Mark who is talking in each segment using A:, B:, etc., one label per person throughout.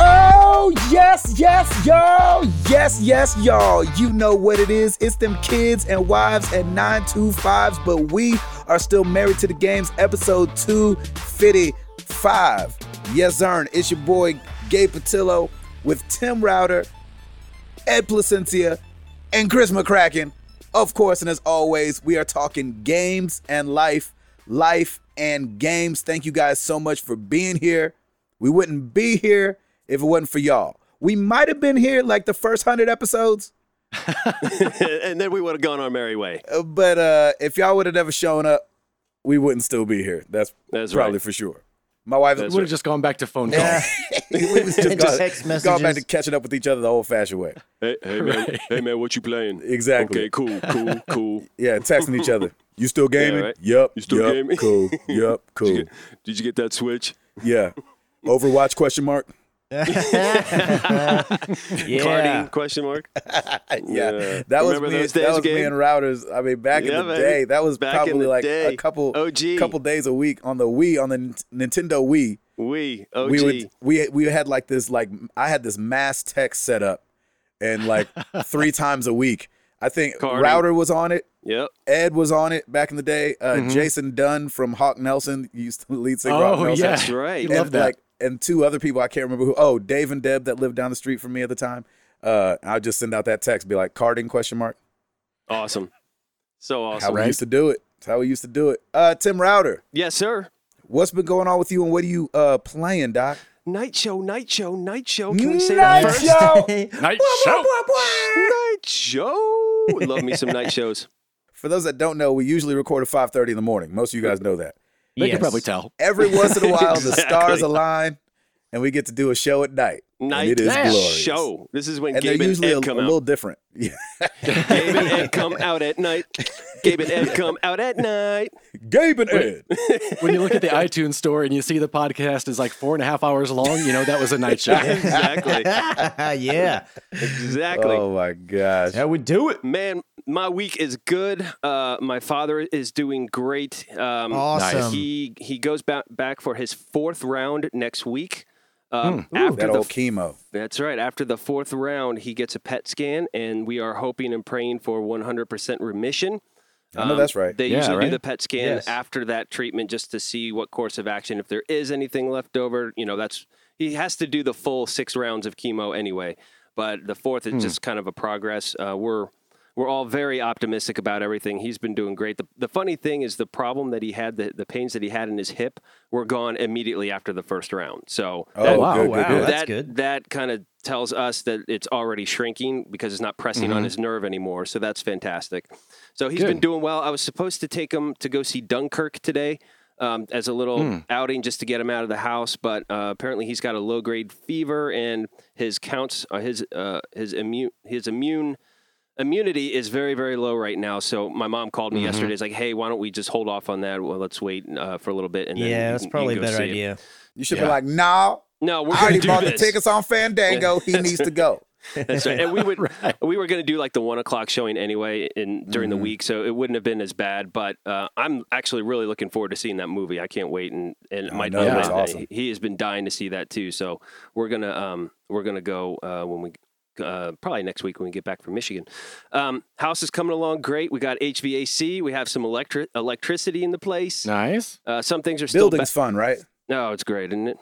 A: Oh, yes, y'all. Yes, yes, y'all. You know what it is. It's them kids and wives and 925s, but we are still married to the games, episode 255. Yes, Ern. It's your boy, Gabe Patillo, with Tim Router, Ed Placencia, and Chris McCracken. Of course, and as always, we are talking games and life, life and games. Thank you guys so much for being here. We wouldn't be here if it wasn't for y'all. We might have been here like the first 100 episodes,
B: and then we would have gone our merry way.
A: uh, but uh, if y'all would have never shown up, we wouldn't still be here. That's,
B: That's
A: probably
B: right.
A: for sure. My wife
B: That's
C: would have just gone back to phone calls.
A: we was just
D: And just
A: gone-
D: text
A: gone back to
D: messages.
A: catching up with each other the old fashioned way.
B: Hey, hey man, hey man, what you playing?
A: Exactly.
B: Okay, cool, cool, cool.
A: Yeah, texting each other. You still gaming?
B: right.
A: Yep.
B: You still
A: yup,
B: gaming?
A: Cool. Yep. Cool.
B: Did you get that switch?
A: yeah. Overwatch question mark?
B: Cardi? Question mark.
A: Yeah,
B: Yeah.
A: that was
B: Remember
A: me.
B: those
A: That
B: days,
A: was me
B: Gabe?
A: and routers. I mean, back
B: Yeah,
A: in the
B: baby.
A: day, that was
B: Back in
A: probably
B: the
A: like a
B: day.
A: couple,
B: OG.
A: couple days a week on the Wii, on the N- Nintendo Wii.
B: We. OG.
A: We would, we we had like this, like I had this mass text set up, and like three times a week. I think
B: Cardi.
A: router was on it.
B: Yep.
A: Ed was on it back in the day. Uh,
B: Mm-hmm.
A: Jason Dunn from Hawk Nelson used to lead singer. Hawk
C: Oh,
A: Nelson.
C: yeah.
B: That's right.
C: You
A: and
C: love that.
A: like and two other people I can't remember who. Oh, Dave and Deb that lived down the street from me at the time. Uh, I'll just send out that text, be like, "Carding?" Question mark.
B: Awesome. So
A: How
B: awesome.
A: we used to do it. That's how we used to do it. Uh, Tim Router,
B: Yes, sir.
A: what's been going on with you, and what are you uh playing, Doc?
B: Night show, night show, night show. Can we say that
A: Night
B: first?
A: show!
C: Night show.
B: Night show. Love me some night shows.
A: For those that don't know, we usually record at five thirty in the morning. Most of you guys know that.
C: They
D: Yes.
C: can probably tell.
A: Every once in a while, the
B: Exactly.
A: stars align, and we get to do a show at night. and
B: Night
A: it is glorious.
B: show. This is when
A: And
B: Gabe
A: they're
B: and
A: usually a,
B: Ed
A: a
B: come out.
A: little different. Yeah.
B: Gabe and Ed come out at night. Gabe and Ed come out at night.
A: Gabe and Ed.
C: When you look at the iTunes store and you see the podcast is like four and a half hours long, you know that was a night show.
B: Exactly.
D: yeah,
B: Exactly.
A: Oh my gosh.
D: that would do it.
B: Man, my week is good. Uh, my father is doing great. Um,
D: Awesome.
B: He he goes back back for his fourth round next week. Um, after
A: Hmm. That
B: the
A: old chemo.
B: That's right. After the fourth round, he gets a PET scan, and we are hoping and praying for 100% remission. Um,
A: I know that's right.
B: They
C: Yeah,
B: usually do
C: right?
B: the PET scan
D: Yes.
B: after that treatment just to see what course of action, if there is anything left over. You know, that's he has to do the full six rounds of chemo anyway. But the fourth
C: Hmm.
B: is just kind of a progress. Uh, we're we're all very optimistic about everything. He's been doing great. The, the funny thing is the problem that he had, the, the pains that he had in his hip, were gone immediately after the first round. So
A: Oh,
B: that-
C: wow,
A: good, good,
D: wow.
A: good.
D: That's
B: that,
D: good.
B: That kind of tells us that it's already shrinking because it's not pressing
D: Mm-hmm.
B: on his nerve anymore. So that's fantastic. So he's been
C: Good.
B: doing well. I was supposed to take him to go see Dunkirk today um, as a little
D: Hmm.
B: outing just to get him out of the house, but uh, apparently he's got a low grade fever and his counts, uh, his uh, his immune, his immune immunity is very very low right now so my mom called
D: Mm-hmm.
B: me yesterday it's like hey why don't we just hold off on that well let's wait uh, for a little bit and then
D: yeah,
B: you
D: that's
B: can- you
D: probably a
B: can go
D: better
B: see it.
D: idea.
A: You should be
C: Yeah.
A: like, nah,
B: no we're
A: I
B: gonna
A: already
B: do
A: bought
B: this.
A: the tickets on Fandango. He needs to go.
B: That's right. And we would we were going to do like the one o'clock showing anyway in during the week, so it wouldn't have been as bad. But uh, I'm actually really looking forward to seeing that movie. I can't wait, and and my
A: know,
B: my-
C: that's
A: awesome.
B: he has been dying to see that too. So we're gonna um we're gonna go uh, when we. Uh, probably next week when we get back from Michigan. Um, house is coming along great. We got HVAC. We have some electric electricity in the place.
C: Nice.
B: Uh, some things are still
A: Building's fun, right?
B: ba- no, it's great, isn't it?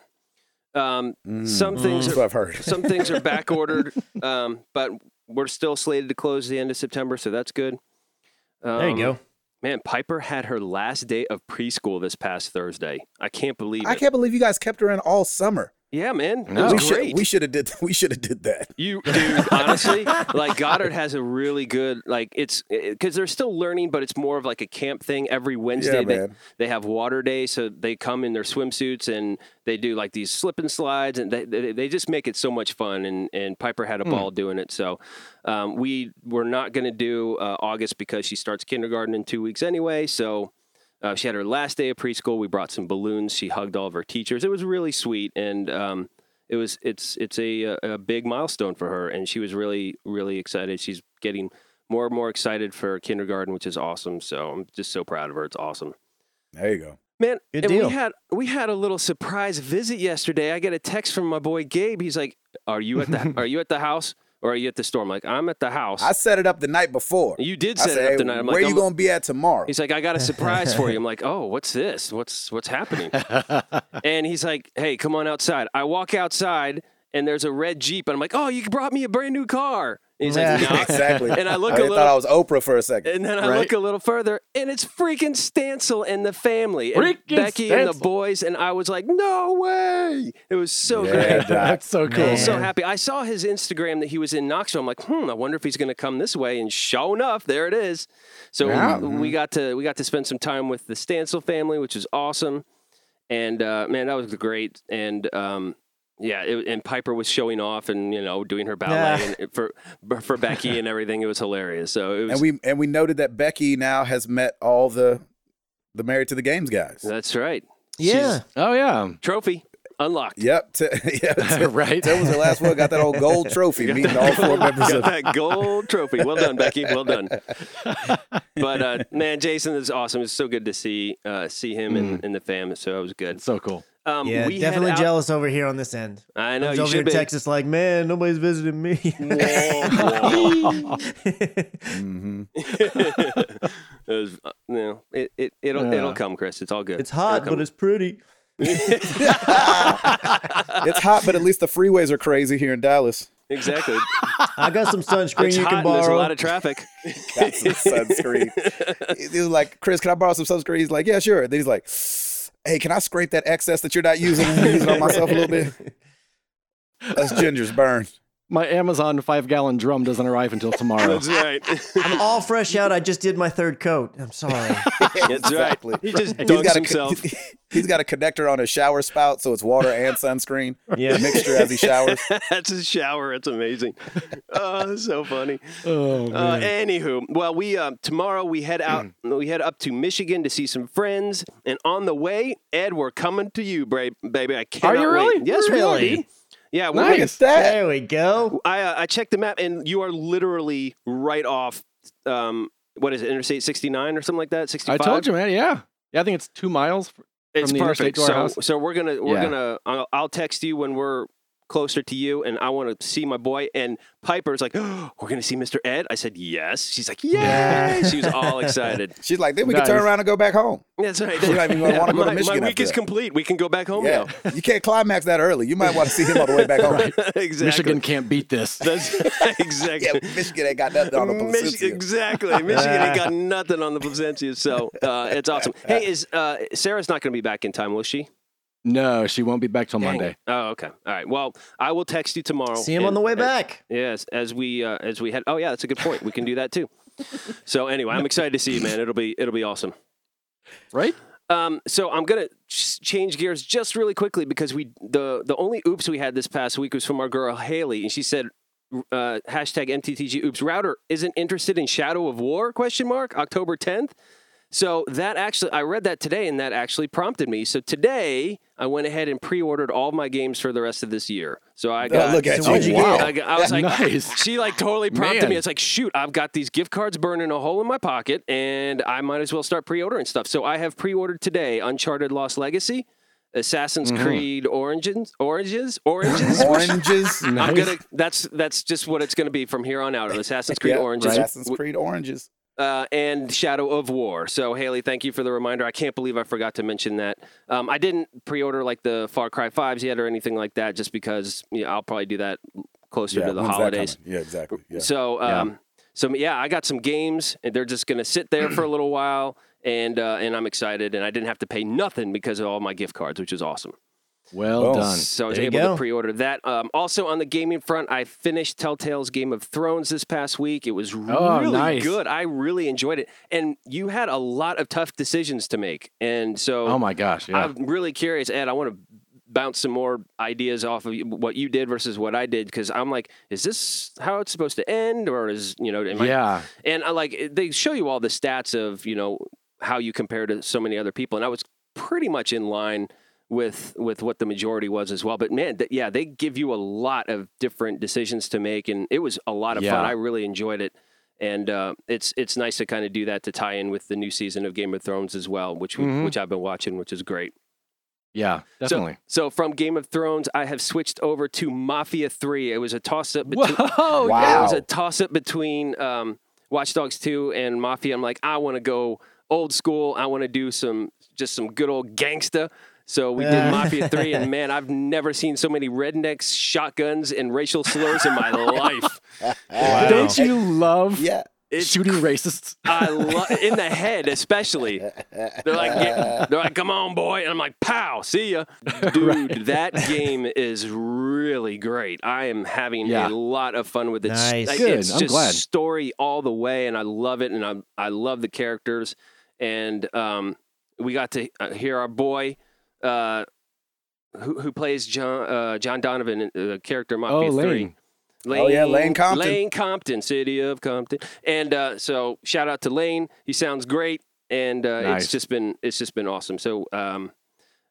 B: Um,
A: Mm,
B: Some things
A: That's
B: are
A: what I've heard.
B: some things are back ordered, um, but we're still slated to close the end of September, so that's good. Um,
D: There you go.
B: man. Piper had her last day of preschool this past Thursday. I can't believe it.
A: I can't believe you guys kept her in all summer.
B: Yeah, man,
C: No.
B: it
A: we
B: was
A: should
B: great.
A: we should have did we should have did that.
B: You, dude, honestly, like Goddard has a really good like it's because they're still learning, but it's more of like a camp thing. Every Wednesday, they,
A: man.
B: they have water day, so they come in their swimsuits and they do like these slip and slides, and they they, they just make it so much fun. And and Piper had a ball doing it. So um, we were not going to do uh, August because she starts kindergarten in two weeks anyway. So. Uh, she had her last day of preschool. We brought some balloons. She hugged all of her teachers. It was really sweet, and um, it was it's it's a, uh, a big milestone for her, and she was really really excited. She's getting more and more excited for kindergarten, which is awesome. So I'm just so proud of her. It's awesome.
A: There you go.
B: Man,
D: Good
B: and
D: deal.
B: we had we had a little surprise visit yesterday. I got a text from my boy Gabe. He's like, "Are you at the Are you at the house or are you at the store?" I'm like, "I'm at the house."
A: I set it up the night before.
B: you did
A: I
B: set
A: said,
B: it
A: hey,
B: up tonight. I'm like,
A: where you
B: "I'm-
A: gonna be at tomorrow?
B: He's like, I got a surprise for you. I'm like, oh, what's this? What's what's happening? and he's like, hey, come on outside. I walk outside and there's a red Jeep, and I'm like, oh, you brought me a brand new car. And he's like, nah.
A: exactly.
B: And I look
A: I
B: a
A: thought
B: little,
A: I was Oprah for a second.
B: and then I
C: Right.
B: look a little further, and it's freaking Stancil and the family, and
C: Freaking
B: Becky and the
C: Stancil.
B: boys, and I was like, no way! It was so
A: Yeah,
B: great.
A: Doc.
C: That's so cool.
B: I was so
D: Man.
B: happy. I saw his Instagram that he was in Knoxville. I'm like, hmm, I wonder if he's going to come this way. And sure enough, there it is. So
D: Yeah. mm-hmm.
B: we, we got to we got to spend some time with the Stancil family, which is awesome. And uh, man, that was great. And um, yeah, it, and Piper was showing off and you know doing her ballet
D: Yeah.
B: and for for Becky and everything. It was hilarious. So it was.
A: and we and we noted that Becky now has met all the the married to the games guys.
B: that's right.
D: Yeah.
C: Oh yeah.
B: Trophy unlocked.
A: Yep. T- yeah. T-
C: right.
A: That was the last one. Got that old gold trophy. Meeting all four members
B: Got
A: of.
B: that gold trophy. Well done, Becky. Well done. But uh, man, Jason is awesome. It's so good to see uh, see him and, and the fam. So that was good.
C: It's so cool.
B: Um,
D: Mm. Yeah,
B: we
D: definitely
B: head out-
D: jealous over here on this end.
B: I know
D: I was
B: you
D: over here
B: should
D: in
B: be. Oh,
D: Texas, like, man, nobody's visiting me.
A: hmm
B: it was, uh, no, it, it it'll
C: Yeah.
B: it'll come, Chris. It's all good.
D: it's hot,
B: It'll
D: but
B: come.
D: it's pretty.
A: It's hot, but at least the freeways are crazy here in Dallas.
B: exactly.
D: I got some sunscreen
B: it's
D: you
B: hot.
D: can
B: and there's a
D: borrow.
B: lot of traffic.
A: Got some sunscreen. He was like, Chris, can I borrow some sunscreen? He's like, Yeah, sure. Then he's like, Hey, can I scrape that excess that you're not using? and Use it on myself a little bit. That's Ginger's burn.
C: My Amazon five gallon drum doesn't arrive until tomorrow.
B: That's right.
D: I'm all fresh out. I just did my third coat. I'm sorry.
B: That's right. He just
A: He's
B: dunks
A: got, a,
B: himself.
A: he's got a connector on his shower spout, so it's water and sunscreen
D: Yeah.
A: mixture as he showers.
B: That's his shower. It's amazing. Oh, that's so funny.
C: oh man.
B: Uh, anywho, well, we uh, tomorrow we head out,
C: Mm.
B: we head up to Michigan to see some friends, and on the way, Ed, we're coming to you, bra- baby. I cannot
C: you
B: wait.
C: really?
B: Yes, we are.
D: Really?
B: dude. Yeah, we're
A: Look at that.
D: there we go.
B: I uh, I checked the map, and you are literally right off. Um, what is it, Interstate 69 or something like that? 65.
C: I told you, man. Yeah. Yeah. I think it's two miles.
B: it's
C: the
B: perfect.
C: interstate to our
B: so
C: house.
B: so we're gonna we're
C: Yeah.
B: gonna I'll, I'll text you when we're closer to you, and I want to see my boy. And Piper's like, oh, we're gonna see Mr. Ed. I said yes. She's like, yay! She was all excited.
A: She's like, then we can turn
C: Nice.
A: around and go back home.
B: That's right.
A: You're not even gonna wanna go to
B: my,
A: Michigan
B: my
A: after
B: week is
A: that.
B: complete. We can go back home
A: Yeah. You can't climax that early. You might want to see him all the way back home.
B: now. exactly.
C: Michigan can't beat this.
B: That's exactly.
A: Yeah, Michigan ain't got nothing on the
B: Mich-
A: Placentia.
B: exactly. Michigan ain't got nothing on the Placentia, so uh, it's awesome. Hey, is uh, Sarah's not going to be back in time, will she?
C: No, she won't be back till
B: Dang.
C: Monday.
B: Oh, okay. All right. Well, I will text you tomorrow.
D: See him on
B: and-
D: the way
B: and-
D: back.
B: Yes, as we uh, as we head. Oh, yeah, that's a good point. We can do that too. So anyway, I'm excited to see you, man. It'll be it'll be awesome.
C: Right?
B: Um, so I'm gonna ch- change gears just really quickly because we the the only oops we had this past week was from our girl Haley, and she said uh, hashtag MTTG oops router isn't interested in Shadow of War question mark October 10th. So that actually I read that today, and that actually prompted me. So today I went ahead and pre-ordered all my games for the rest of this year. So I got.
A: Oh, look at
D: So what'd
A: you.
D: you
A: Wow.
D: get?
B: I, got- I was like,
C: Nice.
B: she like totally prompted
C: Man.
B: me. It's like, shoot, I've got these gift cards burning a hole in my pocket, and I might as well start pre-ordering stuff. So I have pre-ordered today: Uncharted Lost Legacy, Assassin's
A: Mm-hmm.
B: Creed Origins, Oranges, Oranges.
A: Oranges.
B: I'm gonna. That's that's just what it's gonna be from here on out. Assassin's Creed
A: Yeah,
B: Oranges
A: Assassin's Creed oranges.
B: uh, and Shadow of War. So Haley, thank you for the reminder. I can't believe I forgot to mention that. Um, I didn't pre-order like the Far Cry Fives yet or anything like that, just because you know, I'll probably do that closer to the
A: when's that
B: holidays.
A: coming? Yeah, exactly. Yeah.
B: So, um, so yeah, I got some games, and they're just gonna sit there for a little while, and uh, and I'm excited, and I didn't have to pay nothing because of all my gift cards, which is awesome.
C: Well
A: Boom.
C: done.
B: So I was
D: There you
B: able to
D: go.
B: pre-order that. Um, also on the gaming front, I finished Telltale's Game of Thrones this past week. It was
C: Oh,
B: really
C: nice.
B: good. I really enjoyed it, and you had a lot of tough decisions to make, and so
C: Oh my gosh. Yeah.
B: I'm really curious, Ed. I want to bounce some more ideas off of you- what you did versus what I did because I'm like, is this how it's supposed to end, or is you know, am I-
C: yeah.
B: and I like it- they show you all the stats of you know how you compare to so many other people, and I was pretty much in line with with what the majority was as well. But man, th- yeah, they give you a lot of different decisions to make, and it was a lot of fun.
C: Yeah.
B: I really enjoyed it. and uh, it's it's nice to kind of do that to tie in with the new season of Game of Thrones as well, which we,
C: Mhm.
B: which I've been watching, which is great.
C: Yeah, definitely.
B: So from Game of Thrones, I have switched over to Mafia Three. It was a toss up. between.
C: Whoa!
A: Wow.
B: Yeah, it was a toss up between um, Watch Dogs 2 and Mafia. I'm like, I want to go old school. I want to do some just some good old gangsta. So we did
C: Uh.
D: Yeah.
B: Mafia 3, and man, I've never seen so many rednecks, shotguns, and racial slurs in my life.
C: yeah. Don't you love
A: Yeah.
B: It's
C: shooting racists?
B: I lo- in the head, especially. They're like, "Yeah." they're like, come on, boy, and I'm like, pow, see ya, dude. That game is really great. I am having
C: Yeah.
B: a lot of fun with it.
D: Nice.
B: Like,
C: Good.
B: It's
C: I'm
B: just
C: glad.
B: story all the way, and I love it, and I I love the characters, and um, we got to uh, hear our boy. Uh, who, who plays John uh, John Donovan, uh, the character in
C: Oh,
B: Mafia Three?
C: Lane.
A: Oh, yeah, Lane Compton.
B: Lane Compton, city of Compton. And uh, so shout out to Lane. He sounds great, and uh,
C: Nice.
B: it's just been it's just been awesome. So um,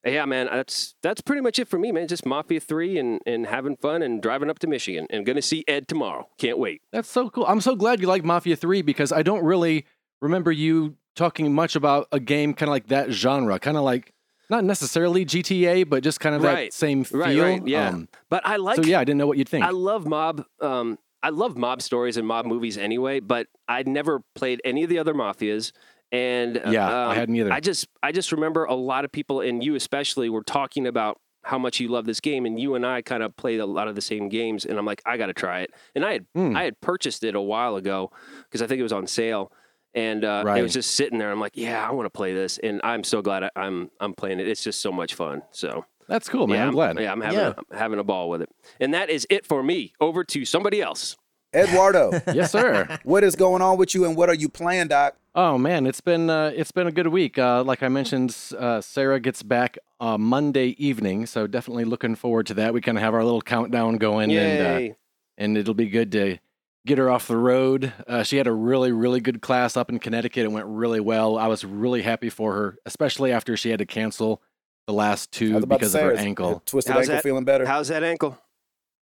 B: yeah, man, that's that's pretty much it for me, man. Just Mafia Three and and having fun and driving up to Michigan and gonna see Ed tomorrow. Can't wait.
C: That's so cool. I'm so glad you like Mafia 3 because I don't really remember you talking much about a game kind of like that genre, kind of like not necessarily GTA, but just kind of
B: Right.
C: that same feel.
B: Right, right, yeah.
C: Um,
B: But I like
C: so yeah, I didn't know what you'd think.
B: I love mob. Um, I love mob stories and mob movies anyway. But I never played any of the other mafias, and uh,
C: Yeah, I
B: um,
C: hadn't either.
B: I just I just remember a lot of people, and you especially, were talking about how much you love this game, and you and I kind of played a lot of the same games, and I'm like, I got to try it, and I had
C: Mm.
B: I had purchased it a while ago because I think it was on sale. And uh, it
C: Right.
B: was just sitting there. I'm like, yeah, I want to play this, and I'm so glad I, I'm I'm playing it. It's just so much fun. So
C: That's cool, man.
B: yeah,
C: I'm glad.
B: Yeah, I'm having,
D: Yeah.
B: A, I'm having a ball with it. And that is it for me. Over to somebody else.
A: Eduardo,
C: Yes, sir.
A: what is going on with you and what are you playing, Doc?
C: Oh man, it's been uh, it's been a good week. Uh, like I mentioned, s- uh, Sarah gets back uh, Monday evening, so definitely looking forward to that. We kind of have our little countdown going, and uh, and it'll be good to get her off the road. Uh, she had a really, really good class up in Connecticut. It went really well. I was really happy for her, especially after she had to cancel the last
A: I was
C: two
A: about
C: because
A: to say,
C: of her
A: is-
C: ankle.
A: Twisted
B: How's
A: ankle
B: that?
A: feeling better.
B: How's that ankle?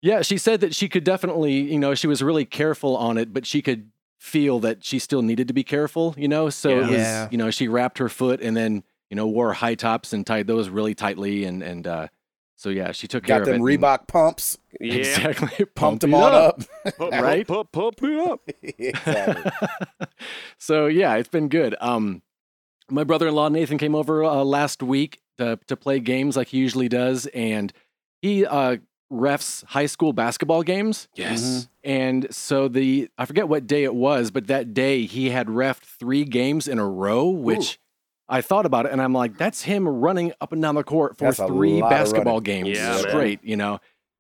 C: Yeah, she said that she could definitely, you know, she was really careful on it, but she could feel that she still needed to be careful, you know? So it
B: Yeah.
C: was,
D: Yeah.
C: you know, she wrapped her foot and then, you know, wore high tops and tied those really tightly. And, and, uh, so yeah, she took care
A: Got
C: of
A: them
C: it. and-
A: Reebok pumps,
B: Yeah.
C: Exactly.
A: pumped them
C: it
A: all up.
C: right? Oh,
B: Pump, pump, pump it up.
A: exactly.
C: so yeah, it's been good. Um, my brother-in-law Nathan came over uh, last week to to play games like he usually does, and he uh, refs high school basketball games.
B: Yes.
C: And so the I forget what day it was, but that day he had refed three games in a row, which I thought about it and I'm like, that's him running up and down the court for
A: That's a
C: three
A: lot of
C: basketball games
B: Yeah, man.
C: straight, you know.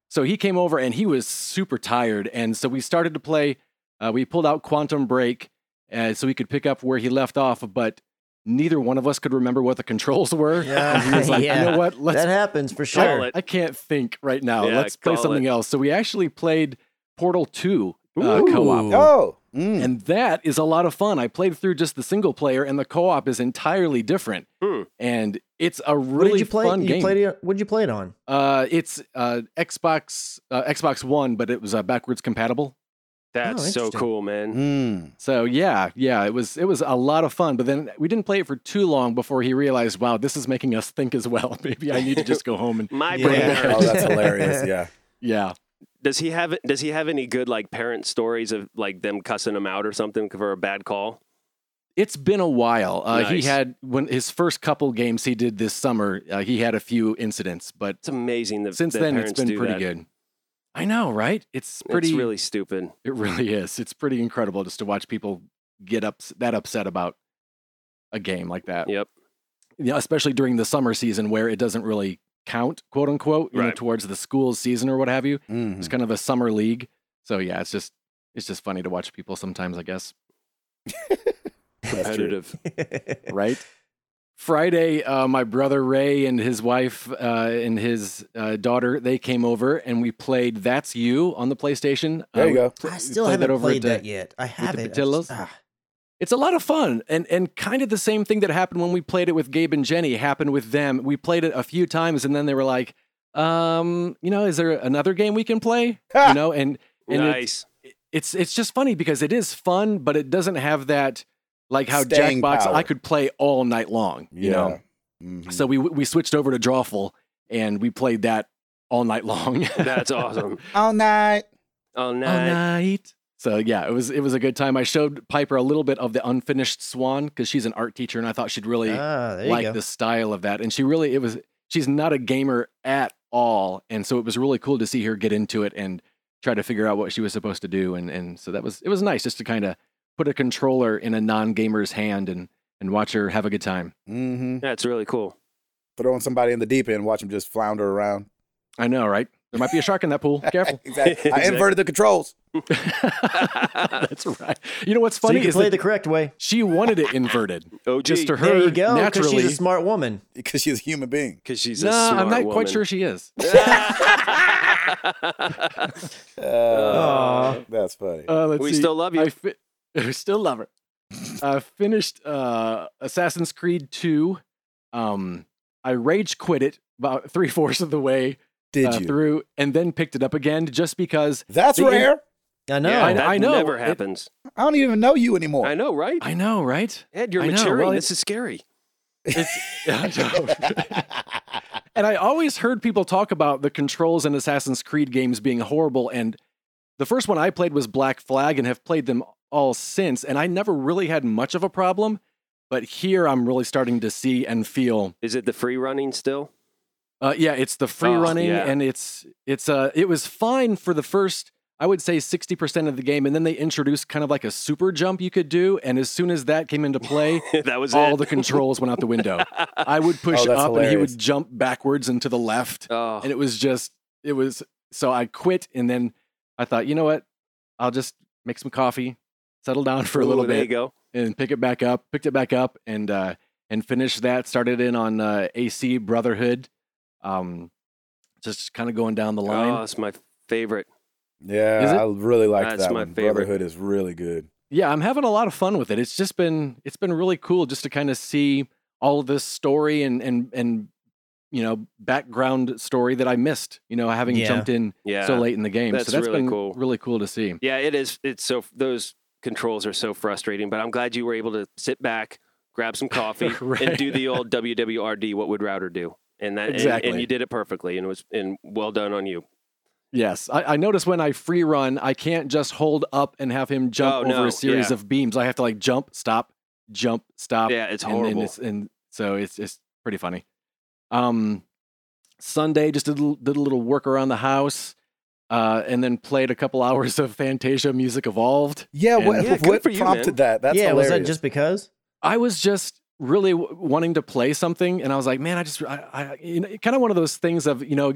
C: So he came over and he was super tired, and so we started to play. Uh, we pulled out Quantum Break uh, so we could pick up where he left off, but neither one of us could remember what the controls were.
D: Yeah,
C: And he was like, you
D: yeah.
C: know what? Let's
D: that happens for
B: Call
D: sure.
B: it.
C: I can't think right now.
B: Yeah,
C: Let's play
B: call
C: something else. So we actually played Portal 2 uh,
B: Ooh.
C: co-op.
A: Oh, mm.
C: And that is a lot of fun. I played through just the single player and the co-op is entirely different.
B: Hmm.
C: And it's a
D: What
C: really
D: did you play?
C: fun
D: You
C: game.
D: played it, what did you play it on?
C: uh, it's uh, Xbox uh, Xbox 1, but it was uh, backwards compatible.
B: That's
D: Oh,
B: so
D: interesting.
B: cool, man.
A: Mm.
C: So yeah, yeah, it was it was a lot of fun, but then we didn't play it for too long before he realized, wow, this is making us think as well. Maybe I need to just go home and
B: My
D: Yeah.
B: brain
A: Oh,
B: hurts.
A: that's hilarious. Yeah.
C: yeah.
B: Does he have does he have any good like parent stories of like them cussing him out or something for a bad call?
C: It's been a while. Uh, He
B: Nice.
C: had when his first couple games he did this summer. Uh, he had a few incidents, but
B: It's amazing that
C: since
B: that
C: then it's
B: parents
C: been
B: do
C: pretty
B: that.
C: good. I know, right? It's pretty.
B: It's really stupid.
C: it really is. It's pretty incredible just to watch people get up that upset about a game like that.
B: Yep.
C: You know, especially during the summer season where it doesn't really count, quote unquote, you know,
B: Right.
C: towards the school's season or what have you. It's
A: Mhm.
C: kind of a summer league. So yeah, it's just it's just funny to watch people sometimes. I guess.
A: That's true.
B: Competitive.
C: right? Friday, uh, my brother Ray and his wife uh, and his uh, daughter they came over and we played "That's You" on the PlayStation.
A: There you
C: Uh,
A: go.
C: we
D: I still
C: played
D: haven't
C: over
D: played
C: at, uh,
D: that yet. I haven't. I just-
C: Patillos?
D: ah.
C: It's a lot of fun, and and kind of the same thing that happened when we played it with Gabe and Jenny happened with them. We played it a few times, and then they were like, um, you know, is there another game we can play? you know, and and it-
B: nice.
C: it- it's it's just funny because it is fun, but it doesn't have that like how
A: Staying
C: Jackbox
A: power.
C: I could play all night long. You know,
A: Mhm.
C: so we we switched over to Drawful and we played that all night long.
B: That's awesome.
A: all night.
B: Oh,
C: all
B: nice.
C: night. So yeah, it was it was a good time. I showed Piper a little bit of the unfinished Swan because she's an art teacher, and I thought she'd really
D: Ah, there you
C: like
D: go.
C: the style of that. And she really it was she's not a gamer at all, and so it was really cool to see her get into it and try to figure out what she was supposed to do. And and so that was it was nice just to kind of put a controller in a non gamer's hand and and watch her have a good time.
A: Mm-hmm.
B: That's really cool.
A: Throwing somebody in the deep end, watch them just flounder around.
C: I know, right? There might be a shark in that pool. Careful.
A: Exactly. I
B: Exactly.
A: inverted the controls.
C: That's right. You know what's
D: So
C: funny
D: you can
C: is
D: play
C: that
D: the correct way.
C: she wanted it inverted.
B: OG.
C: just to her
D: There you go. Because
C: naturally.
D: she's a smart woman.
A: Because she's a human being.
B: Because she's
C: no,
B: a smart
C: I'm not
B: woman.
C: quite sure she is.
A: Uh, that's funny.
C: Uh, let's
B: We
C: see.
B: still love you.
C: I fi- we still love her. I finished uh, Assassin's Creed 2. Um, I rage quit it about three fourths of the way
A: Did
C: uh,
A: you?
C: through and then picked it up again just because
A: that's
C: the in-
A: rare.
D: I know.
B: No,
C: I-
B: that
C: I know.
B: never
C: It-
B: happens.
A: I don't even know you anymore.
B: I know, right?
C: I know, right?
B: Ed, you're
C: I know,
B: maturing.
C: well,
B: this is scary.
C: It's, I know. and I always heard people talk about the controls in Assassin's Creed games being horrible. And the first one I played was Black Flag and have played them all since. And I never really had much of a problem. But here I'm really starting to see and feel
B: Is it the free running still?
C: Uh, yeah, it's the free
B: Oh,
C: running,
B: yeah.
C: and it's it's uh it was fine for the first I would say sixty percent of the game, and then they introduced kind of like a super jump you could do, and as soon as that came into play,
B: that was
C: all
B: it.
C: the controls went out the window. I would push
A: Oh,
C: up,
A: that's
C: and he
A: hilarious.
C: would jump backwards and to the left,
B: oh,
C: and it was just it was so I quit, and then I thought, you know what, I'll just make some coffee, settle down for a little
B: ooh, There you
C: bit,
B: go.
C: and pick it back up. Picked it back up and uh, and finished that. Started in on uh, AC Brotherhood, um, just kind of going down the
B: Oh,
C: line.
B: that's my favorite.
C: Is
A: yeah,
C: it?
A: I really like
B: That's
A: that
B: my
A: one.
B: favorite.
A: Brotherhood is really good.
C: yeah, I'm having a lot of fun with it. It's just been it's been really cool just to kind of see all of this story and and and you know background story that I missed. You know, having
D: Yeah.
C: jumped in
B: Yeah.
C: so late in the game.
B: That's
C: so that's
B: really
C: been
B: cool.
C: really cool to see.
B: Yeah, it is. It's so those controls are so frustrating, but I'm glad you were able to sit back, grab some coffee, and
C: Right.
B: do the old WWRD. What would router do? And that and- and,
C: Exactly.
B: you did it perfectly, and it was and well done on you.
C: Yes, I, I notice when I free run, I can't just hold up and have him jump
B: Oh,
C: over
B: no,
C: a series
B: yeah.
C: of beams. I have to like jump, stop, jump, stop.
B: Yeah, it's
C: and- and,
B: horrible.
C: it's, and so it's it's pretty funny. Um, Sunday just did a, little- did a little work around the house, uh, and then played a couple hours of Fantasia Music Evolved.
A: Yeah,
C: And-
A: what,
B: Yeah, good
A: what
B: for you,
A: prompted
B: man.
A: that? That's
D: yeah,
A: hilarious.
D: was that just because?
C: I was just really w- wanting to play something, and I was like, man, I just, I, I you know, kind of one of those things of, you know,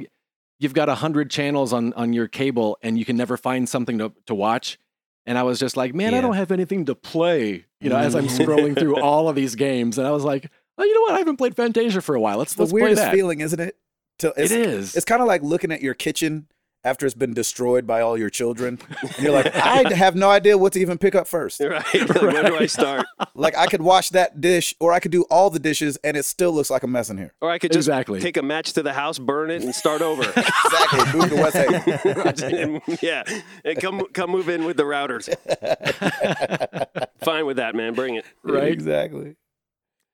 C: you've got a hundred channels on on your cable, and you can never find something to to watch. And I was just like, man, I
D: Yeah.
C: don't have anything to play, you know, as I'm
B: Mm.
C: scrolling through all of these games, and I was like, oh, you know what, I haven't played Fantasia for a while. Let's
A: It's the
C: let's play
A: weirdest
C: that.
A: feeling, isn't it? To-
C: It
A: it's,
C: is.
A: It's kind of like looking at your kitchen after it's been destroyed by all your children. And you're like, I have no idea what to even pick up first.
B: Right? Like, Where do I start?
A: Like, I could wash that dish or I could do all the dishes and it still looks like a mess in here.
B: Or I could just
C: Exactly.
B: take a match to the house, burn it, and start over.
A: Exactly. Move to West Haven.
B: yeah, and come come move in with the routers. Fine with that, man. Bring it.
C: Right.
A: Exactly.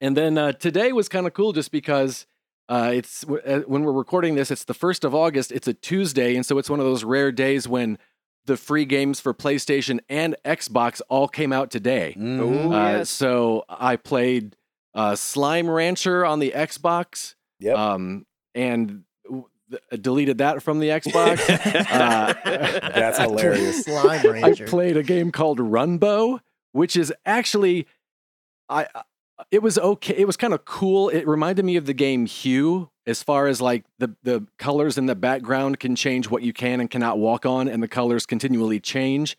C: And then uh, today was kind of cool just because uh, it's w- uh, when we're recording this, it's the 1st of August. It's a Tuesday. And so it's one of those rare days when the free games for PlayStation and Xbox all came out today.
A: Mhm.
B: Ooh.
C: Uh,
B: oh, yes.
C: So I played uh, Slime Rancher on the Xbox
A: Yep.
C: um, and w- th- deleted that from the Xbox. Uh,
A: That's hilarious.
D: Slime
C: I
D: Ranger.
C: played a game called Runbo, which is actually, I, I- it was okay. It was kind of cool. It reminded me of the game Hue, as far as like the the colors in the background can change what you can and cannot walk on, and the colors continually change.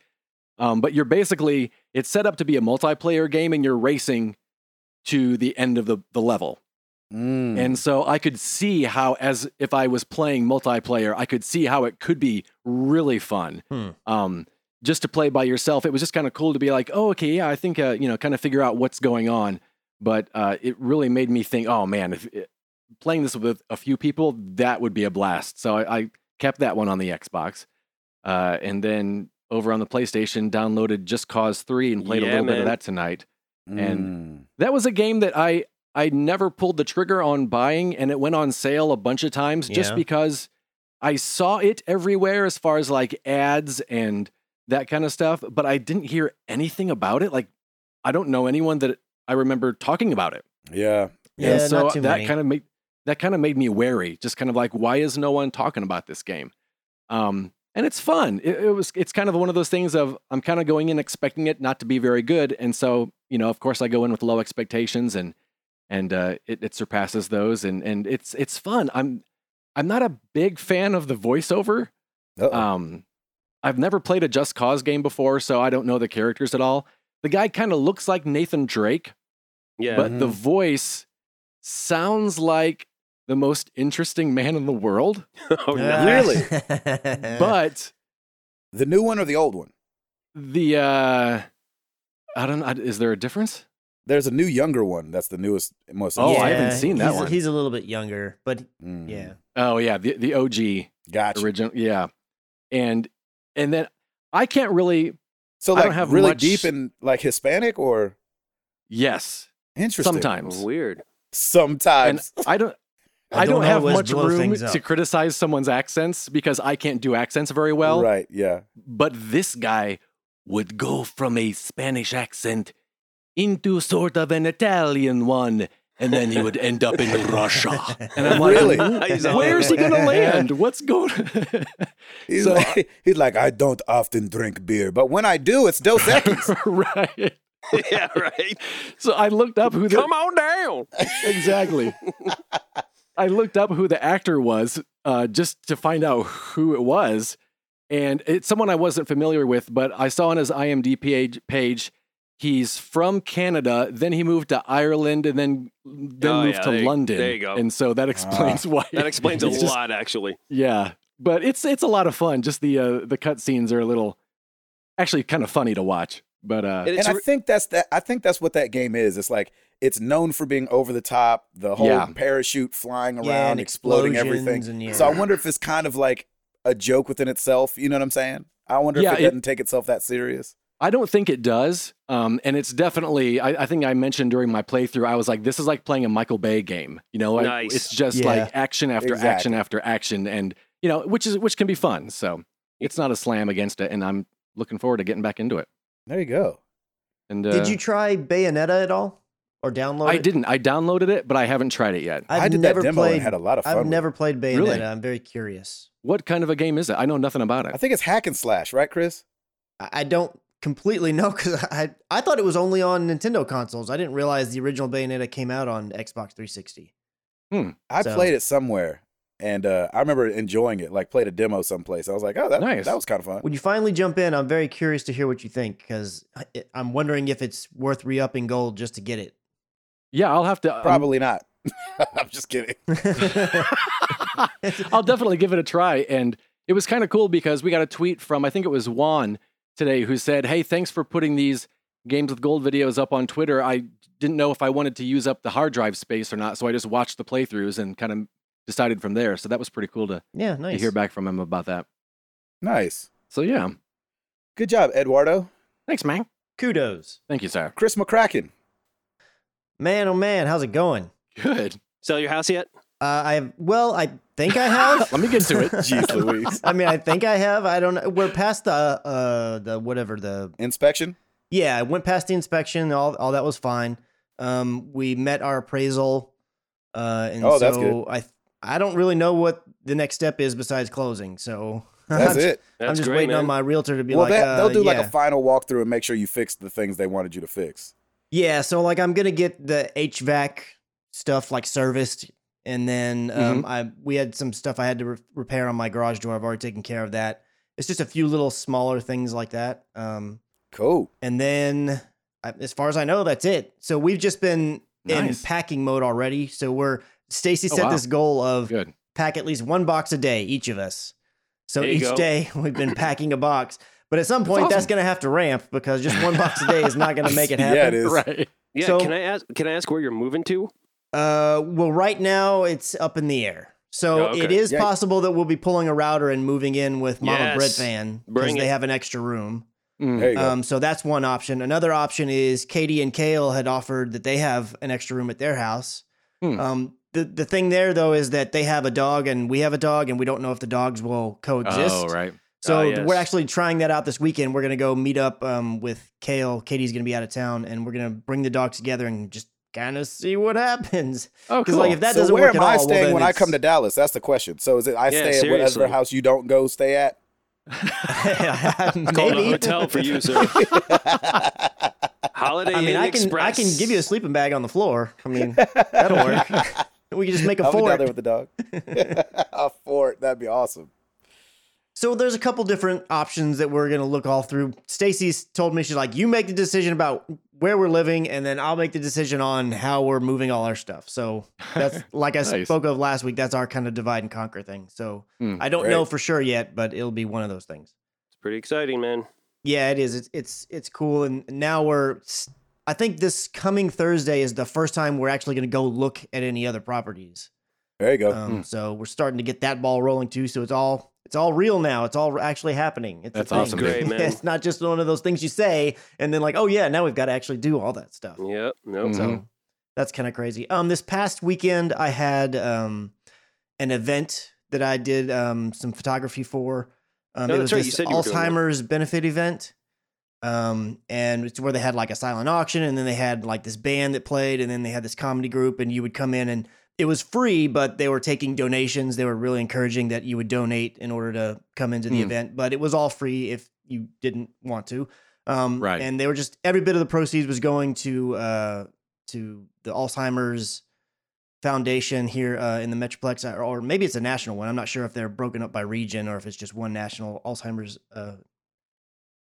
C: Um, but you're basically it's set up to be a multiplayer game, and you're racing to the end of the the level.
A: Mm.
C: And so I could see how, as if I was playing multiplayer, I could see how it could be really fun.
D: Hmm.
C: Um, just to play by yourself, it was just kind of cool to be like, oh, okay, yeah, I think, uh, you know, kind of figure out what's going on. But uh, it really made me think, oh man, if it, playing this with a few people, that would be a blast. So I, I kept that one on the Xbox. Uh, and then over on the PlayStation, downloaded Just Cause 3 and played a
B: Yeah,
C: little bit
B: man.
C: of that tonight.
A: Mm.
C: That was a game that I I never pulled the trigger on buying and it went on sale a bunch of times just
D: Yeah.
C: because I saw it everywhere as far as like ads and that kind of stuff, but I didn't hear anything about it. Like I don't know anyone that I remember talking about it.
A: yeah.
D: Yeah,
C: and so
D: not too
C: that
D: many.
C: kind of made that kind of made me wary, just kind of like why is no one talking about this game? Um and it's fun. It, it was it's kind of one of those things of I'm kind of going in expecting it not to be very good and so, you know, of course I go in with low expectations and and uh, it, it surpasses those and and it's it's fun. I'm I'm not a big fan of the voiceover.
A: Uh-oh.
C: Um, I've never played a Just Cause game before, so I don't know the characters at all. The guy kind of looks like Nathan Drake,
B: Yeah.
C: but the voice sounds like the most interesting man in the world.
B: oh,
D: Ah.
B: nice.
A: Really?
C: But
A: the new one or the old one?
C: the uh, I don't know. Is there a difference?
A: There's a new younger one. That's the newest, most.
C: Oh, I
A: interesting.
C: haven't seen that
D: he's-
C: one.
D: He's a little bit younger, but
A: Mm.
D: yeah.
C: Oh yeah, the the OG
A: Gotcha.
C: original. Yeah, and and then I can't really.
A: So
C: I don't
A: like
C: have
A: really
C: much-
A: deep in like Hispanic or
C: Yes,
A: interesting.
C: sometimes.
B: Weird.
C: and
A: Sometimes.
C: I don't I don't, have
D: always
C: much
D: blow
C: room
D: things up.
C: to criticize someone's accents because I can't do accents very well.
A: right. Yeah.
C: But this guy would go from a Spanish accent into sort of an Italian one, and then he would end up in Russia. And I'm like,
A: Really?
B: He's all
C: where's he
B: over.
C: gonna land? What's going?
A: He's,
C: So-
A: like, he's like, I don't often drink beer, but when I do, it's Dos Equis.
C: right.
B: yeah. Right.
C: So I looked up who the
B: Come on down.
C: exactly. I looked up who the actor was uh, just to find out who it was, and it's someone I wasn't familiar with, but I saw on his IMDb page, page he's from Canada, then he moved to Ireland, and then then
B: Oh,
C: moved
B: yeah,
C: to
B: there you-
C: London.
B: there you go.
C: And so that explains why.
B: That explains a
C: it's just-
B: lot, actually.
C: yeah, but it's it's a lot of fun. Just the uh, the cutscenes are a little, actually, kind of funny to watch. But uh,
B: And
A: and
B: it's
A: I
B: re-
A: think that's that. I think that's what that game is. It's like it's known for being over the top, the whole
C: Yeah.
A: parachute flying around,
D: Yeah, and
A: exploding
D: explosions
A: everything.
D: and yeah.
A: So I wonder if it's kind of like a joke within itself. You know what I'm saying? I wonder
C: Yeah,
A: if it,
C: it-
A: doesn't take itself that serious.
C: I don't think it does. Um, and it's definitely, I, I think I mentioned during my playthrough, I was like, this is like playing a Michael Bay game. You know, I-
B: Nice.
C: it's just
D: Yeah.
C: like action after action
A: Exactly.
C: after action. And, you know, which is, which can be fun. So it's not a slam against it. And I'm looking forward to getting back into it.
A: There you go.
C: And uh,
D: Did you try Bayonetta at all, or download?
C: I
D: it?
C: didn't. I downloaded it, but I haven't tried it yet.
A: i
D: I've
A: did
D: never
A: that demo
D: played.
A: and had a lot of fun.
D: I've
A: with it.
D: never played Bayonetta.
C: Really?
D: I'm very curious.
C: What kind of a game is it? I know nothing about
A: I
C: it.
A: think it's hack and slash, right, Chris?
D: I, I don't completely know because I I thought it was only on Nintendo consoles. I didn't realize the original Bayonetta came out on Xbox 360.
A: I
D: So-
A: played it somewhere, and uh, I remember enjoying it. Like played a demo someplace. I was like, oh, that
C: Nice.
A: that was kind of fun.
D: When you finally jump in, I'm very curious to hear what you think because I'm wondering if it's worth re-upping gold just to get it.
C: Yeah, I'll have to. um,
A: Probably not. I'm just kidding.
C: I'll definitely give it a try. And it was kind of cool because we got a tweet from, I think it was Juan today, who said, Hey, thanks for putting these games with gold videos up on Twitter. I didn't know if I wanted to use up the hard drive space or not. So I just watched the playthroughs and kind of decided from there. So that was pretty cool to,
D: yeah,
C: to
D: nice.
C: hear back from him about that.
A: Nice.
C: So yeah.
A: Good job, Eduardo.
C: Thanks, man.
D: Kudos,
C: Thank you, sir.
A: Chris McCracken.
D: man. Oh man, how's it going?
C: Good.
B: Sell your house yet?
D: Uh, I well, I think I have.
C: Let me get to it.
A: Jeez Louise.
D: I mean, I think I have. I don't know. We're past the uh the whatever the
A: Inspection.
D: yeah. I went past the inspection. All all that was fine. Um, we met our appraisal. Uh, and
A: Oh,
D: so
A: that's
D: I I don't really know what the next step is besides closing. So
A: That's
D: I'm,
A: it.
B: That's
D: I'm just
B: great,
D: waiting
B: man.
D: on my realtor to Uh-huh. be
A: Well,
D: like,
A: that,
D: uh,
A: they'll do
D: yeah.
A: like a final walkthrough and make sure you fix the things they wanted you to fix.
D: yeah. So like, I'm gonna get the HVAC stuff like serviced, and then um,
A: Mm-hmm.
D: I we had some stuff I had to re- repair on my garage door. I've already taken care of that. It's just a few little smaller things like that. Um,
A: Cool.
D: And then, I- as far as I know, that's it. So we've just been
C: Nice.
D: in packing mode already. So we're Stacy
C: Oh,
D: set
C: wow.
D: this goal of
C: Good.
D: pack at least one box a day, each of us. So
B: There you
D: each
B: go.
D: day we've been packing a box. But at some point, that's
C: awesome.
D: going to have to ramp because just one box a day is not going to make it happen.
A: Yeah, it is.
C: Right.
B: Yeah.
D: So-
B: can I ask? Can I ask where you're moving to?
D: Uh, well, right now it's up in the air.
B: Oh,
D: So
B: okay.
D: it is
A: Yeah.
D: possible that we'll be pulling a router and moving in with Mama
B: Yes.
D: Bread Van because
B: Bring
D: they
B: it.
D: have an extra room.
C: Mm.
A: There you go.
D: Um, so that's one option. Another option is Katie and Kale had offered that they have an extra room at their house.
C: Hmm.
D: Um, the the thing there though is that they have a dog and we have a dog and we don't know if the dogs will coexist.
C: Oh, right.
D: So
B: Ah, yes.
D: we're actually trying that out this weekend. We're gonna go meet up um, with Kale. Katie's gonna be out of town, and we're gonna bring the dog together and just kind of see what happens.
C: Oh,
D: 'Cause,
C: cool.
D: like, if that
A: so
D: doesn't
A: where
D: work
A: am
D: at all,
A: I
D: well,
A: staying
D: then
A: when I
D: it's-
A: come to Dallas? That's the question. So is it I
B: Yeah,
A: stay at
B: seriously.
A: whatever house you don't go stay at?
B: Call it
D: Maybe.
B: a hotel for you, sir. Holiday
D: I mean,
B: Inn
D: I can I
B: Express.
D: can give you a sleeping bag on the floor. I mean, that'll work. we can just make a
A: I'll be down
D: fort.
A: there with the dog. a fort. That'd be awesome.
D: So there's a couple different options that we're gonna look all through. Stacy's told me she's like, you make the decision about where we're living, and then I'll make the decision on how we're moving all our stuff. So that's like I
C: Nice.
D: spoke of last week. That's our kind of divide and conquer thing. So
C: Hmm,
D: I don't know
A: great.
D: for sure yet, but it'll be one of those things.
B: It's pretty exciting, man.
D: Yeah, it is. It's it's it's cool, and now we're. s- I think this coming Thursday is the first time we're actually gonna go look at any other properties.
A: There you go.
C: Hmm.
D: Um, So we're starting to get that ball rolling too. So it's all it's all real now. It's all actually happening. It's a
C: That's
D: thing.
C: awesome,
B: dude. Great, man.
D: it's not just one of those things you say and then like, oh yeah, now we've got to actually do all that stuff.
B: Yep. Nope.
C: Mm.
D: So that's kind of crazy. Um, this past weekend I had um an event that I did um some photography for. Um,
B: No,
D: it
B: that's
D: was
B: right. You
D: this
B: said you were doing that.
D: Alzheimer's benefit event. Um, and it's where they had like a silent auction, and then they had like this band that played, and then they had this comedy group, and you would come in and it was free, but they were taking donations. They were really encouraging that you would donate in order to come into the
C: Hmm.
D: event, but it was all free if you didn't want to. Um,
C: Right.
D: And they were just every bit of the proceeds was going to uh, to the Alzheimer's Foundation here uh, in the Metroplex, or, or maybe it's a national one. I'm not sure if they're broken up by region or if it's just one national Alzheimer's uh,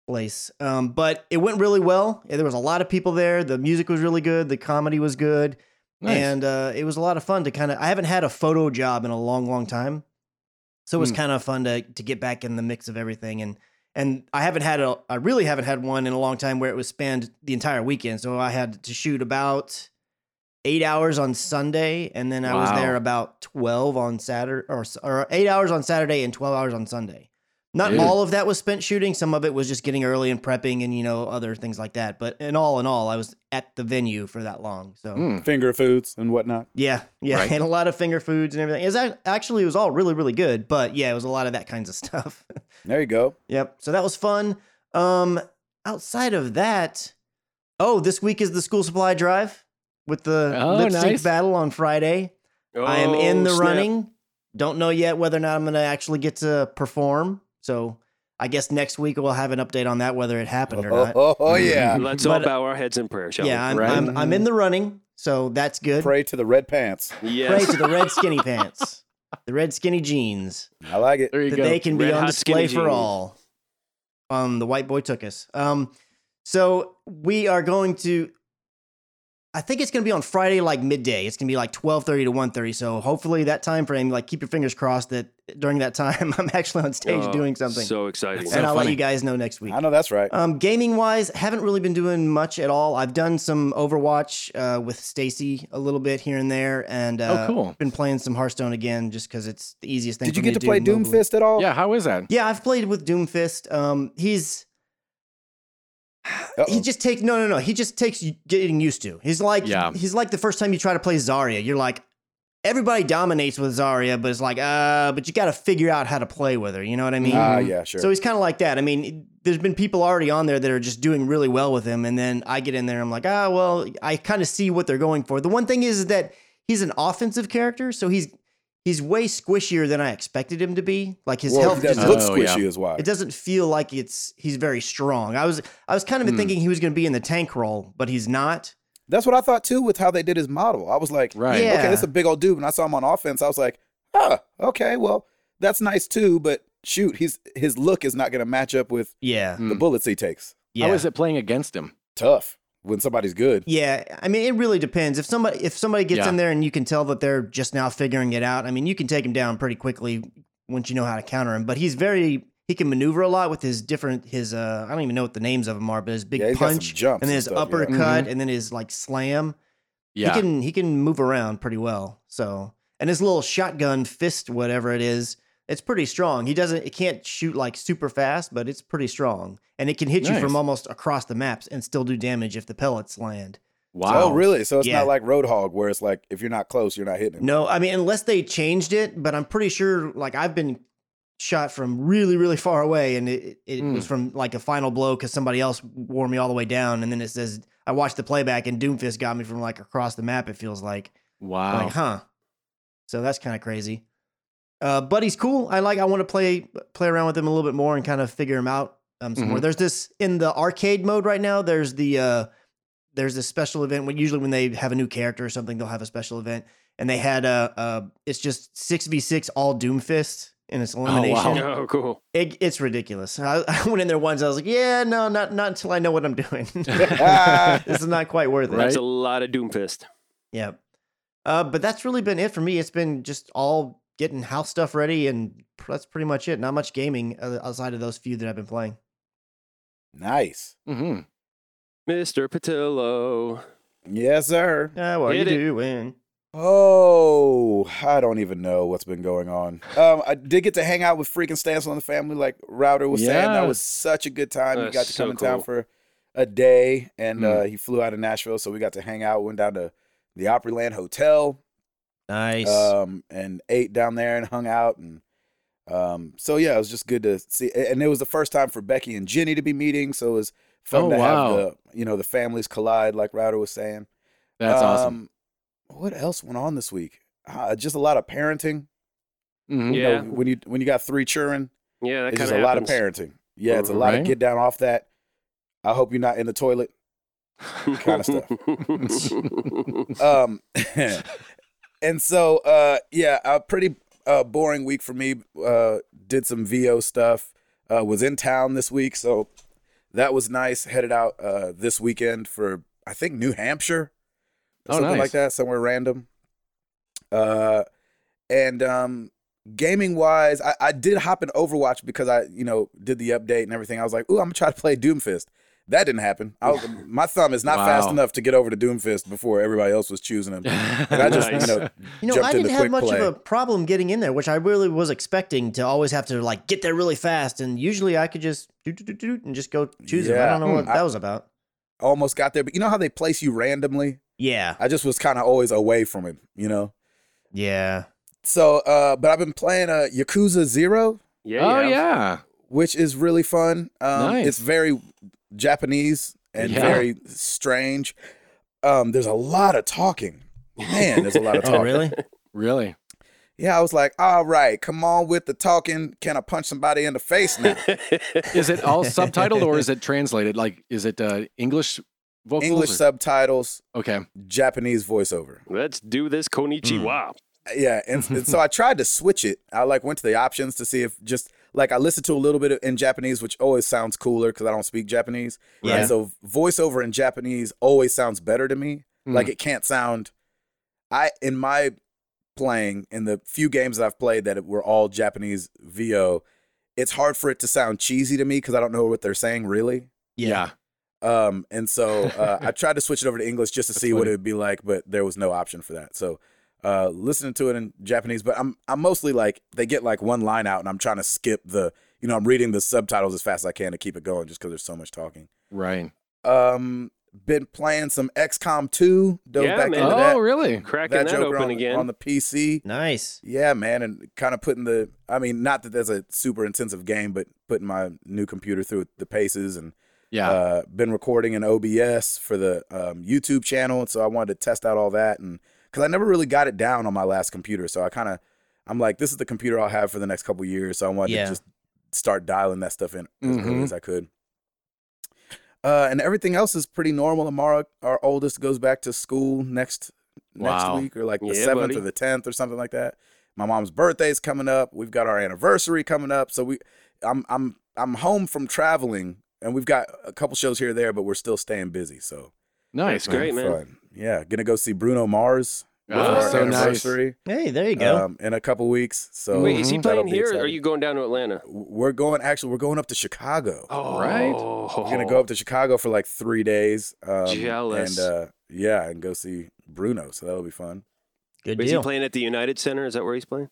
D: place. Um, but it went really well. There was a lot of people there. The music was really good. The comedy was good
C: Nice.
D: and uh, it was a lot of fun to kind of. I haven't had a photo job in a long, long time, so it was
C: Hmm.
D: kind of fun to to get back in the mix of everything. And and I haven't had a, I really haven't had one in a long time where it was spanned the entire weekend. So I had to shoot about eight hours on Sunday, and then I was
C: Wow.
D: there about twelve on Saturday, or s- or eight hours on Saturday and twelve hours on Sunday. Not
C: Dude.
D: all of that was spent shooting. Some of it was just getting early and prepping, and you know other things like that. But in all, in all, I was at the venue for that long. So.
C: Mm.
A: Finger foods and whatnot.
D: Yeah, yeah,
C: Right.
D: and a lot of finger foods and everything. It was ac- actually it was all really really good, but yeah, it was a lot of that kinds of stuff.
A: There you go.
D: yep. So that was fun. Um, outside of that, oh, this week is the school supply drive with the
C: Oh,
D: lip sync
C: nice.
D: battle on Friday. I am in
B: Oh,
D: the
B: snap.
D: running. Don't know yet whether or not I'm going to actually get to perform. So I guess next week we'll have an update on that whether it happened or
A: Oh,
D: not.
A: oh, oh, yeah.
B: Let's all
D: But-
B: bow our heads in prayer, shall
D: yeah, I'm,
C: Right.
D: I'm I'm in the running, so that's good.
A: Pray to the red pants.
B: we?
D: Pray
B: Yes.
D: to the red skinny pants, the red skinny jeans.
A: I like it.
C: There you
D: that
C: go.
D: they can be
B: Red
D: on
B: hot skinny
D: display for
B: jeans.
D: all. Um, the white boy took us. Um, so we are going to. I think it's going to be on Friday, like midday. It's going to be like twelve thirty to one thirty. So hopefully that time frame, like keep your fingers crossed that during that time I'm actually on stage
B: Oh,
D: doing something,
B: So exciting.
D: and
C: so
D: I'll let
C: funny.
D: you guys know next week.
A: I know that's right.
D: Um, gaming wise, haven't really been doing much at all. I've done some Overwatch uh, with Stacy a little bit here and there, and
A: Oh,
D: uh,
C: Oh, cool.
D: been playing some Hearthstone again just because it's the easiest thing.
A: Did you
D: for me
A: get to play
D: do mobile.
A: Doomfist at all?
C: yeah, how is that?
D: Yeah, I've played with Doomfist. Um, he's
A: Uh-oh.
D: he just takes no, no, no. He just takes y- getting used to. He's like
C: Yeah.
D: he's like the first time you try to play Zarya, you're like everybody dominates with Zarya, but it's like uh, but you got to figure out how to play with her. You know what I mean?
A: Ah, yeah, sure.
D: Mm-hmm. So he's kind of like that. I mean, there's been people already on there that are just doing really well with him, and then I get in there, and I'm like, ah, well, I kind of see what they're going for. The one thing is that he's an offensive character, so he's he's way squishier than I expected him to be. Like his
A: well,
D: health
A: that
D: just
C: doesn't-
A: looks
C: Oh,
A: squishy as well.
D: it doesn't feel like it's he's very strong. I was I was kind of
C: Hmm.
D: thinking he was going to be in the tank role, but he's not.
A: That's what I thought too with how they did his model. I was like,
C: Right.
D: Yeah.
A: okay, that's a big old dude. When I saw him on offense, I was like, huh, okay, well, that's nice too, but shoot, he's his look is not going to match up with
D: Yeah,
A: the
C: Mm.
A: bullets he takes.
D: yeah,
C: How is it playing against him?
A: Tough when somebody's good.
D: yeah. I mean, it really depends. If somebody if somebody gets
C: Yeah.
D: in there and you can tell that they're just now figuring it out, I mean, you can take him down pretty quickly once you know how to counter him. But he's very he can maneuver a lot with his different his uh I don't even know what the names of them are, but his big
A: yeah, he's got
D: punch
A: some jumps
D: and then his
A: stuff, yeah. Mm-hmm.
D: uppercut and then his like slam.
C: Yeah.
D: He can he can move around pretty well. So And his little shotgun fist, whatever it is, it's pretty strong. He doesn't, it can't shoot like super fast, but it's pretty strong, and it can hit you
C: Nice.
D: from almost across the maps and still do damage if the pellets land.
A: Oh, really? So it's
D: Yeah.
A: not like Roadhog, where it's like if you're not close, you're not hitting him.
D: No, I mean unless they changed it, but I'm pretty sure like I've been shot from really really far away and it, it
C: Hmm.
D: was from like a final blow cuz somebody else wore me all the way down and then it says I watched the playback and Doomfist got me from like across the map it feels like.
C: Wow.
D: Like, huh. So that's kind of crazy. Uh, but he's cool. I like. I want to play play around with him a little bit more and kind of figure him out um, some more.
C: Mhm.
D: There's this in the arcade mode right now. There's the uh, there's this special event. When usually when they have a new character or something, they'll have a special event. And they had a, a it's just six v six all Doomfist and it's elimination.
C: wow.
B: Oh, cool.
D: It, it's ridiculous. I, I went in there once. I was like, yeah, no, not not until I know what I'm doing.
A: Ah,
D: this is not quite worth it.
B: That's a lot of Doomfist.
D: Yeah. Uh, but that's really been it for me. It's been just all getting house stuff ready, and pr- that's pretty much it. Not much gaming uh, outside of those few that I've been playing.
A: nice.
C: hmm
B: Mr. Patillo.
A: Yes, sir.
D: Yeah, what are you
B: Hit it.
D: doing?
A: Oh, I don't even know what's been going on. Um, I did get to hang out with freaking Stancil and the family, like Router was saying. That
C: Yeah.
A: was such a good time. he
B: That's
A: got to come
B: so
A: in town
B: cool.
A: for a day, and
C: Hmm.
A: uh, he flew out of Nashville, so we got to hang out. Went down to the Opryland Hotel,
D: Nice.
A: um, and ate down there and hung out, and um, so yeah, it was just good to see. a- And it was the first time for Becky and Jenny to be meeting, so it was fun
C: Oh,
A: to
C: wow.
A: have the you know the families collide, like Router was saying.
C: That's awesome.
A: Um, What else went on this week? Uh, just a lot of parenting.
C: Mhm.
A: You know,
B: Yeah.
A: when you when you got three children,
B: Yeah, that
A: it's
B: kind of
A: just a lot of parenting. Yeah, it's a lot of
C: Right.
A: get down off that. I hope you're not in the toilet. kind of
D: Oh,
B: stuff.
A: Um, and so uh, yeah, a pretty uh, boring week for me. Uh, did some VO stuff. Uh, was in town this week, so that was nice. Headed out uh, this weekend for I think New Hampshire, or
C: Oh,
A: something
C: nice.
A: like that, somewhere random. Uh, and um, gaming wise, I, I did hop in Overwatch because I you know did the update and everything. I was like, ooh, I'm gonna try to play Doomfist. That didn't happen. I, was- my thumb is not fast
C: Wow.
A: enough to get over to Doomfist before everybody else was choosing him. And I just,
B: Nice.
A: you know,
D: you know,
A: jumped
D: I didn't
A: into
D: have
A: quick
D: much
A: play.
D: of a problem getting in there, which I really was expecting to always have to like get there really fast. And usually I could just do do do do and just go choose them. I
A: Yeah.
D: don't know what
A: Hmm.
D: that was about.
A: almost got there. But you know how they place you randomly?
D: Yeah,
A: I just was kind of always away from him, you know?
D: yeah.
A: So, uh, but I've been playing uh, Yakuza Zero,
B: yeah.
C: oh
B: you have.
C: yeah.
A: which is really fun. Um,
C: Nice.
A: It's very Japanese and
C: Yeah.
A: very strange. Um, there's a lot of talking. Man, there's a lot of
D: Oh,
A: talking.
D: really?
C: Really.
A: Yeah, I was like, all right, come on with the talking. Can I punch somebody in the face now?
C: Is it all subtitled or is it translated? Like, is it uh, English vocals?
A: English
C: or-
A: subtitles,
C: okay.
A: Japanese voiceover.
B: Let's do this Konichiwa.
A: Yeah, and, and so I tried to switch it. I like went to the options to see if just like I listened to a little bit of, in Japanese, which always sounds cooler because I don't speak Japanese.
D: Yeah.
A: And so voiceover in Japanese always sounds better to me. Like it can't sound. I in my playing in the few games that I've played that were all Japanese VO, it's hard for it to sound cheesy to me because I don't know what they're saying really.
C: yeah.
A: Um, and so uh, I tried to switch it over to English just to
C: That's
A: see what
C: funny.
A: it would be like, but there was no option for that. So uh, listening to it in Japanese, but I'm I'm mostly like they get like one line out, and I'm trying to skip the you know I'm reading the subtitles as fast as I can to keep it going, just because there's so much talking.
C: Right.
A: Um, been playing some XCOM 2, dove
B: Yeah,
A: back
B: man.
A: into
C: oh,
A: that, uh,
C: really?
B: Cracking
A: Hmm. that
B: that,
A: Joker
B: open
A: on,
B: again.
A: on the PC.
D: Nice.
A: Yeah, man, and kind of putting the I mean, not that that's a super intensive game, but putting my new computer through the paces and
C: Yeah.
A: uh, been recording in OBS for the um, YouTube channel, and so I wanted to test out all that, and because I never really got it down on my last computer, so I kind of, I'm like, this is the computer I'll have for the next couple years, so I wanted
D: Yeah.
A: to just start dialing that stuff in as early
C: Mhm.
A: as I could. Uh, and everything else is pretty normal. Amara, our oldest, goes back to school next
C: Wow.
A: next week, or like the
B: Yeah,
A: seventh
B: buddy.
A: or the tenth, or something like that. My mom's birthday's coming up. We've got our anniversary coming up, so we I'm I'm I'm home from traveling, and we've got a couple shows here or there, but we're still staying busy. So
C: nice.
B: That's great, man. Ah,
A: fun. Yeah, gonna go see Bruno Mars.
C: Oh,
A: for our
C: so nice.
A: anniversary
D: Hey, there you go. Mm-hmm.
A: um, in a couple weeks. So
B: Wait, is he
A: Mm-hmm. that'll
B: playing
A: be
B: here or are
A: exciting.
B: you going down to Atlanta?
A: We're going. Actually, we're going up to Chicago.
B: Oh,
C: Right.
A: We're gonna go up to Chicago for like three days. Um,
B: Jealous.
A: And uh, yeah, and go see Bruno. So that'll be fun.
D: Good
B: Is
D: deal.
B: he playing at the United Center? Is that where he's playing?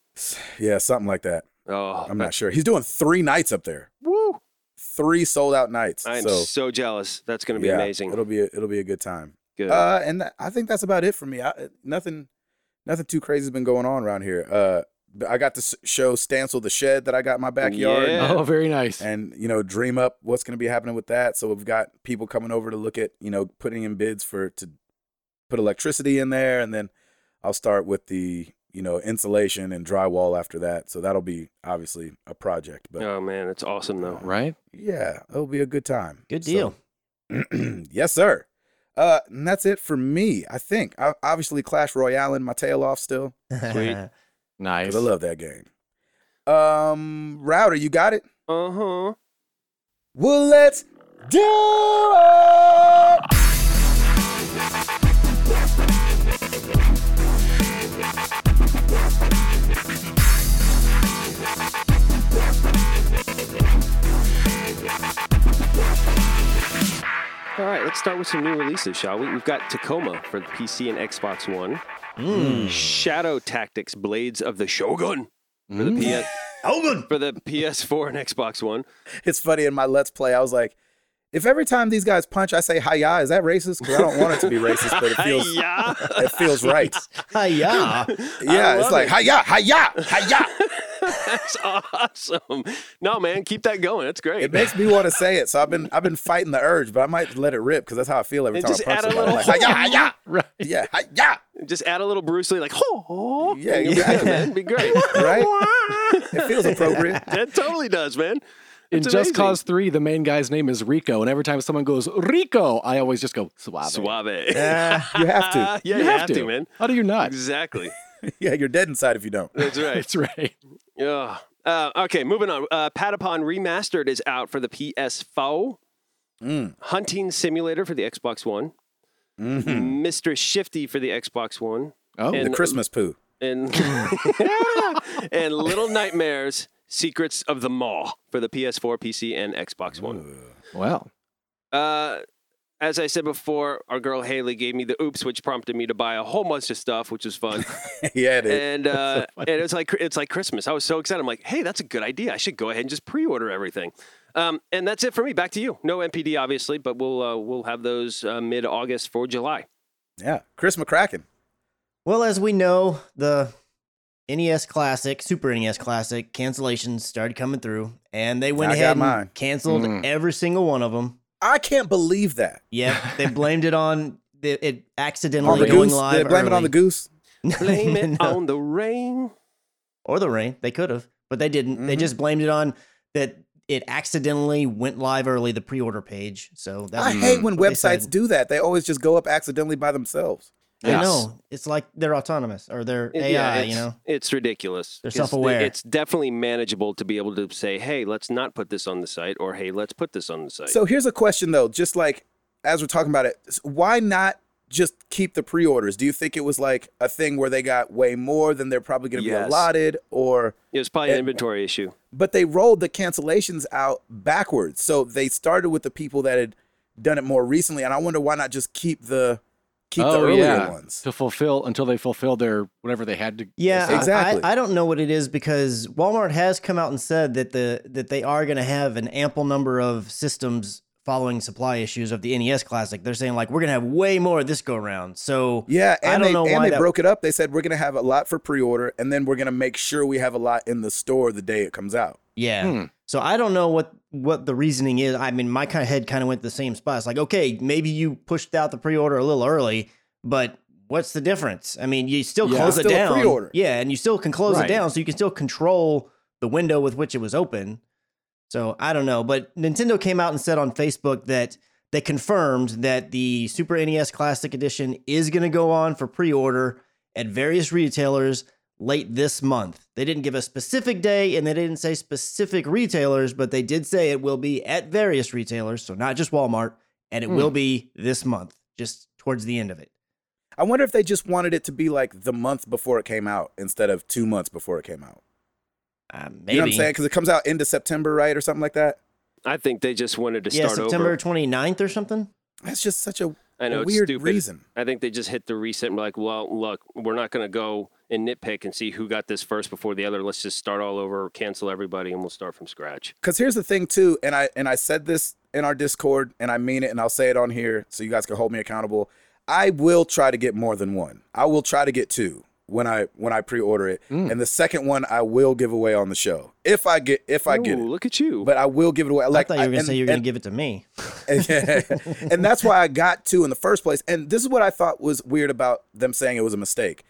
A: Yeah, something like that.
B: Oh,
A: I'm not sure. He's doing three nights up there.
B: Woo!
A: Three sold out nights.
B: I am so,
A: so
B: jealous. That's going to be
A: yeah,
B: amazing.
A: It'll be a, it'll be a good time.
B: Good.
A: Uh, and tha- I think that's about it for me. I, nothing, nothing too crazy has been going on around here. Uh, but I got to s- show Stancil the shed that I got in my backyard,
B: Yeah.
C: Oh, very nice.
A: and you know, dream up what's going to be happening with that. So we've got people coming over to look at, you know, putting in bids for to put electricity in there, and then I'll start with the you know insulation and drywall after that. So that'll be obviously a project, but
B: oh man, it's awesome though.
C: right?
A: yeah, it'll be a good time.
D: Good
A: So-
D: deal.
A: yes, sir. Uh, and that's it for me. I think I, obviously Clash Royale in my tail off still
B: Sweet.
C: Nice.
A: because I love that game. Um, router, you got it.
B: Uh huh.
A: Well, let's do it.
B: All right, let's start with some new releases, shall we? We've got Tacoma for the PC and Xbox One.
A: Hmm.
B: Shadow Tactics: Blades of the Shogun for the
C: Mm.
B: PS for the PS4 and Xbox One.
A: It's funny in my Let's Play. I was like, if every time these guys punch, I say "Hiya," is that racist? Because I don't want it to be racist, but it feels
B: yeah.
A: it feels right.
D: Hi-ya.
A: Yeah, it's
B: love
A: like "Hiya, hiya, hiya."
B: That's awesome. No, man, keep that going. That's great.
A: It makes me want to say it, so I've been I've been fighting the urge, but I might let it rip because that's how I feel every
B: And
A: time
B: just
A: I punch
B: add a
A: somebody. I'm like,
B: little-
A: "Hiya, hiya."
C: Right.
A: Yeah, hi- yeah,
B: Just add a little Bruce Lee, like, oh,
A: Yeah,
B: and you'll be
A: exactly.
B: good, man. It'd Be great.
A: right? It feels appropriate.
B: that totally does, man.
C: In
B: It's
C: Just
B: amazing.
C: Cause 3, the main guy's name is Rico, and every time someone goes, Rico, I always just go, Suave.
B: Suave.
D: Uh,
B: Ah,
A: You have
B: yeah,
A: to.
B: you, have, to. man.
C: How do you not?
B: Exactly.
A: Yeah, you're dead inside if you don't.
B: That's right.
C: That's right.
B: Ugh. Uh, okay, moving on. Uh, Patapon Remastered is out for the PS4.
A: Mm.
B: Hunting Simulator for the Xbox One.
A: Mhm.
B: Mr. Shifty for the Xbox One.
C: Oh,
A: The
B: And-
A: Christmas poo.
B: and and Little Nightmares: Secrets of the Mall for the PS4, PC, and Xbox One.
C: well.
B: Uh, as I said before, our girl Haley gave me the oops, which prompted me to buy a whole bunch of stuff, which was fun.
A: yeah, it is.
B: and uh, and it was like it's like Christmas. I was so excited. I'm like, hey, that's a good idea. I should go ahead and just pre-order everything. Um, and that's it for me. Back to you. No MPD, obviously, but we'll uh, we'll have those uh, mid-August for July.
A: Yeah, Chris McCracken.
D: Well, as we know, the NES Classic, Super NES Classic cancellations started coming through, and they went
A: I got
D: ahead
A: mine.
D: and canceled
C: Mm.
D: every single one of them.
A: I can't believe that.
D: Yep, they blamed it on the, it
A: On
D: accidentally
A: the
D: going
A: goose.
D: live.
A: They blame it on the
D: early.
A: goose.
B: Blame it
D: No.
B: on the rain.
D: or the rain. They could have, but they didn't. They
A: Mhm.
D: just blamed it on that it accidentally went live early, the pre-order page. So that
A: I
D: was-
A: hate when
D: Mm-hmm. what they
A: websites
D: said.
A: do that. They always just go up accidentally by themselves.
D: I
C: Yes.
D: know it's like they're autonomous or they're
B: It-
D: AI.
B: it's-
D: you know,
B: it's ridiculous.
D: They're
B: It's-
D: self-aware.
B: It's definitely manageable to be able to say, "Hey, let's not put this on the site," or "Hey, let's put this on the site."
A: So here's a question though, just like as we're talking about it, s- why not just keep the pre-orders? Do you think it was like a thing where they got way more than they're probably going to
B: Yes.
A: be allotted, or
B: it was probably an
A: it-
B: inventory issue.
A: but they rolled the cancellations out backwards. So they started with the people that had done it more recently, and I wonder why not just keep the keep the
C: Oh,
A: earlier
C: yeah.
A: ones.
C: To fulfill until they fulfilled their whatever they had to.
D: yeah, I-
A: Exactly.
D: I, I don't know what it is because Walmart has come out and said that the that they are going to have an ample number of systems following supply issues of the NES Classic. They're saying like we're going to have way more this go around. So
A: Yeah,
D: I
A: and
D: don't
A: they
D: know
A: and
D: why
A: they
D: that-
A: broke it up. They said we're going to have a lot for pre-order, and then we're going to make sure we have a lot in the store the day it comes out.
D: yeah.
C: Hmm.
D: So I don't know what what the reasoning is. I mean, my kind of head kind of went to the same spot. It's like, okay, maybe you pushed out the pre-order a little early, but what's the difference? I mean, you still
C: Yeah.
D: close
A: It's
D: it
A: still a
D: down.
A: pre-order.
D: Yeah, and you still can close
C: Right.
D: it down, so you can still control the window with which it was open. So I don't know, but Nintendo came out and said on Facebook that they confirmed that the Super NES Classic Edition is going to go on for pre-order at various retailers late this month. They didn't give a specific day and they didn't say specific retailers, but they did say it will be at various retailers, so not just Walmart, and it
C: Hmm.
D: will be this month, just towards the end of it.
A: I wonder if they just wanted it to be like the month before it came out instead of two months before it came out.
D: Uh,
A: You
D: maybe.
A: know what I'm saying? Because it comes out into September, right, or something like that.
B: I think they just wanted to
D: Yeah,
B: start
D: September
B: over.
D: 29th or something.
A: That's just such a
B: I know
A: a
B: it's
A: weird
B: stupid.
A: reason.
B: I think they just hit the reset and were like, well, look, we're not going to go and nitpick and see who got this first before the other. Let's just start all over, cancel everybody, and we'll start from scratch.
A: Because here's the thing too, and I and I said this in our Discord, and I mean it, and I'll say it on here so you guys can hold me accountable. I will try to get more than one. I will try to get two when I when I pre-order it,
B: Mm.
A: and the second one I will give away on the show if I get if I get
B: Ooh,
A: it.
B: look at you.
A: But I will give it away. Like,
D: I thought you were gonna
A: and-
D: say you were
A: and-
D: gonna give it to me.
A: and that's why I got two in the first place. And this is what I thought was weird about them saying it was a mistake.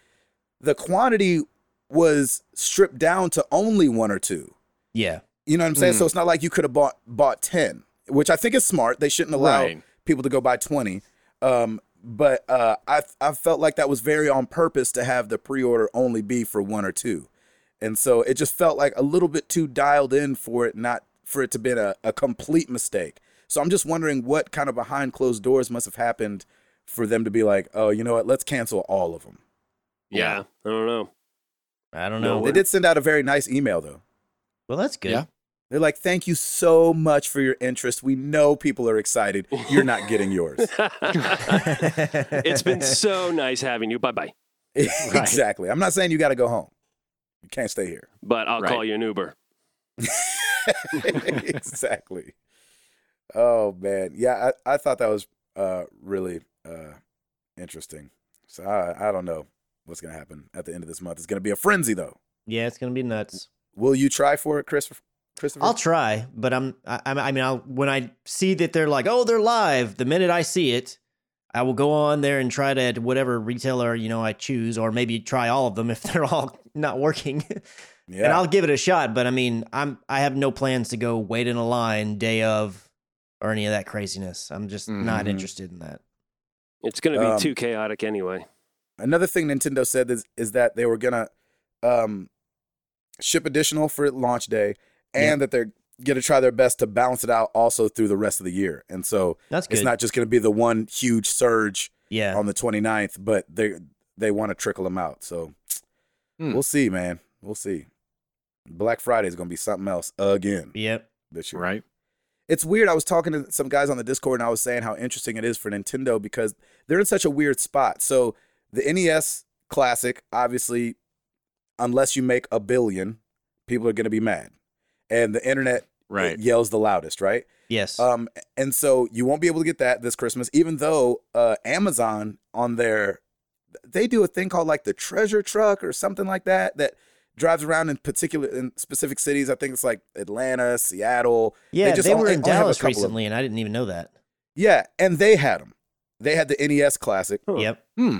A: The quantity was stripped down to only one or two.
D: Yeah.
A: You know what I'm saying? So it's not like you could have bought bought ten, which I think is smart. They shouldn't allow
C: Right.
A: people to go buy twenty. Um, but uh, I I felt like that was very on purpose to have the pre order only be for one or two, and so it just felt like a little bit too dialed in for it not for it to been a, a complete mistake. So I'm just wondering what kind of behind closed doors must have happened for them to be like, oh, you know what? Let's cancel all of them.
B: yeah, I don't know.
D: I don't
B: No,
D: know.
A: They did send out a very nice email though.
D: well, that's good.
C: Yeah.
A: They're like, thank you so much for your interest. We know people are excited. You're not getting yours.
B: it's been so nice having you. Bye bye.
A: exactly. I'm not saying you got to go home. You can't stay here.
B: But I'll
C: Right.
B: call you an Uber.
A: exactly. Oh man, yeah. I, I thought that was uh, really uh, interesting. So I, I don't know what's gonna happen at the end of this month. It's gonna be a frenzy though.
D: yeah, it's gonna be nuts.
A: Will you try for it, Chris? Christopher?
D: I'll try, but I'm I, I'm- I mean I'll when I see that they're like, oh, they're live. The minute I see it, I will go on there and try to at whatever retailer you know I choose, or maybe try all of them if they're all not working,
A: yeah.
D: and I'll give it a shot. But I mean, I'm I have no plans to go wait in a line day of or any of that craziness. I'm just not
A: Mhm.
D: interested in that.
B: It's going to be
A: Um,
B: too chaotic anyway.
A: Another thing Nintendo said is, is that they were gonna um, ship additional for launch day, and
D: Yeah.
A: that they're gonna try their best to balance it out also through the rest of the year. And so
D: That's good.
A: it's not just gonna be the one huge surge
D: yeah.
A: on the 29th, but they they want to trickle them out. So
C: Hmm.
A: we'll see, man. We'll see. Black Friday is gonna be something else again
D: Yep.
A: this year
C: Right.
A: it's weird. I was talking to some guys on the Discord and I was saying how interesting it is for Nintendo because they're in such a weird spot. So the NES Classic, obviously, unless you make a billion, people are going to be mad, and the internet
C: Right.
A: yells the loudest, right?
D: Yes.
A: Um, and so you won't be able to get that this Christmas, even though uh, Amazon on their they do a thing called like the treasure truck or something like that that drives around in particular in specific cities. I think it's like Atlanta, Seattle,
D: yeah. They,
A: just only-
D: were in
A: only have a
D: Dallas
A: couple of-
D: recently, and I didn't even know that.
A: Yeah, and they had them. They had the NES Classic.
B: Huh.
D: Yep.
C: Hmm.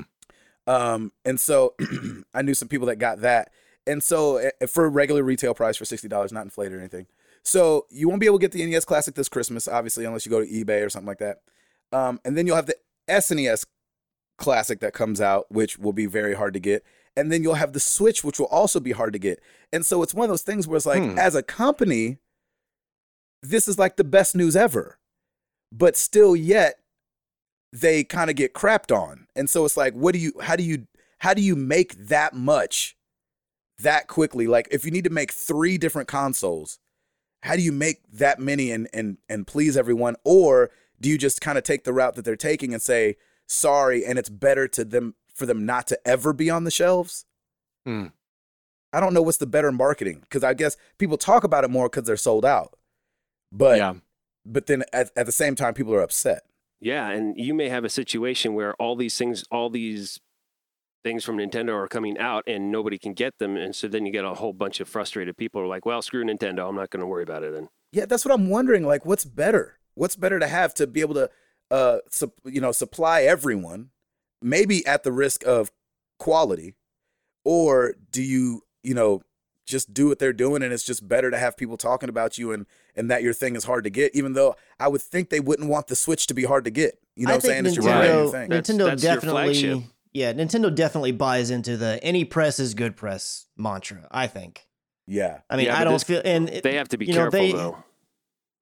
A: Um, and so I knew some people that got that. And so eh, for a regular retail price for sixty dollars, not inflated or anything. So you won't be able to get the NES Classic this Christmas, obviously, unless you go to eBay or something like that. Um, and then you'll have the SNES Classic that comes out, which will be very hard to get. And then you'll have the Switch, which will also be hard to get. And so it's one of those things where it's like,
C: Hmm.
A: as a company, this is like the best news ever. But still, yet they kind of get crapped on. And so it's like, what do you? How do you? How do you make that much that quickly? Like, if you need to make three different consoles, how do you make that many and and and please everyone? Or do you just kind of take the route that they're taking and say sorry, and it's better to them for them not to ever be on the shelves?
C: Hmm.
A: I don't know what's the better marketing because I guess people talk about it more because they're sold out. But
C: yeah.
A: but then at, at the same time, people are upset.
B: Yeah, and you may have a situation where all these things, all these things from Nintendo are coming out and nobody can get them. And so then you get a whole bunch of frustrated people who are like, well, screw Nintendo. I'm not going to worry about it then.
A: Yeah, that's what I'm wondering. Like, what's better? What's better to have to be able to, uh, sup- you know, supply everyone, maybe at the risk of quality, or do you, you know, just do what they're doing and it's just better to have people talking about you and and that your thing is hard to get. Even though I would think they wouldn't want the Switch to be hard to get. You know,
D: I
A: what I'm saying
D: think
A: it's your
C: Nintendo-
A: brand new
D: Nintendo,
A: thing.
B: That's-
D: Nintendo
B: that's your flagship.
D: definitely, yeah, Nintendo definitely buys into the any press is good press mantra. I think.
A: Yeah,
D: I mean,
B: Yeah,
D: I
B: but
D: don't
B: this-
D: feel, and it-
B: They have to be
D: you know,
B: careful,
D: they-
B: though.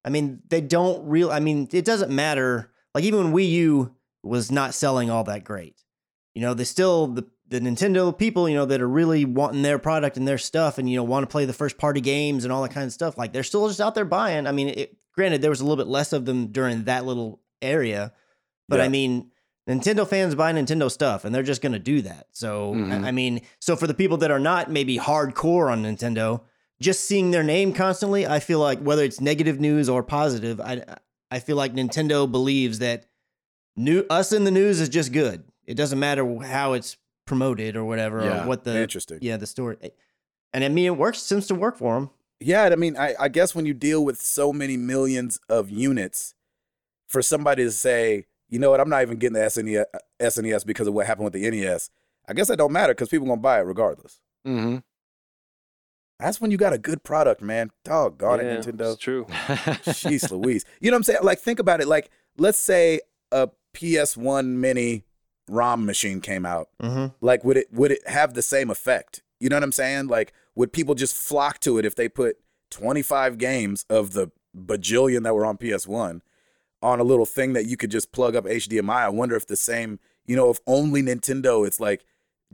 D: I mean, they don't real. I mean, it doesn't matter. Like even when Wii U was not selling all that great, you know, they still the the Nintendo people, you know, that are really wanting their product and their stuff, and you know, want to play the first party games and all that kind of stuff. Like they're still just out there buying. I mean, it, granted, there was a little bit less of them during that little area, but
A: Yeah.
D: I mean, Nintendo fans buy Nintendo stuff, and they're just going to do that. So,
C: Mhm.
A: Mm-hmm.
D: I I mean, so for the people that are not maybe hardcore on Nintendo, just seeing their name constantly, I feel like whether it's negative news or positive, I I feel like Nintendo believes that new us in the news is just good. It doesn't matter how it's promoted or whatever,
C: Yeah,
D: or what the
A: Interesting.
D: yeah the story. And I mean, it works seems to work for them.
A: Yeah, I mean, I, I guess when you deal with so many millions of units, for somebody to say, you know what, I'm not even getting the E, SNES, SNES because of what happened with the NES, I guess that don't matter because people gonna buy it regardless. That's when you got a good product, man. Doggone
B: Yeah,
A: it, Nintendo.
B: It's true.
C: Mm-hmm.
A: Jeez Louise. You know what I'm saying? Like, think about it. Like, let's say a PS1 mini ROM machine came out.
D: Mm-hmm.
A: Like, would it would it have the same effect? You know what I'm saying? Like, would people just flock to it if they put 25 games of the bajillion that were on PS1 on a little thing that you could just plug up HDMI? I wonder if the same, you know, if only Nintendo, it's like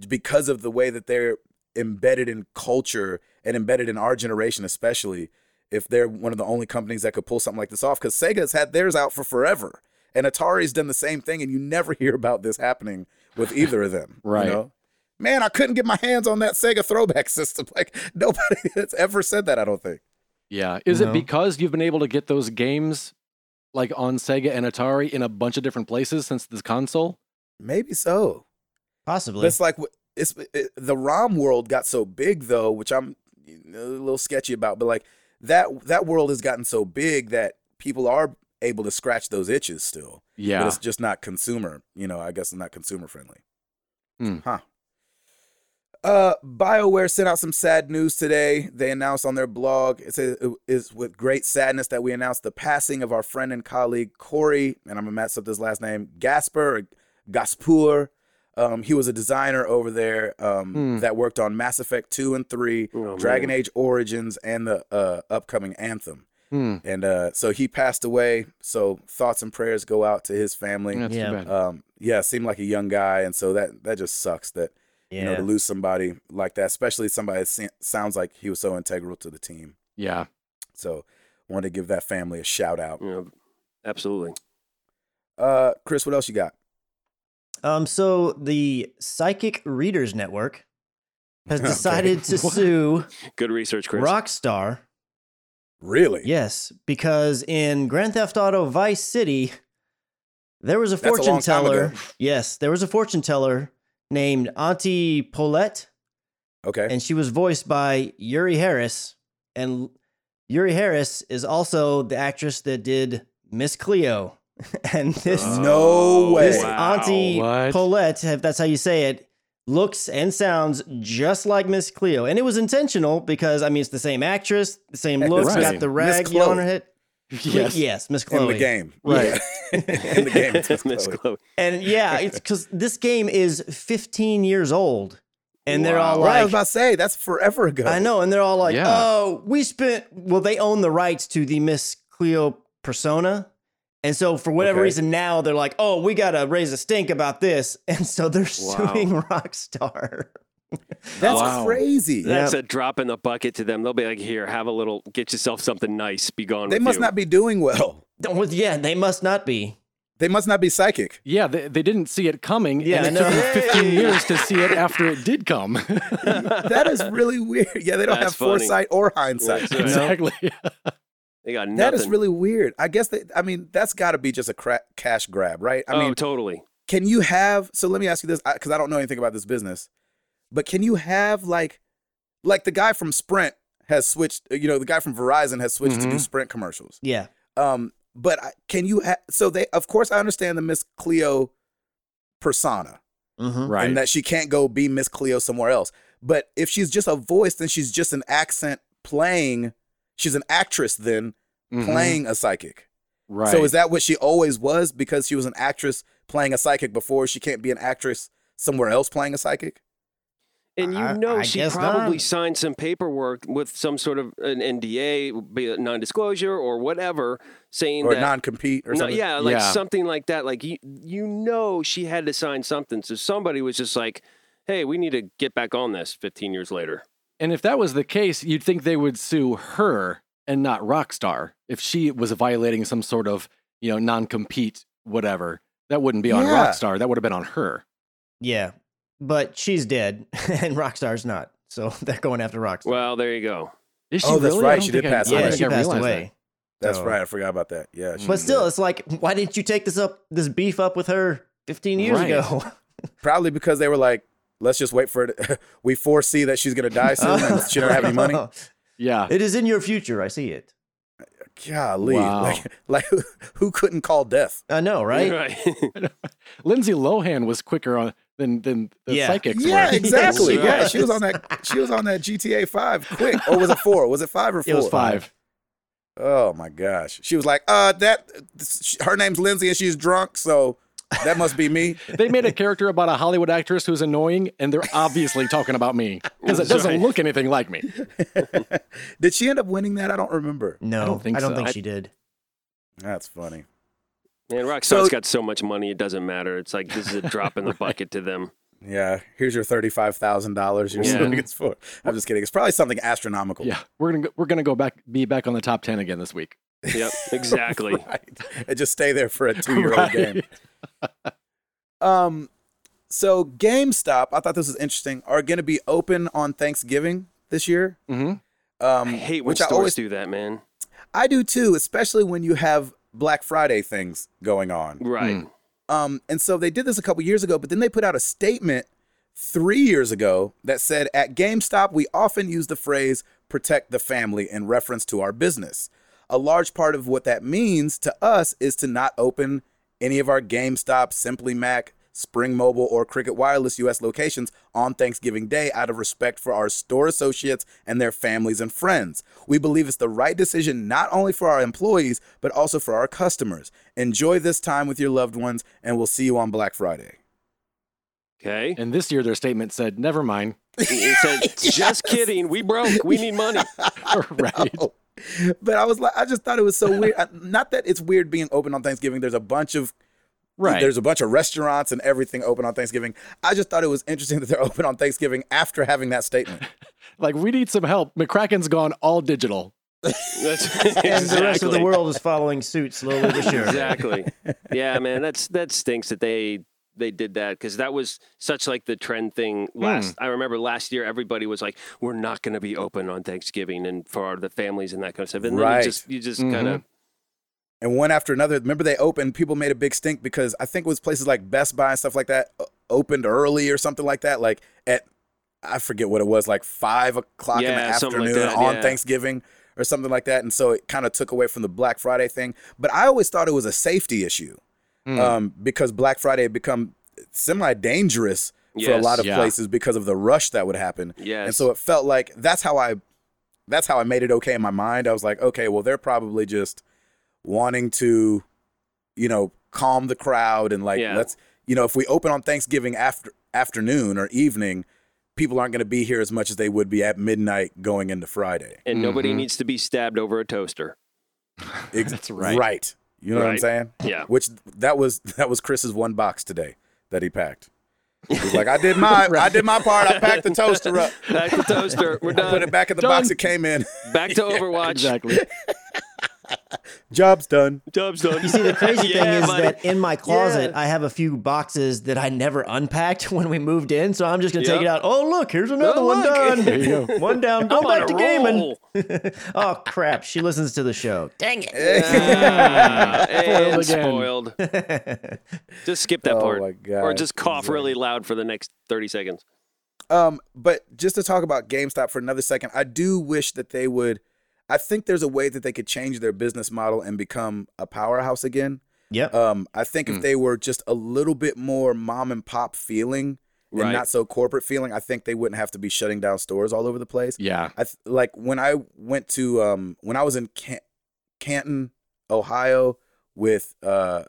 A: because of the way that they're embedded in culture and embedded in our generation, especially if they're one of the only companies that could pull something like this off, because Sega's had theirs out for forever, and Atari's done the same thing, and you never hear about this happening with either of them. you
C: Right.
A: know? Man, I couldn't get my hands on that Sega throwback system. Like nobody has ever said that. I don't think.
C: Yeah. Is
D: No.
C: it because you've been able to get those games like on Sega and Atari in a bunch of different places since this console?
A: Maybe so.
D: Possibly.
A: But it's like wh- it's it, the ROM world got so big though, which I'm you know, a little sketchy about. But like that that world has gotten so big that people are able to scratch those itches still. But
C: Yeah.
A: it's just not consumer. You know, I guess it's not consumer friendly.
C: Hmm.
A: Huh. Uh, BioWare sent out some sad news today. They announced on their blog, it says, it is with great sadness that we announce the passing of our friend and colleague, Corey, and I'm going to mess up this last name, Gasper or Gaspur. Um, he was a designer over there um,
C: Hmm.
A: that worked on Mass Effect 2 and 3,
B: Oh,
A: Dragon
B: man.
A: Age Origins, and the uh, upcoming Anthem.
C: Hmm.
A: And uh, so he passed away. So thoughts and prayers go out to his family.
C: That's
D: Yeah.
C: too bad.
A: Um, yeah, seemed like a young guy, and so that that just sucks that
D: yeah.
A: you know to lose somebody like that, especially somebody that se- sounds like he was so integral to the team.
C: yeah.
A: So wanted to give that family a shout out.
B: Yeah, absolutely.
A: Uh, Chris, what else you got?
D: Um, so the Psychic Readers Network has
A: Okay.
D: decided to
C: What?
D: sue
B: Good research, Chris. Oh,
D: Rockstar.
A: Really?
D: Yes, because in Grand Theft Auto Vice City, there was a
A: That's a
D: fortune
A: long time
D: teller.
A: ago.
D: Yes, there was a fortune teller named Auntie Paulette,
A: Okay.
D: and she was voiced by Yuri Harris. And Yuri Harris is also the actress that did Miss Cleo. and this
A: Ah. No way.
D: This
A: Wow.
D: Auntie
C: What?
D: Paulette, if that's how you say it, looks and sounds just like Miss Cleo. And it was intentional because, I mean, it's the same actress, the same
A: Heck,
D: look,
C: Miss
D: has got
C: Cleo.
D: the
A: Miss
D: rag you know, on
A: Chloe.
D: her head.
C: Yes.
D: Yes, Miss
A: In
D: Chloe.
A: the game,
C: Right.
A: Yeah. In the game, it's Miss
B: Miss
A: Chloe.
B: Chloe.
D: And yeah, it's because this game is 15 years old. And they're all
A: Right, I was
D: like,
A: about to say that's forever ago.
D: I know. And they're all like,
C: Yeah.
D: oh, we spent, well, they own the rights to the Miss Cleo persona. And so for whatever
A: Okay.
D: reason now they're like, oh, we got to raise a stink about this. And so they're
B: Wow.
D: suing Rockstar.
A: That's
C: Wow.
A: crazy.
D: Yeah.
B: That's a drop in the bucket to them. They'll be like, "Here, have a little. Get yourself something nice. Be gone."
A: They
B: with
A: must
B: you."
A: not be doing well.
D: Well, yeah, they must not be.
A: They must not be psychic.
C: Yeah, they, they didn't see it coming.
D: Yeah,
C: and it
D: I know.
C: took them 15
D: Hey.
C: years to see it after it did come.
A: That is really weird. Yeah, they don't
B: That's
A: have
B: funny.
A: foresight or hindsight.
B: That's right.
C: exactly.
B: They got nothing.
A: That is really weird. I guess that I mean that's got to be just a cra- cash grab, right? I
B: oh,
A: mean,
B: totally.
A: can you have? So let me ask you this, because I, don't know anything about this business, but can you have like, like the guy from Sprint has switched? uh, You know, the guy from Verizon has switched
B: Mm-hmm.
A: to do
C: Mhm.
A: Sprint commercials.
D: Yeah.
A: Um, but I, can you? Ha- so they, of course, I understand the Miss Cleo persona
D: Mm-hmm.
C: Right.
A: and that she can't go be Miss Cleo somewhere else. But if she's just a voice, then she's just an accent playing. She's an actress then
C: Mhm.
A: playing a psychic.
C: Right.
A: So is that what she always was because she was an actress playing a psychic before? She can't be an actress somewhere else playing a psychic?
B: And you
D: I-
B: know,
D: I
B: she
D: guess
B: probably
D: not.
B: signed some paperwork with some sort of an NDA, be it non-disclosure or whatever, saying
A: Or
B: that.
A: non compete or
B: No,
A: something?
B: yeah, like
C: Yeah.
B: something like that. Like you, you know, she had to sign something. So somebody was just like, "Hey, we need to get back on this." Fifteen years later,
C: and if that was the case, you'd think they would sue her and not Rockstar if she was violating some sort of, you know, non compete, whatever. That wouldn't be on
A: Yeah.
C: Rockstar. That would have been on her.
D: Yeah, but she's dead, and Rockstar's not. So they're going after Rockstar.
B: Well, there you go.
C: Is
A: Oh, that's
C: I
A: right.
C: don't
A: She
C: think
A: did
C: I-
A: pass
C: I
A: away.
C: don't
A: didn't
D: yeah,
C: think
D: she
C: I
D: passed
C: realized
D: away.
A: That's
D: So-
A: right. I forgot about that. Yeah. she
C: Mm.
D: But
A: did.
D: still, it's like, why didn't you take this up, this beef up with her 15 years
C: Right.
D: ago?
A: probably because they were like, let's just wait for it. we foresee that she's gonna die soon. and she don't have any money.
C: that. Yeah.
D: It is in your future. I see it.
A: Golly,
C: Wow.
A: like, like who, who couldn't call death?
D: I know, right?
C: Lindsay Lohan was quicker on than than the
D: Yeah.
C: psychics
A: Yeah,
C: were.
A: exactly.
B: Yes,
A: yeah,
D: yes.
A: she was on that. She was on that GTA Five quick. Or was it four? Was it five or four?
D: It was
C: Five.
A: Oh my gosh, she was like, uh, that. Her name's Lindsay, and she's drunk, so that must be me.
C: They made a character about a Hollywood actress who's annoying, and they're obviously talking about me because it doesn't
B: Right.
C: look anything like me.
A: Did she end up winning that? I don't remember.
D: No, I don't
C: so.
D: think, she did.
A: That's funny.
B: And Rockstar's
A: So-
B: got so much money, it doesn't matter. It's like this is a drop in the bucket to them.
A: Yeah, here's your thirty-five thousand dollars. You're
B: Yeah.
A: suing us for. I'm just kidding. It's probably something astronomical.
C: Yeah, we're gonna go, we're gonna go back be back on the top ten again this week.
B: Yep, exactly.
A: Right. And just stay there for a two-year-old
C: Right.
A: game. Um, so GameStop, I thought this was interesting, are going to be open on Thanksgiving this year.
C: Mhm.
A: Um,
B: I hate when
A: which I
B: stores
A: always
B: do that, man.
A: I do too, especially when you have Black Friday things going on.
B: Right.
C: Mm.
A: Um, and so they did this a couple years ago, but then they put out a statement three years ago that said, At GameStop, we often use the phrase protect the family in reference to our business. A large part of what that means to us is to not open any of our GameStop, Simply Mac, Spring Mobile, or Cricket Wireless US locations on Thanksgiving Day out of respect for our store associates and their families and friends. We believe it's the right decision not only for our employees, but also for our customers. Enjoy this time with your loved ones, and we'll see you on Black Friday.
B: Okay.
C: And this year their statement said, "Never mind."
B: It said, just kidding. We broke. We need money.
C: right.
A: Oh. But I was like, I just thought it was so weird. I- Not that it's weird being open on Thanksgiving. There's a bunch of
C: Right.
A: There's a bunch of restaurants and everything open on Thanksgiving. I just thought it was interesting that they're open on Thanksgiving after having that statement.
C: like we need some help. McCracken's gone all digital.
B: That's
D: And the rest of
B: exactly.
D: the world is following suit slowly but surely.
B: Exactly. Yeah, man. That's that stinks that they they did that because that was such like the trend thing last.
D: Hmm.
B: I remember last year everybody was like, "We're not going to be open on Thanksgiving and for the families and that kind of stuff." And then
A: Right.
B: you just you just
C: Mhm.
B: kind
D: Mm-hmm.
B: of
A: And one after another. Remember they opened. People made a big stink because I think it was places like Best Buy and stuff like that o- opened early or something like that. Like at I forget what it was, like five o'clock in the
B: Yeah, something
A: afternoon
B: like that,
A: on
B: yeah.
A: Thanksgiving or something like that. And so it kind of took away from the Black Friday thing. But I always thought it was a safety issue.
B: Hmm.
A: um, because Black Friday had become semi dangerous for a
B: Yes.
A: lot of
C: Yeah.
A: places because of the rush that would happen.
B: yes.
A: And so it felt like that's how I that's how I made it okay in my mind. I was like, okay, well they're probably just wanting to, you know, calm the crowd and like
B: Yeah.
A: let's you know, if we open on Thanksgiving after afternoon or evening, people aren't gonna be here as much as they would be at midnight going into Friday.
B: and nobody
D: mm-hmm.
C: Mhm.
B: needs to be stabbed over a toaster.
A: Ex-
C: That's right.
A: Right. You know what I'm
B: Right.
A: saying?
B: Yeah.
A: Which that was that was Chris's one box today that he packed. He's like, I did my I did my part. I packed the toaster up,
B: Back to toaster. We're
A: put
B: done.
A: it back in the
C: Done.
A: box it came in.
B: Back to Overwatch.
C: Exactly.
A: Job's done.
B: Job's done.
D: You see, the crazy
B: Yeah,
D: thing is
B: buddy.
D: that in my closet,
B: Yeah.
D: I have a few boxes that I never unpacked when we moved in. So I'm just going to take
B: Yep.
D: it out. Oh, look, here's another
B: Oh,
D: one
B: look.
D: done.
B: There
C: you
D: One down. Go
B: I'm on
D: oh, back
B: a
D: to gaming.
B: roll.
D: Oh, crap. She listens to the show. Dang it.
B: Ah, and
C: again.
B: spoiled. Just skip that
A: Oh
B: part.
A: my God.
B: Or just cough really loud for the next 30 seconds.
A: Um, but just to talk about GameStop for another second, I do wish that they would. I think there's a way that they could change their business model and become a powerhouse again.
D: Yep.
A: Um, I think if
C: Hmm.
A: they were just a little bit more mom and pop feeling and
B: Right.
A: not so corporate feeling, I think they wouldn't have to be shutting down stores all over the place.
C: yeah.
A: I th- like when I went to um when I was in Can- Canton, Ohio with uh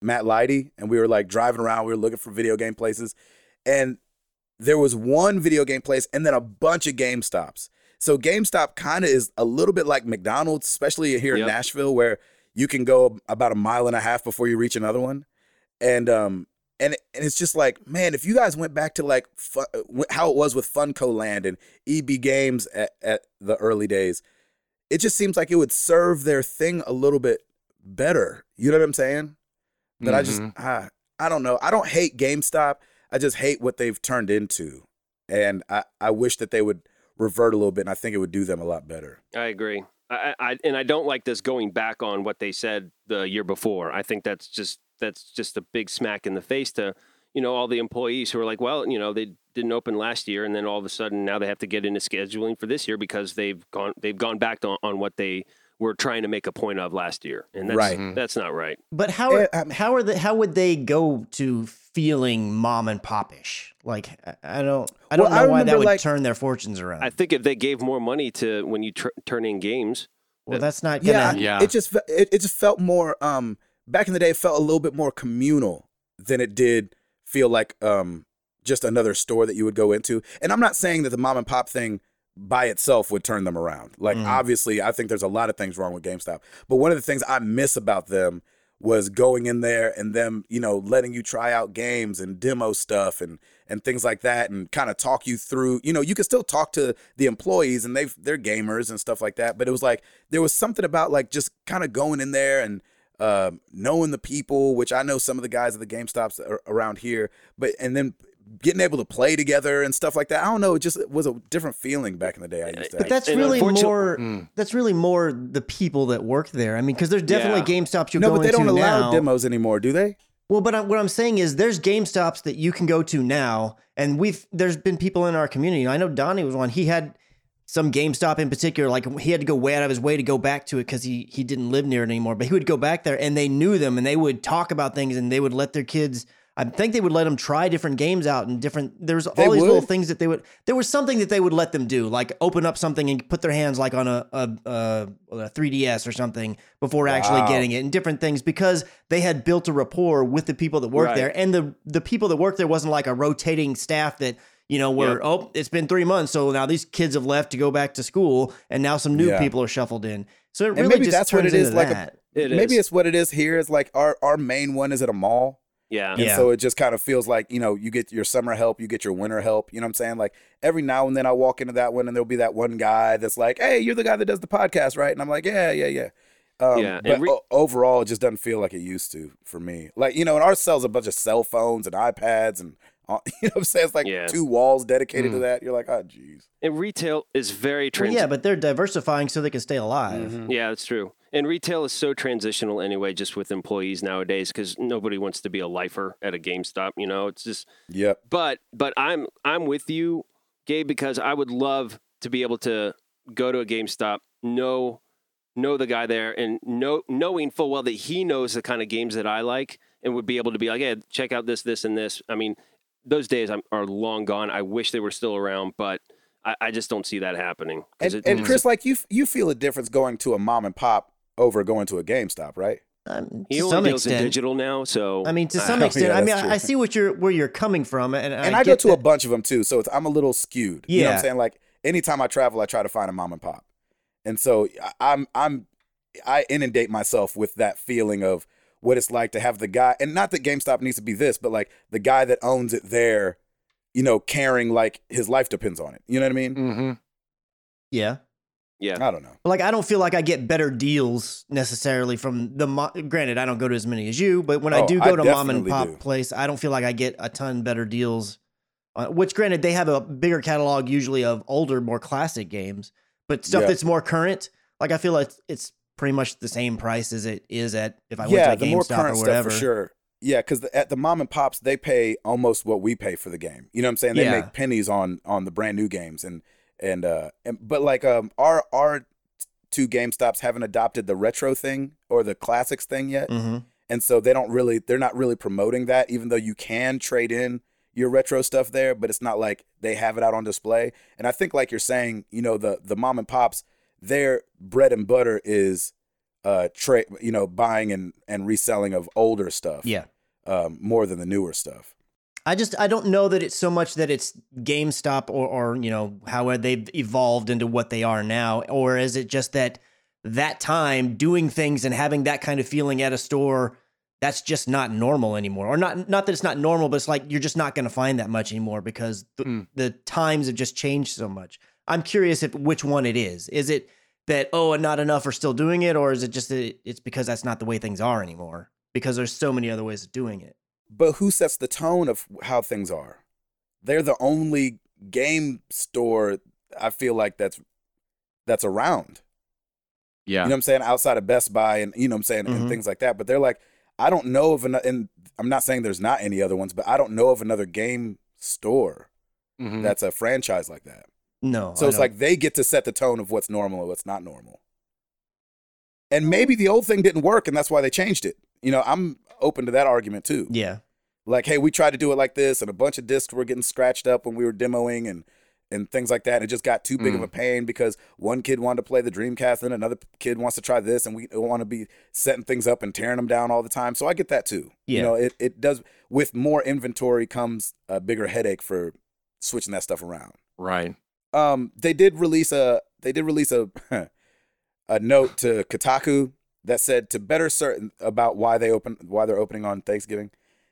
A: Matt Lighty and we were like driving around, we were looking for video game places and there was one video game place and then a bunch of GameStops. So GameStop kind of is a little bit like McDonald's, especially here in
B: Yep.
A: Nashville where you can go about a mile and a half before you reach another one. And um and and it's just like, man, if you guys went back to like fu- uh, how it was with Funco Land and EB Games at, at the early days, it just seems like it would serve their thing a little bit better. You know what I'm saying? that I just I, I don't know. I don't hate GameStop. I just hate what they've turned into, and I I wish that they would revert a little bit, and I think it would do them a lot better.
B: I agree. I, I and I don't like this going back on what they said the year before. I think that's just that's just a big smack in the face to you know all the employees who are like, well, you know, they didn't open last year, and then all of a sudden now they have to get into scheduling for this year because they've gone they've gone back on, on what they were trying to make a point of last year, and that's
A: Right.
B: right. that's not right.
D: But how are,
A: Eh, um,
D: how are they, how would they go to feeling mom and popish? Like I- I don't I don't
A: Well, I
D: know why that
A: remember,
D: would
A: like-
D: turn their fortunes around.
B: I think if they gave more money to when you tr- turn in games,
D: well, that's not gonna.
A: Yeah, I-
C: Yeah.
A: It just fe- it, it just felt more um back in the day it felt a little bit more communal than it did feel like um just another store that you would go into. And I'm not saying that the mom and pop thing by itself would turn them around. Like
D: Mhm.
A: obviously I think there's a lot of things wrong with GameStop. But one of the things I miss about them was going in there and them, you know, letting you try out games and demo stuff and and things like that and kind of talk you through you know you can still talk to the employees and they've they're gamers and stuff like that but it was like there was something about like just kind of going in there and um knowing the people which i know some of the guys at the game stops around here but and then getting able to play together and stuff like that i don't know it just was a different feeling back in the day i used to
D: Eh, But
A: have.
D: that's
B: And
D: really
B: unfortu-
D: more.
C: Mm.
D: That's really more the people that work there. I mean, because there's definitely
B: Yeah.
D: GameStops you're
A: no
D: going
A: but they don't
D: to
A: allow
D: now.
A: demos anymore do they
D: Well, but I, what I'm saying is there's GameStops that you can go to now, and we've there's been people in our community. I know Donnie was one. He had some GameStop in particular, like he had to go way out of his way to go back to it because he he didn't live near it anymore. But he would go back there, and they knew them, and they would talk about things, and they would let their kids. I think they would let them try different games out and different. There was all
A: They
D: these little
A: would?
D: things that they would. There was something that they would let them do, like open up something and put their hands like on a a, a, a 3ds or something before actually
A: Wow.
D: getting it, and different things because they had built a rapport with the people that worked
B: Right.
D: there, and the the people that worked there wasn't like a rotating staff that you know where
B: Yep.
D: oh it's been three months so now these kids have left to go back to school and now some new
A: Yeah.
D: people are shuffled in. So it
A: And
D: really
A: maybe
D: just
A: that's what
D: turns
A: it is,
D: into
A: like a-
D: that.
B: it is
A: maybe it's what it is here is like our our main one is at a mall
B: yeah.
A: And
D: Yeah.
A: so it just kind of feels like, you know, you get your summer help, you get your winter help. You know what I'm saying? Like every now and then I walk into that one and there'll be that one guy that's like, hey, you're the guy that does the podcast, right? And I'm like, yeah, yeah, yeah. Um,
B: Yeah, and
A: But
B: re-
A: o- overall, it just doesn't feel like it used to for me. Like, you know, and ours sells a bunch of cell phones and iPads and, all, you know what I'm saying? It's like
B: Yeah.
A: two walls dedicated to
C: Mm.
A: that. You're like, oh, geez.
B: And retail is very
D: Well,
B: trans-
D: yeah, but they're diversifying so they can stay alive.
A: Mm-hmm.
B: Yeah, that's true. And retail is so transitional anyway, just with employees nowadays, because nobody wants to be a lifer at a GameStop. You know, it's just.
A: Yep.
B: But but I'm I'm with you, Gabe, because I would love to be able to go to a GameStop, know know the guy there, and know knowing full well that he knows the kind of games that I like, and would be able to be like, yeah, check out this, this, and this. I mean, those days I'm, are long gone. I wish they were still around, but I, I just don't see that happening. 'cause
A: And,
B: it- Mm.
A: and Chris, like, you f- you feel a difference going to a mom and pop over going to a GameStop, right?
D: Um,
B: He
D: to
B: only
D: some
B: deals in
D: extent,
B: digital now, so
D: I mean, to
B: I-
A: Oh,
D: some
A: yeah,
D: extent, I mean,
A: that's true.
D: I, I see what you're where you're coming from, and,
A: and
D: I,
A: I, go
D: get
A: to
D: that.
A: a bunch of them too, so it's I'm a little skewed. You know what
D: Yeah.
A: I'm saying? Like anytime I travel, I try to find a mom and pop, and so I- I'm I'm I inundate myself with that feeling of what it's like to have the guy, and not that GameStop needs to be this, but like the guy that owns it there, you know, caring like his life depends on it. You know what I mean?
C: hmm
D: Mm, yeah.
B: yeah,
A: I don't know.
D: But, Like I don't feel like I get better deals necessarily from the. Mo- Granted, I don't go to as many as you, but when I
A: Oh,
D: do go
A: I
D: to mom and
A: definitely
D: pop
A: do.
D: place, I don't feel like I get a ton better deals. Uh, which, granted, they have a bigger catalog usually of older, more classic games, but stuff
A: Yeah.
D: that's more current. Like I feel like it's pretty much the same price as it is at if I
A: yeah,
D: went to
A: the
D: a
A: more
D: GameStop
A: current
D: or
A: stuff
D: whatever.
A: for sure. Yeah, because the, at the mom and pops, they pay almost what we pay for the game. You know what I'm saying? They
D: Yeah.
A: make pennies on on the brand new games, and and uh, and but like um, our our two GameStops haven't adopted the retro thing or the classics thing yet,
D: Mhm.
A: and so they don't really they're not really promoting that. Even though you can trade in your retro stuff there, but it's not like they have it out on display. And I think like you're saying, you know, the the mom and pops, their bread and butter is uh trade, you know, buying and and reselling of older stuff.
D: Yeah.
A: Um, more than the newer stuff.
D: I just I don't know that it's so much that it's GameStop or or you know how they've evolved into what they are now, or is it just that that time doing things and having that kind of feeling at a store that's just not normal anymore, or not not that it's not normal, but it's like you're just not going to find that much anymore because the,
C: Hmm.
D: the times have just changed so much. I'm curious if which one it is. Is it that oh and not enough are still doing it, or is it just that it's because that's not the way things are anymore? because there's so many other ways of doing it.
A: But who sets the tone of how things are? They're the only game store I feel like that's that's around.
C: Yeah.
A: You know what I'm saying? Outside of Best Buy and you know what I'm saying and
D: Mhm.
A: things like that. But they're like, I don't know of another and I'm not saying there's not any other ones, but I don't know of another game store
C: Mhm.
A: that's a franchise like that.
D: No.
A: So
D: Mm-hmm. Oh, I
A: it's
D: don't.
A: like they get to set the tone of what's normal and what's not normal. And
D: Mm-hmm.
A: maybe the old thing didn't work and that's why they changed it. You know, I'm open to that argument too.
D: yeah.
A: Like, hey, we tried to do it like this and a bunch of discs were getting scratched up when we were demoing and and things like that. And it just got too big of
C: Mm.
A: a pain because one kid wanted to play the Dreamcast and another kid wants to try this and we don't want to be setting things up and tearing them down all the time. So I get that too. You
D: Yeah.
A: know, it, it does with more inventory comes a bigger headache for switching that stuff around
C: Right.
A: um they did release a they did release a a note to Kotaku that said to better serve about why they open why they're opening on Thanksgiving.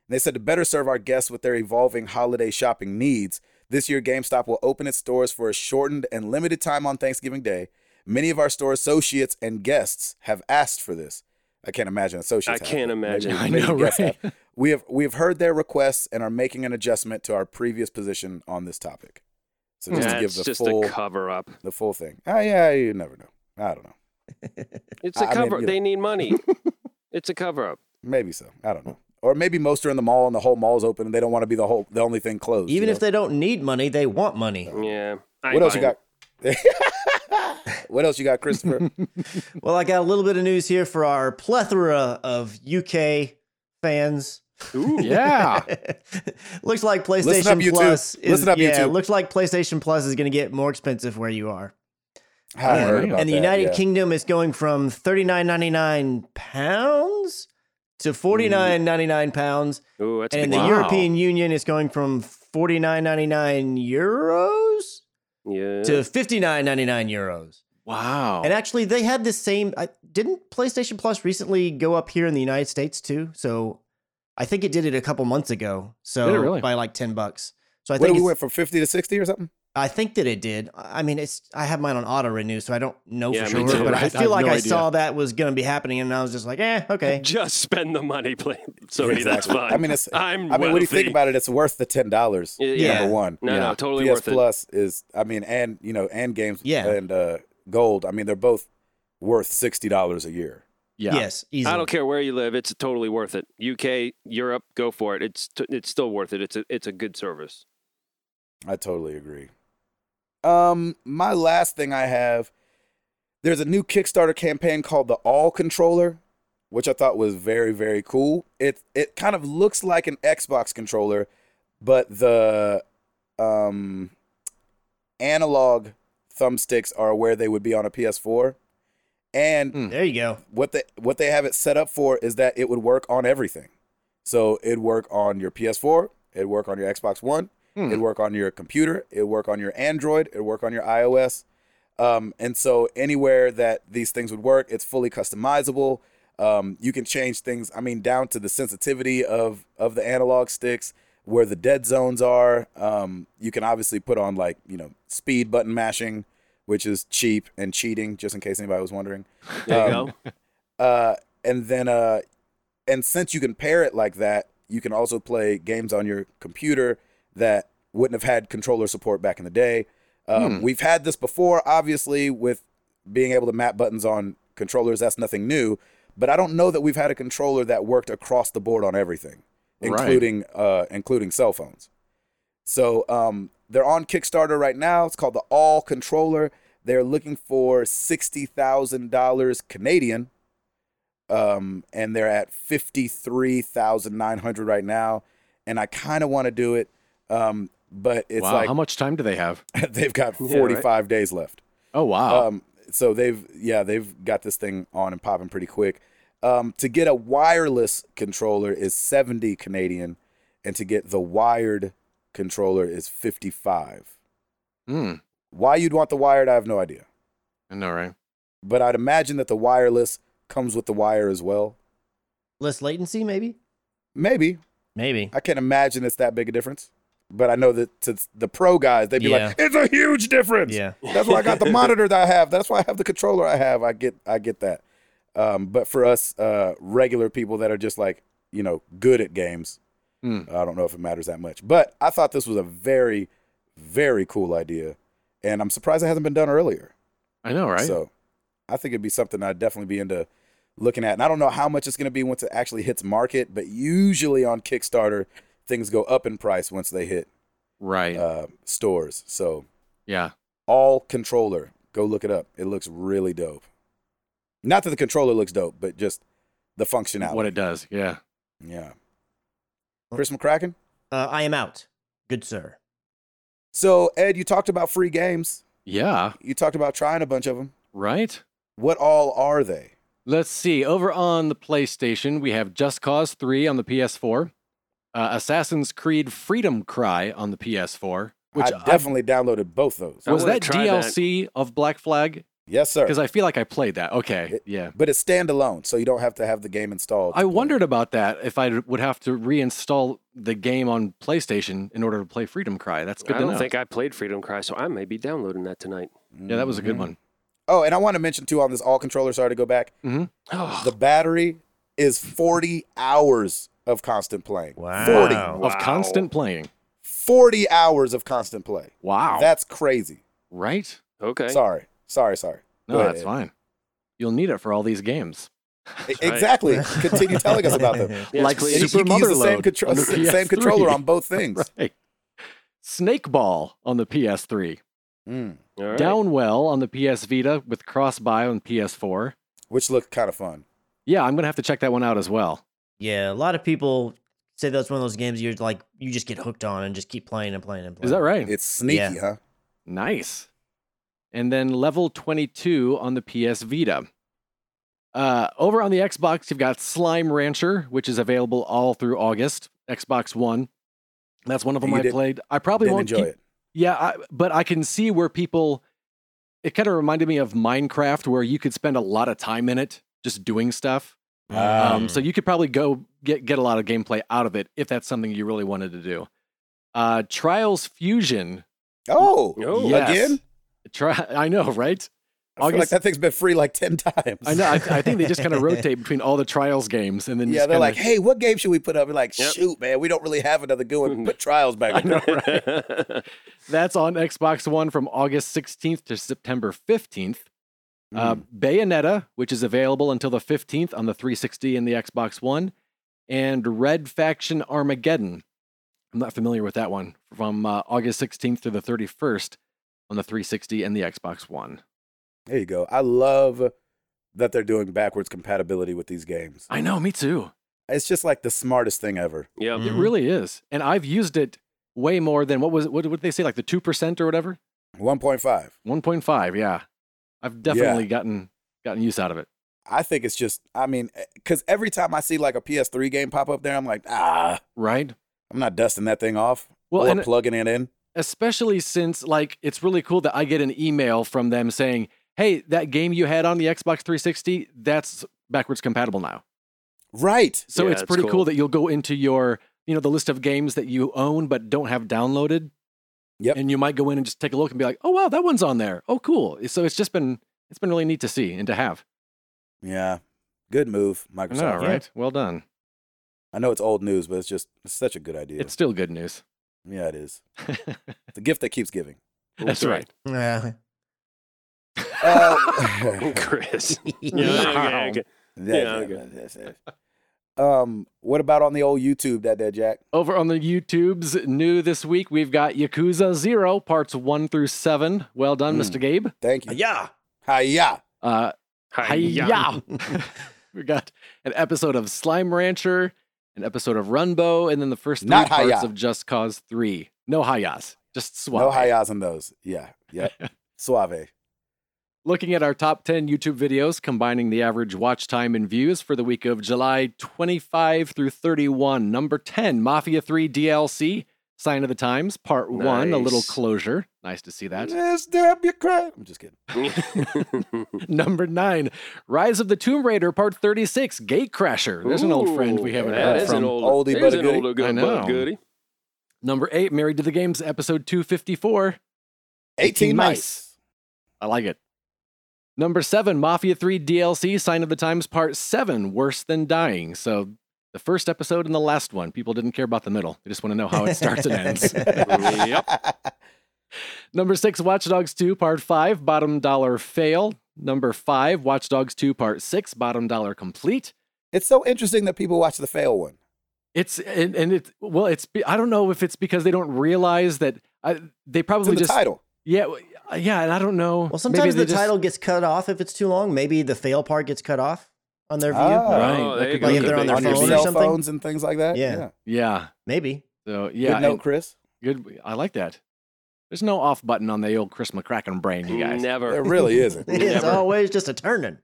A: And they said to better serve our guests with their evolving holiday shopping needs, this year GameStop will open its doors for a shortened and limited time on Thanksgiving Day. Many of our store associates and guests have asked for this. I can't imagine
B: I
A: associates. have,
B: can't
A: but maybe-
B: imagine.
C: I
A: maybe
C: know,
A: guests
C: right?
A: have. We have we have heard their requests and are making an adjustment to our previous position on this topic. So just to give
B: That's
A: the
B: just
A: full
B: a cover up.
A: the full thing. Ah, yeah, you never know. I don't know.
B: It's
A: I
B: a
A: mean,
B: cover.
A: you know.
B: They need money. it's a cover up.
A: Maybe so. I don't know. Or maybe most are in the mall and the whole mall's open and they don't want to be the whole the only thing closed.
D: Even
A: you
D: if
A: know?
D: they don't need money, they want money.
B: Yeah. I ain't
A: what else you
B: buying
A: got? what else you got, Christopher?
D: Well, I got a little bit of news here for our plethora of UK
B: it.
D: fans.
B: Ooh.
C: Yeah.
D: looks like PlayStation
A: Ah. Listen up, YouTube.
D: Plus. Is,
A: Listen up,
D: yeah,
A: YouTube.
D: looks like PlayStation Plus is going to get more expensive where you are.
A: I haven't
C: Yeah,
A: heard
C: and
A: about
D: and the
A: that,
D: United
A: yeah.
D: Kingdom is going from thirty nine ninety nine pounds to forty nine ninety nine pounds,
B: Ooh, that's
D: and in
B: big.
D: the
C: Wow.
D: European Union is going from forty nine ninety nine euros
B: Yeah.
D: to fifty nine ninety nine euros.
C: Wow.
A: uh,
D: And actually, they had the same. I, didn't PlayStation Plus recently go up here in the United States too? So I think it did it a couple months ago. So
C: Did it really?
D: by like ten bucks. So I
A: What
D: think
A: we
D: it's-
A: went from fifty to sixty or something?
D: I think that it did. I I mean, it's I have mine on auto renew, so I don't know
B: Yeah,
D: for
B: me
D: sure,
B: too.
D: but
C: Right,
D: I
C: I
D: feel
C: have
D: like
C: no
D: I
C: idea.
D: saw that was going to be happening, and I was just like, eh, okay.
B: Just spend the money, please. Sony, that's
A: Exactly.
B: fine.
A: I mean, it's. I
B: I'm.
A: mean, what do you
B: wealthy.
A: think about it? It's worth the ten dollars.
B: Yeah.
D: Yeah.
A: Number one.
B: No,
C: Yeah.
B: no, totally
A: PS
B: worth it.
A: Plus is. I mean, and you know, and games.
D: Yeah.
A: And uh, gold. I mean, they're both worth sixty dollars a year.
C: yeah.
D: Yes, easy.
B: I don't care where you live; it's totally worth it. UK, Europe, go for it. It's t- it's still worth it. It's a it's a good service.
A: I totally agree. Um, my last thing I have, there's a new Kickstarter campaign called the All Controller, which I thought was very very cool. It it kind of looks like an Xbox controller, but the um analog thumbsticks are where they would be on a PS4, and
C: Hmm.
D: There you go.
A: what they what they have it set up for is that it would work on everything. So it'd work on your PS4, it'd work on your Xbox One,
C: Hmm.
A: it'd work on your computer, it'd work on your Android, it'd work on your iOS. Um, and so anywhere that these things would work, it's fully customizable. Um, you can change things. I mean, down to the sensitivity of of the analog sticks, where the dead zones are. Um, you can obviously put on like you know speed button mashing, which is cheap and cheating, just in case anybody was wondering.
B: There you
A: Um,
B: go.
A: Uh, and then uh, and since you can pair it like that, you can also play games on your computer that wouldn't have had controller support back in the day. Um, We've had this before, obviously, with being able to map buttons on controllers. That's nothing new, but I don't know that we've had a controller that worked across the board on everything,
C: Right.
A: including uh, including cell phones. So um, they're on Kickstarter right now. It's called the All Controller. They're looking for sixty thousand dollars Canadian, um, and they're at fifty three thousand nine hundred right now. And I kind of want to do it, um, but it's
C: wow. How much time do they have?
A: like they've got
B: right.
A: forty five days left.
C: Oh wow.
A: Um, so they've yeah they've got this thing on and popping pretty quick. Um, to get a wireless controller is seventy Canadian, and to get the wired controller is fifty five.
C: Hmm.
A: Why you'd want the wired, I have no idea.
C: I know, right?
A: But I'd imagine that the wireless comes with the wire as well.
D: Less latency, maybe.
A: Maybe
D: Maybe.
A: I can't imagine it's that big a difference. But I know that to the pro guys, they'd be like, "It's a huge difference."
D: Yeah.
A: That's why I got the monitor that I have. That's why I have the controller I have. I get I get that. Um, but for us uh, regular people that are just like you know good at games,
C: Hmm.
A: I don't know if it matters that much. But I thought this was a very, very cool idea, and I'm surprised it hasn't been done earlier.
C: I know, right?
A: So I think it'd be something I'd definitely be into looking at. And I don't know how much it's going to be once it actually hits market, but usually on Kickstarter, things go up in price once they hit
C: right.
A: uh, stores. So
C: yeah.
A: all controller, go look it up. It looks really dope. Not that the controller looks dope, but just the functionality.
C: What it does. Yeah.
A: yeah. Chris McCracken.
D: Uh, I am out. Good sir.
A: So Ed, you talked about free games.
C: Yeah.
A: You talked about trying a bunch of them.
C: Right.
A: What all are they?
C: Let's see. Over on the PlayStation, we have Just Cause 3 on the PS4, uh, Assassin's Creed Freedom Cry on the PS4, which
A: I definitely downloaded both those.
B: I
C: was
B: wanna
C: that
B: try that.
C: DLC of Black Flag?
A: Yes, sir.
C: Because I feel like I played that. Okay.
A: It-
C: Yeah.
A: But it's standalone, so you don't have to have the game installed.
C: I wondered about that if I would have to reinstall the game on PlayStation in order to play Freedom Cry. That's good
B: I
C: to
B: don't
C: know.
B: think I played Freedom Cry, so I may be downloading that tonight.
C: yeah, that was a good
B: Mm-hmm.
A: Mhm.
C: one.
A: Oh, and I want to mention too on this all controller. Sorry to go back.
B: Oh,
A: The battery is 40 hours of constant playing.
D: Wow.
A: 40.
C: Of constant playing.
A: 40 hours of constant play.
C: Wow.
A: That's crazy.
C: right?
B: okay.
A: Sorry. Sorry. Sorry.
C: No,
A: Go ahead,
C: that's
A: Ed.
C: fine. You'll need it for all these games.
A: E- Exactly. Continue telling us about them. And
B: Yes,
C: Like
B: please.
A: you
C: Super
A: can use the same,
C: Motherload
A: contro-
C: on the
A: s- same
C: PS3.
A: controller on both things.
C: Right. Snakeball on the PS3.
A: Mm.
B: All right.
C: Downwell on the PS Vita with cross buy on PS4.
A: Which looked kind of fun.
C: Yeah, I'm gonna have to check that one out as well.
D: Yeah, a lot of people say that's one of those games you're like you just get hooked on and just keep playing and playing and playing.
C: Is that right?
A: It's sneaky,
D: Yeah.
A: huh?
C: Nice. And then level 22 on the PS Vita. Uh, over on the Xbox, you've got Slime Rancher, which is available all through August. Xbox One. That's one of
A: And
C: them
A: you
C: I
A: did-
C: played. I probably
A: Didn't
C: won't
A: enjoy
C: keep
A: it.
C: Yeah, I, but I can see where people. It kind of reminded me of Minecraft, where you could spend a lot of time in it just doing stuff. Um, so you could probably go get get a lot of gameplay out of it if that's something you really wanted to do. Uh, Trials Fusion
A: Oh,
B: Oh.
C: yes.
A: again?
C: Try, I know, right?
A: I feel like
C: August-
A: that thing's been free like 10 times.
C: I know. I, I think they just kind of rotate between all the Trials games, and then
A: Yeah,
C: just
A: they're
C: kinda-
A: like, hey, what game should we put up? We're like,
B: Yep.
A: shoot, man, we don't really have another good one. Put trials back.
C: I
A: up."
C: know, That's on Xbox One from August 16th to September 15th.
A: Hmm.
C: Uh, Bayonetta, which is available until the 15th on the 360 and the Xbox One, and Red Faction Armageddon. I'm not familiar with that one from uh, August 16th to the 31st on the 360 and the Xbox One.
A: There you go. I love that they're doing backwards compatibility with these games.
C: I know, me too.
A: It's just like the smartest thing ever.
B: yep.
C: It
D: Mhm.
C: really is. And I've used it way more than what was it? What would they say? Like the 2% or whatever?
A: 1.5.
C: 1.5. Yeah. I've definitely gotten gotten use out of it.
A: I think it's just, I mean, because every time I see like a PS3 game pop up there, I'm like, ah,
C: Right.
A: I'm not dusting that thing off
C: Well,
A: or
C: and-
A: plugging it in.
C: especially since like it's really cool that I get an email from them saying, "Hey, that game you had on the Xbox 360, that's backwards compatible now."
A: Right.
C: So
B: Yeah,
C: it's
B: it's
C: pretty cool.
B: cool.
C: that you'll go into your, you know, the list of games that you own but don't have downloaded.
A: Yep.
C: And you might go in and just take a look and be like, "Oh wow, that one's on there. Oh cool." So it's just been it's been really neat to see and to have.
A: Yeah. Good move,
C: I
A: Microsoft.
C: know, right? Well done.
A: I know it's old news, but it's just it's such a good idea.
C: It's still good news.
A: yeah, it is. The gift that keeps giving.
C: That's right.
D: Yeah.
A: Uh,
B: Chris.
C: Wow.
B: Yeah, okay, Yeah,
A: yeah, that's it. Um, what about on the old YouTube that there, Jack?
C: Over on the YouTubes, new this week, we've got Yakuza Zero parts one through seven. Well done,
A: Mm.
C: Mr. Gabe.
A: Thank you.
D: yeah.
A: Hiya.
C: Uh,
B: okay.
C: Hi-ya. we got an episode of Slime Rancher, an episode of Runbo, and then the first three
A: Not
C: parts
A: hi-ya.
C: of Just Cause Three. No hayas, just suave.
A: No hiyas on those. Yeah, yeah. Suave.
C: Looking at our top ten YouTube videos, combining the average watch time and views for the week of July 25 through 31. Number 10, Mafia 3 DLC, Sign of the Times, Part One, a little
B: Nice.
C: closure. Nice to see that.
A: Let's stab your crap. I'm just kidding.
C: Number nine, Rise of the Tomb Raider, Part 36, Gatecrasher. There's an old friend we
B: Ooh,
C: haven't
B: that
C: heard
B: is
C: from.
B: An old,
A: Oldie but
B: there's
A: a
B: an
A: goodie.
B: older
C: I
B: good
C: know.
B: but goodie.
C: Number eight, Married to the Games, episode 254.
A: 18
C: 18
A: mice.
C: mice. I like it. Number seven, Mafia 3 DLC, Sign of the Times Part 7, Worse Than Dying. So the first episode and the last one, people didn't care about the middle. They just want to know how it starts and ends.
B: yep.
C: Number six, Watch Dogs 2 Part 5, Bottom Dollar Fail. Number five, Watch Dogs 2 Part 6, Bottom Dollar Complete.
A: It's so interesting that people watch the fail one.
C: It's, and, and it's, well, it's, be- I don't know if it's because they don't realize that I, they
A: It's in
C: probably
A: the
C: just,
A: title.
C: yeah, w- uh, yeah, and I don't know.
D: Well,
C: Maybe
D: sometimes
C: they
D: the
C: just-
D: title gets cut off if it's too long. Maybe the fail part gets cut off on their view.
A: Ah.
C: Right.
B: Oh,
C: that
B: there you
C: could
B: go.
C: be
D: Like if
C: a
D: they're
C: big
D: on their
A: On your
D: phone or
C: reason.
A: cell
D: something?
A: phones and things like that.
D: Yeah.
C: Yeah.
D: Maybe.
C: So, yeah.
A: Good note,
C: and-
A: Chris.
C: Good. I like that. There's no off button on the old Chris McCracken brain, you guys.
A: There
B: Never.
A: really isn't.
D: It's
B: Never.
D: always just a turning.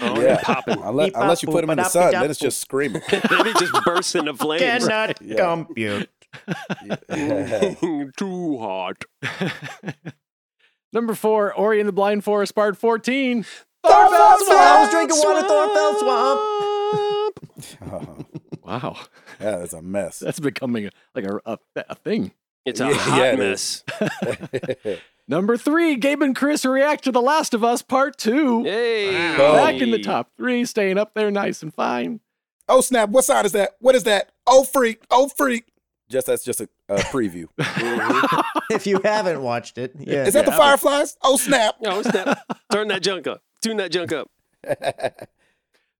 B: Oh,
A: Yeah.
B: Popping.
A: Unless, unless you put them in the sun, then it's just screaming.
B: then it just bursts into flames.
D: Cannot
A: Yeah.
D: compute.
A: Yeah.
B: Too hot.
C: Number four, Ori and the Blind Forest, part 14.
D: Thorfell Swamp! I was drinking water, Thorfell Swamp.
A: Oh,
C: Wow.
A: yeah, that's a mess.
C: That's becoming a- like a, a, a thing.
B: It's a
A: Yeah,
B: hot
A: yeah, it
B: mess.
C: Number three, Gabe and Chris react to The Last of Us, part two.
B: Hey.
A: Wow.
C: Back in the top three, staying up there nice and fine.
A: oh snap! What sign is that? What is that? Oh freak! Oh freak! Just that's just a, a preview.
C: Mm-hmm.
D: If you haven't watched it, yeah.
A: Is that the
B: Yeah.
A: fireflies? Oh snap!
B: No, it's that. Turn that junk up. Tune that junk up.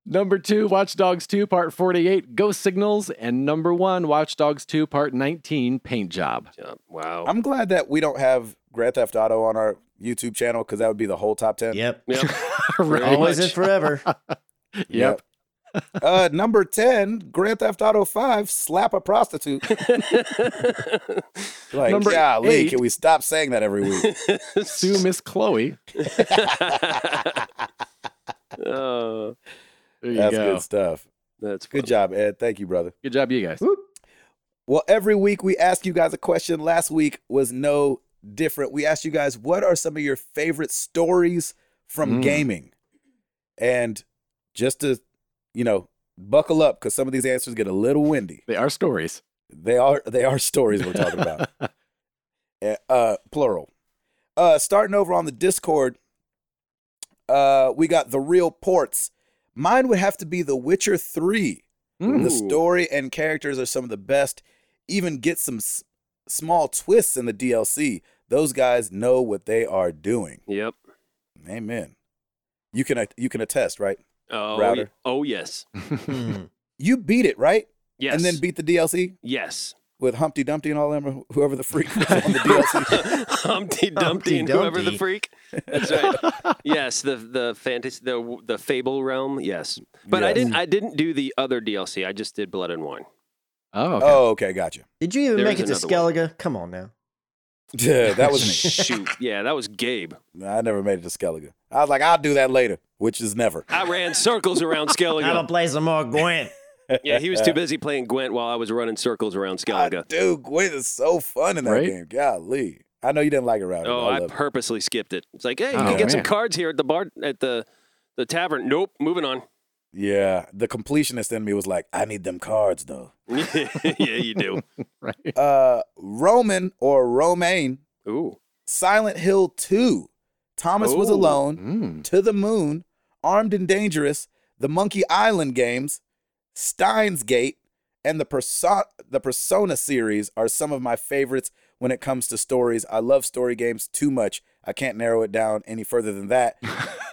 C: Number two, Watch Dogs 2, part 48, Ghost Signals. And number one, Watch Dogs 2, part 19, Paint Job.
B: Yeah, Wow.
A: I'm glad that we don't have Grand Theft Auto on our YouTube channel because that would be the whole top ten.
D: Yep.
B: Yep.
C: Right.
B: Pretty
D: Always
B: much.
D: and forever.
C: Yep.
A: Yep. uh, number ten, Grand Theft Auto Five, slap a prostitute. Like,
C: Number
A: golly,
C: eight.
A: can we stop saying that every week?
C: Sue Miss Chloe.
B: oh,
C: There you
A: That's
C: go.
A: good stuff.
B: that's
A: Good job, Ed. Thank you, brother.
C: Good job, you guys.
A: Well, every week we ask you guys a question. Last week was no different. We asked you guys, what are some of your favorite stories from
C: Mm.
A: gaming? And just to, you know, buckle up because some of these answers get a little windy.
C: They are stories.
A: They are they are stories we're talking about. Uh, uh plural. Uh starting over on the Discord, uh we got the real ports. Mine would have to be The Witcher 3. The
C: Mm.
B: Ooh.
A: story and characters are some of the best. Even get some s- small twists in the DLC. Those guys know what they are doing.
B: Yep.
A: Amen. You can uh, you can attest, right?
B: Oh,
A: Router.
B: y- oh yes.
D: Hmm.
A: You beat it, right?
B: Yes.
A: And then beat the DLC
B: yes.
A: with Humpty Dumpty and all them, or whoever the freak was on the DLC.
B: Humpty Dumpty and whoever the
D: Dumpty.
B: freak. That's right. yes, the the fantasy the the fable realm. Yes, but I
A: Yes.
B: didn't I didn't do the other DLC. I just did Blood and Wine.
C: Oh, okay.
A: Oh, okay, gotcha.
D: Did you even
B: There
D: make it
B: is
D: to
B: another
D: Skellige? Come on now.
A: Yeah, that was me.
B: Shoot, yeah, that was Gabe.
A: I never made it to Skellige. I was like, I'll do that later, which is never.
B: I ran circles around
C: Oh,
B: Skellige.
D: play some more Gwent.
B: Yeah, he was too busy playing Gwent while I was running circles around
A: I
B: Skellige.
A: do. Gwent is so fun in that
C: Right?
A: game. Golly. I know you didn't like it, Rowdy.
B: Oh,
A: but I
B: I
A: love it.
B: purposely skipped it. It's like, hey, you
C: Oh,
B: can get some
C: man.
B: cards here at the bar at the the tavern. Nope, moving on.
A: Yeah. The completionist in me was like, I need them cards, though.
B: yeah, you do.
C: right.
A: Uh, Roman or Romaine,
C: Oh.
B: Ooh,
A: Silent Hill 2. Thomas was
B: Oh.
A: alone,
C: Mm.
A: to the moon, armed and dangerous, the Monkey Island games, Steins Gate, and the Persona, the Persona series are some of my favorites when it comes to stories. I love story games too much. I can't narrow it down any further than that.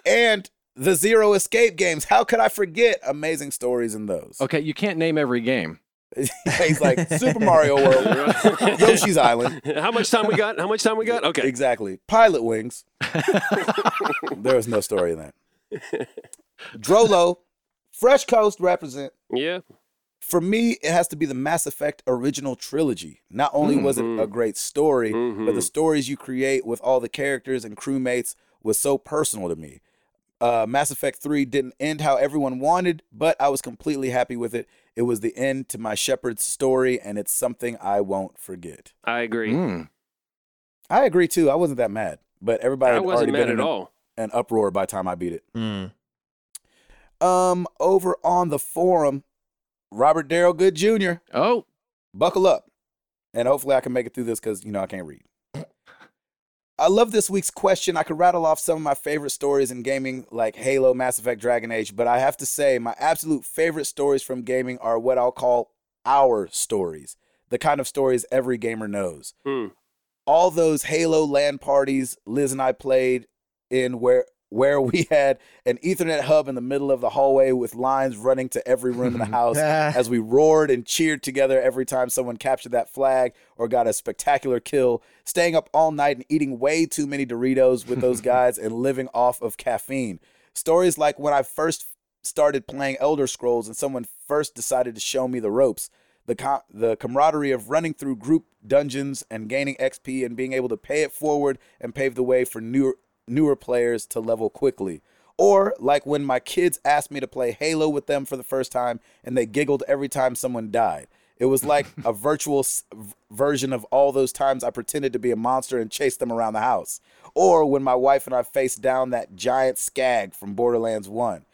A: and the Zero Escape games. How could I forget amazing stories in those?
C: Okay, you can't name every game.
A: He's like Super Mario World, Yoshi's Island.
B: how much time we got? How much time we got? Okay,
A: Exactly. Pilot Wings. there was no story in that. Drolo, Fresh Coast represent.
B: yeah,
A: For me, it has to be the Mass Effect original trilogy. Not only was it a
B: Mhm.
A: great story, but the
B: Mhm.
A: stories you create with all the characters and crewmates was so personal to me. Uh, Mass Effect 3 didn't end how everyone wanted, but I was completely happy with it. It was the end to my Shepard's story, and it's something I won't forget.
B: I agree.
A: Mm-hmm.
C: Mm.
A: I agree too. I wasn't that mad, but everybody
B: I
A: had already
B: wasn't
A: been
B: mad
A: in
B: at
A: an-
B: all.
A: an uproar by the time I beat it.
D: Hmm.
A: Um, over on the forum, Robert Darrell Good Jr.
C: Oh,
A: buckle up. And hopefully I can make it through this because, you know, I can't read. I love this week's question. I could rattle off some of my favorite stories in gaming, like Halo, Mass Effect, Dragon Age, but I have to say, my absolute favorite stories from gaming are what I'll call our stories, the kind of stories every gamer knows.
B: Hmm.
A: All those Halo land parties Liz and I played in where where we had an Ethernet hub in the middle of the hallway with lines running to every room in the
C: Oh,
A: house
D: Ah,
A: as we roared and cheered together every time someone captured that flag or got a spectacular kill, staying up all night and eating way too many Doritos with those guys and living off of caffeine. Stories like when I first started playing Elder Scrolls and someone first decided to show me the ropes. The, com- the camaraderie of running through group dungeons and gaining XP and being able to pay it forward and pave the way for newer, newer players to level quickly. Or like when my kids asked me to play Halo with them for the first time and they giggled every time someone died. It was like a virtual s- v- version of all those times I pretended to be a monster and chased them around the house. Or when my wife and I faced down that giant scag from Borderlands 1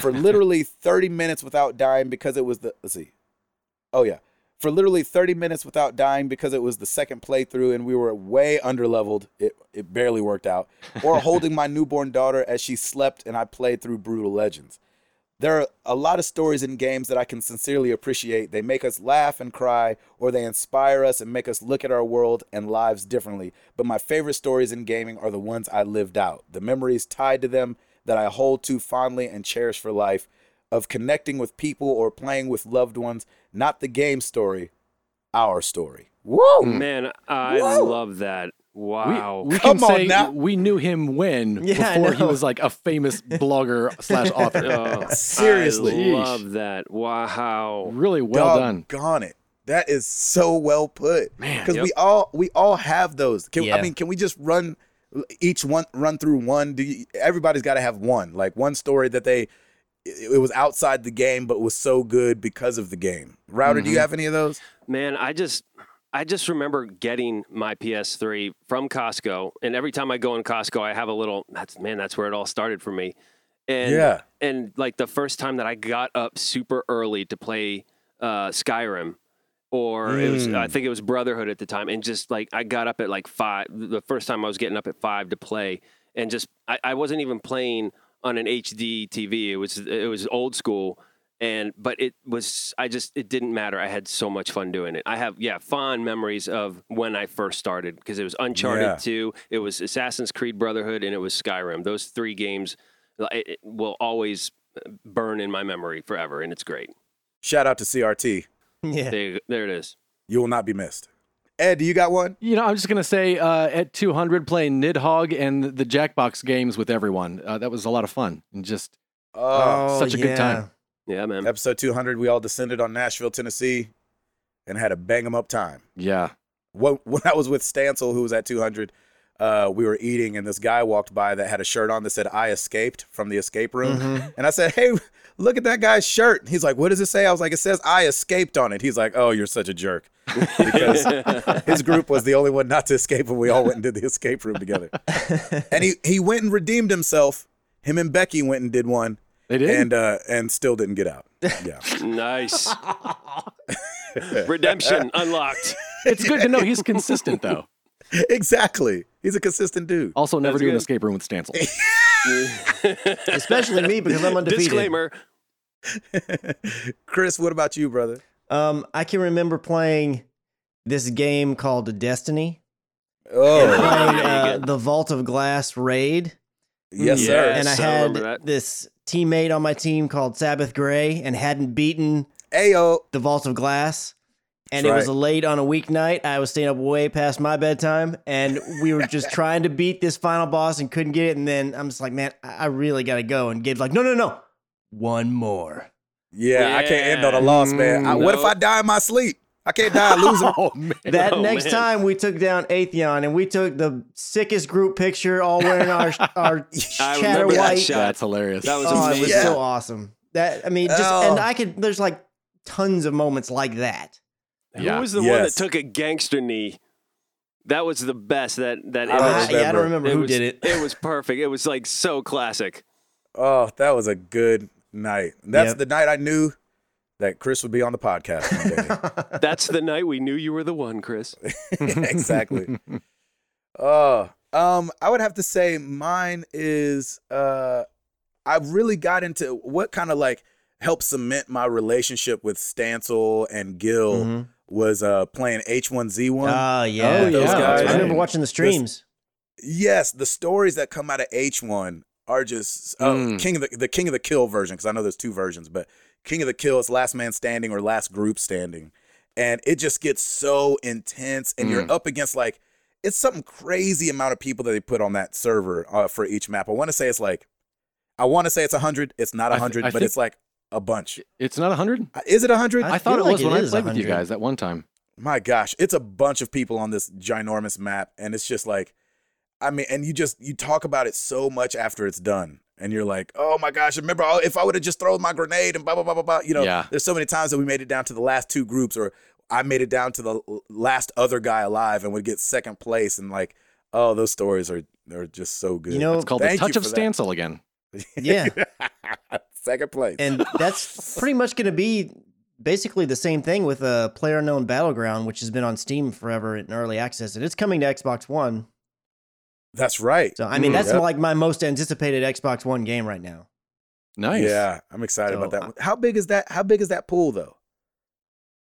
A: for literally 30 minutes without dying because it was the let's see. Oh yeah. For literally 30 minutes without dying because it was the second playthrough and we were way underleveled. It it barely worked out. Or holding my newborn daughter as she slept and I played through Brutal Legends. There are a lot of stories in games that I can sincerely appreciate. They make us laugh and cry, or they inspire us and make us look at our world and lives differently. But my favorite stories in gaming are the ones I lived out, the memories tied to them that I hold to fondly and cherish for life, of connecting with people or playing with loved ones, not the game story, our story. Woo!
B: Man, I
A: Hmm. Whoa.
B: love that.
C: We,
B: Wow.
C: Mm. we
A: Come
C: can
A: on
C: say
A: now.
C: we knew him when
D: Yeah, I
C: before he
D: know.
C: was like a famous blogger slash author.
B: Oh,
A: Seriously.
B: I love that. Wow.
C: Really well done.
A: Gone it. That is so well put.
C: Man.
A: because
B: Yep.
A: we all we all have those. Can, I
D: Yeah.
A: mean, can we just run each one run through one? Do you, everybody's got to have one like one story that they it, it was outside the game but was so good because of the game. Router, do you have any of those?
B: Man, I just I just remember getting my PS3 from Costco, and every time I go in Costco, I have a little. That's man, that's where it all started for me. And
A: Yeah.
B: and like the first time that I got up super early to play uh, Skyrim, or it was I think it was Brotherhood at the time, and just like I got up at like five. The first time I was getting up at five to play, and just I, I wasn't even playing on an HD TV. It was it was old school, and but it was I just it didn't matter. I had so much fun doing it. I have yeah fond memories of when I first started because it was Uncharted
A: Yeah.
B: two, it was Assassin's Creed Brotherhood, and it was Skyrim. Those three games like, it, it will always uh, burn in my memory forever, and it's great.
A: Shout out to CRT.
D: yeah.
B: There, there it is.
A: You will not be missed. Ed, do you got one?
C: You know, I'm just gonna say uh, at 200 playing Nidhogg and the Jackbox games with everyone. Uh, that was a lot of fun and just
D: Um,
A: Uh,
C: Oh, such
D: Oh,
C: a good time.
B: Yeah, man.
A: episode 200 we all descended on Nashville, Tennessee and had a bang 'em up time.
C: yeah.
A: when, when I was with Stancil, who was at 200, uh, we were eating, and this guy walked by that had a shirt on that said "I escaped" from the escape room, and I said, "Hey, look at that guy's shirt." And he's like, "What does it say?" I was like, "It says I escaped on it." He's like, "Oh, you're such a jerk," because his group was the only one not to escape, and we all went and did the escape room together. And he he went and redeemed himself. Him and Becky went and did one,
C: They did.
A: and uh, and still didn't get out. Yeah,
B: nice. Redemption unlocked.
C: it's good to know he's consistent though.
A: exactly. He's a consistent dude.
C: Also, never
B: That's
C: do an
B: good.
C: escape room with Stancil.
D: Especially me because I'm undefeated.
B: Disclaimer.
A: Chris, what about you, brother?
D: Um, I can remember playing this game called Destiny,
A: Oh,
D: playing
B: yeah,
D: uh, the Vault of Glass raid,
A: yes, sir.
B: Yes,
D: and I
B: I remember
D: had
B: that.
D: this teammate on my team called Sabbath Gray, and hadn't beaten
A: Ayo.
D: the Vault of Glass. And
A: That's
D: it was
A: right.
D: late on a weeknight. I was staying up way past my bedtime, and we were just trying to beat this final boss and couldn't get it. And then I'm just like, man, I I really got to go. And Gabe's like, no, no, no, one more.
A: Yeah, I can't end on a loss, man. I, What if I die in my sleep? I can't die losing.
C: oh man.
D: That
B: Oh,
D: next
B: man.
D: time we took down Atheon and we took the sickest group picture, all wearing our our
B: I
D: chatter
B: remember that
D: white.
B: shot.
C: That's hilarious.
B: That was
D: oh, it
B: amazing.
D: was
A: Yeah.
D: so awesome. That I mean, just
A: Oh.
D: and I could. There's like tons of moments like that.
C: Yeah.
B: Who was the one that
A: Yes.
B: took a gangster knee? That was the best. That that
A: I don't
B: image.
D: I, yeah, I don't
A: remember.
D: remember who
B: was,
D: did it.
B: It was perfect. It was like so classic.
A: Oh, that was a good night. That's
D: Yep.
A: the night I knew that Chris would be on the podcast. One
B: That's the night we knew you were the one, Chris.
A: day. exactly. Oh, Um, I would have to say mine is uh I've really got into what kind of like helped cement my relationship with Stancil and Gil
D: Mhm.
A: was uh playing H1Z1.
D: Oh yeah,
A: those
D: yeah.
A: guys.
D: I remember
C: Right.
D: watching the streams.
A: yes, the stories that come out of H1 are just uh,
C: Mm.
A: King of the, the King of the Kill version because I know there's two versions, but King of the Kill is Last Man Standing or Last Group Standing, and it just gets so intense, and
C: Mm.
A: you're up against like it's something crazy amount of people that they put on that server uh, for each map. I want to say it's like I want to say it's hundred. It's not
C: I thi-
A: hundred,
C: I
A: but
C: think-
A: it's like a bunch.
C: It's not 100?
A: Uh, Is it hundred?
C: I,
D: I
C: thought
D: feel
C: it
D: like
C: was
D: it
C: when I
D: is
C: played with you
D: 100.
C: guys that one time.
A: my gosh, it's a bunch of people on this ginormous map, and it's just like, I mean, and you just you talk about it so much after it's done, and you're like, oh my gosh, remember all, if I would have just thrown my grenade and blah blah blah blah blah, you know,
C: Yeah.
A: there's so many times that we made it down to the last two groups, or I made it down to the l- last other guy alive and would get second place, and like, oh, those stories are are just so good.
D: You know,
C: It's called
A: Thank
C: the
A: you
C: Touch of
A: for that.
C: Stancil again.
D: yeah,
A: second place.
D: and that's pretty much going to be basically the same thing with a uh, player known battleground, which has been on Steam forever in early access, and it's coming to Xbox One.
A: That's right.
D: So I mean,
C: Mm.
D: that's
A: Yep.
D: like my most anticipated Xbox One game right now.
C: Nice.
A: Yeah, I'm excited
D: So
A: about that
D: I-
A: one. How big is that? How big is that pool though?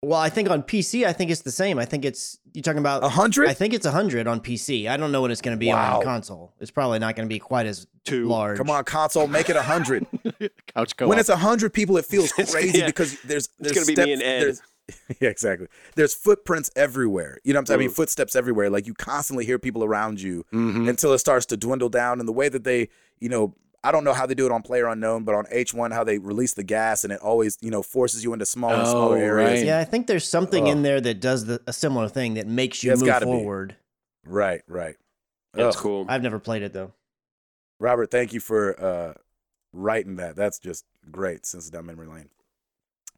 D: Well, I think on PC, I think it's the same. I think it's you're talking about.
A: A hundred?
D: I think it's hundred on PC. I don't know what it's going to be
A: Wow.
D: on console. It's probably not going to be quite as
B: Two.
D: large.
A: Come on, console, make it a hundred.
C: Couch co
A: when it's a hundred people, it feels crazy
B: yeah.
A: because there's there's
B: It's gonna be me
A: steps,
B: and Ed.
A: there's- yeah, exactly. There's footprints everywhere. You know what I'm saying? I mean,
B: Mm.
A: footsteps everywhere. Like you constantly hear people around you
B: Mm-hmm.
C: hmm
A: until it starts to dwindle down. And the way that they, you know, I don't know how they do it on Player Unknown, but on H1, how they release the gas and it always, you know, forces you into smaller and smaller
C: Oh,
A: areas.
C: right.
D: Yeah, I think there's something
A: Ugh.
D: in there that does the, a similar thing that makes you
A: It's
D: move
A: gotta be.
D: forward.
A: Right, right.
B: That's
A: Ugh.
B: cool.
D: I've never played it though.
A: Robert, thank you for uh writing that. That's just great since down memory lane.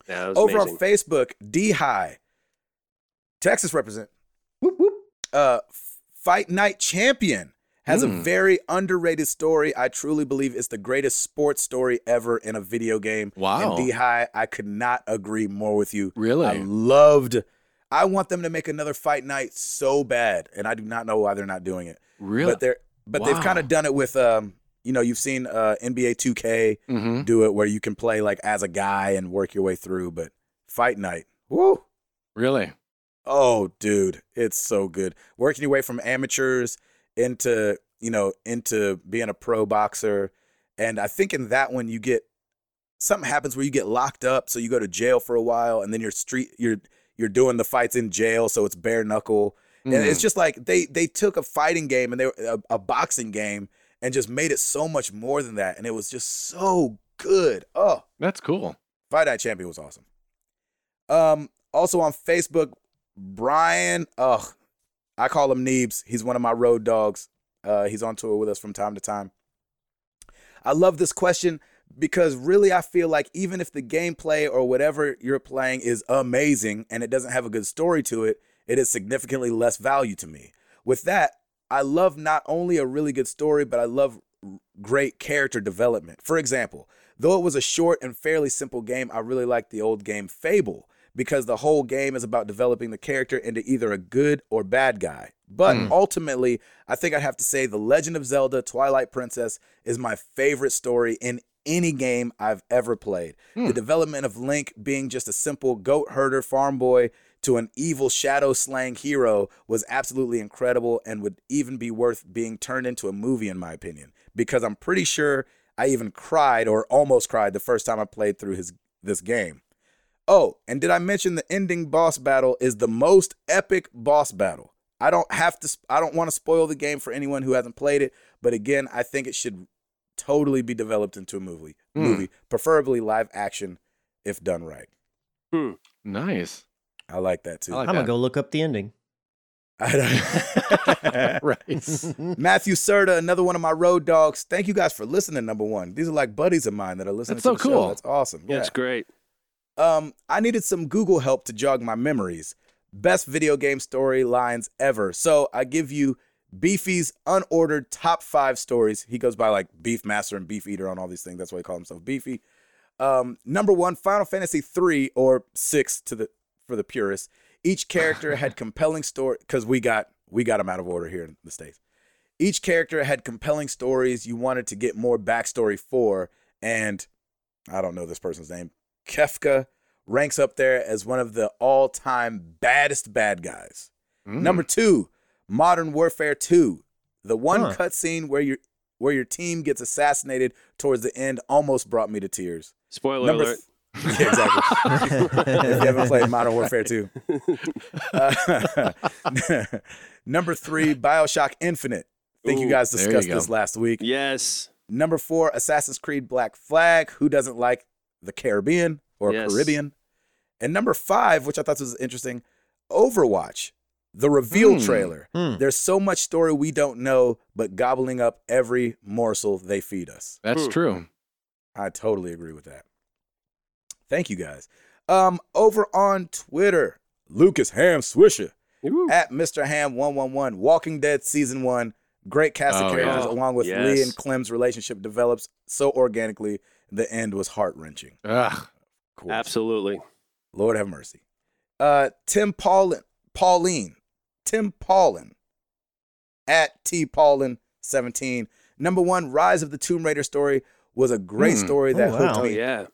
B: Yeah, that was
A: Over
B: amazing.
A: on Facebook, D High, Texas represent.
D: Whoop, whoop.
A: uh, F- Fight Night Champion has a
C: Mm.
A: very underrated story. I truly believe it's the greatest sports story ever in a video game.
C: Wow.
A: And D High, I could not agree more with you.
C: Really?
A: I loved. I want them to make another Fight Night so bad, and I do not know why they're not doing it.
C: really?
A: But they're but they've
C: Wow.
A: kind of done it with um. You know, you've seen uh, NBA 2K
C: hmm
A: do it where you can play like as a guy and work your way through, but Fight Night, woo,
C: Really?
A: Oh, dude, it's so good. Working your way from amateurs into, you know, into being a pro boxer. And I think in that one you get something happens where you get locked up, so you go to jail for a while and then you're street you're you're doing the fights in jail, so it's bare knuckle.
C: Mm.
A: And it's just like they they took a fighting game and they a, a boxing game and just made it so much more than that and it was just so good. Oh,
C: That's cool.
A: Fight Night Champion was awesome. Um, also on Facebook, Brian, ugh, I call him Neebs. He's one of my road dogs. Uh, he's on tour with us from time to time. I love this question because really I feel like even if the gameplay or whatever you're playing is amazing and it doesn't have a good story to it, it is significantly less value to me. With that, I love not only a really good story, but I love great character development. For example, though it was a short and fairly simple game, I really liked the old game Fable because the whole game is about developing the character into either a good or bad guy. But ultimately, I think I'd have to say The Legend of Zelda Twilight Princess is my favorite story in any game I've ever played. The development of Link being just a simple goat herder farm boy to an evil shadow slaying hero was absolutely incredible and would even be worth being turned into a movie, in my opinion, because I'm pretty sure I even cried or almost cried the first time I played through his this game. Oh, and did I mention the ending boss battle is the most epic boss battle? I don't have to sp- I don't want to spoil the game for anyone who hasn't played it, but again, I think it should totally be developed into a movie.
C: Hmm.
A: Movie, preferably live action if done right.
C: Nice.
A: I like that too.
C: I like
D: I'm
C: that.
D: gonna go look up the ending.
A: I don't-
C: right.
A: Matthew Serta, another one of my road dogs. Thank you guys for listening. Number one, these are like buddies of mine that are listening.
C: That's
A: to
C: so
A: the show.
C: cool.
A: That's awesome.
B: That's great.
A: Um, I needed some Google help to jog my memories. Best video game storylines ever. So I give you Beefy's unordered top five stories. He goes by like Beef Master and Beef Eater on all these things. That's why he calls himself Beefy. Um, number one, Final Fantasy three or six to the for the purists. Each character had compelling story because we got we got them out of order here in the states. each character had compelling stories you wanted to get more backstory for. And I don't know this person's name. Kefka ranks up there as one of the all time baddest bad guys.
C: Mm.
A: Number two, Modern Warfare 2. The one
D: Huh.
A: cutscene where your where your team gets assassinated towards the end almost brought me to tears.
B: Spoiler
A: Number
B: alert.
A: th- yeah, exactly. if you haven't played Modern Warfare 2. Uh, number three, Bioshock Infinite. I think you
B: Ooh,
A: guys
C: there you
A: discussed
C: go.
A: this last week.
B: yes.
A: Number four, Assassin's Creed Black Flag. Who doesn't like the Caribbean or
B: Yes.
A: Caribbean? And number five, which I thought was interesting, Overwatch, the reveal
C: Hmm.
A: trailer.
D: Hmm.
A: There's so much story we don't know, but gobbling up every morsel they feed us.
C: That's
B: Hmm.
C: true.
A: I totally agree with that. Thank you guys. Um, over on Twitter, Lucas Ham Swisher
B: Ooh.
A: at Mr. Ham 111, Walking Dead Season 1. Great cast
C: Oh,
A: of characters,
B: yeah.
A: along with
B: Yes.
A: Lee and Clem's relationship develops so organically, the end was heart wrenching.
C: Ugh.
A: Cool.
B: Absolutely.
A: Lord have mercy. Uh, Tim Paulin, Pauline, Tim Paulin, at T Paulin 17. Number one, Rise of the Tomb Raider story was a great
C: Hmm.
A: story
D: Oh,
A: that hooked
D: wow.
B: Oh
A: me.
B: yeah.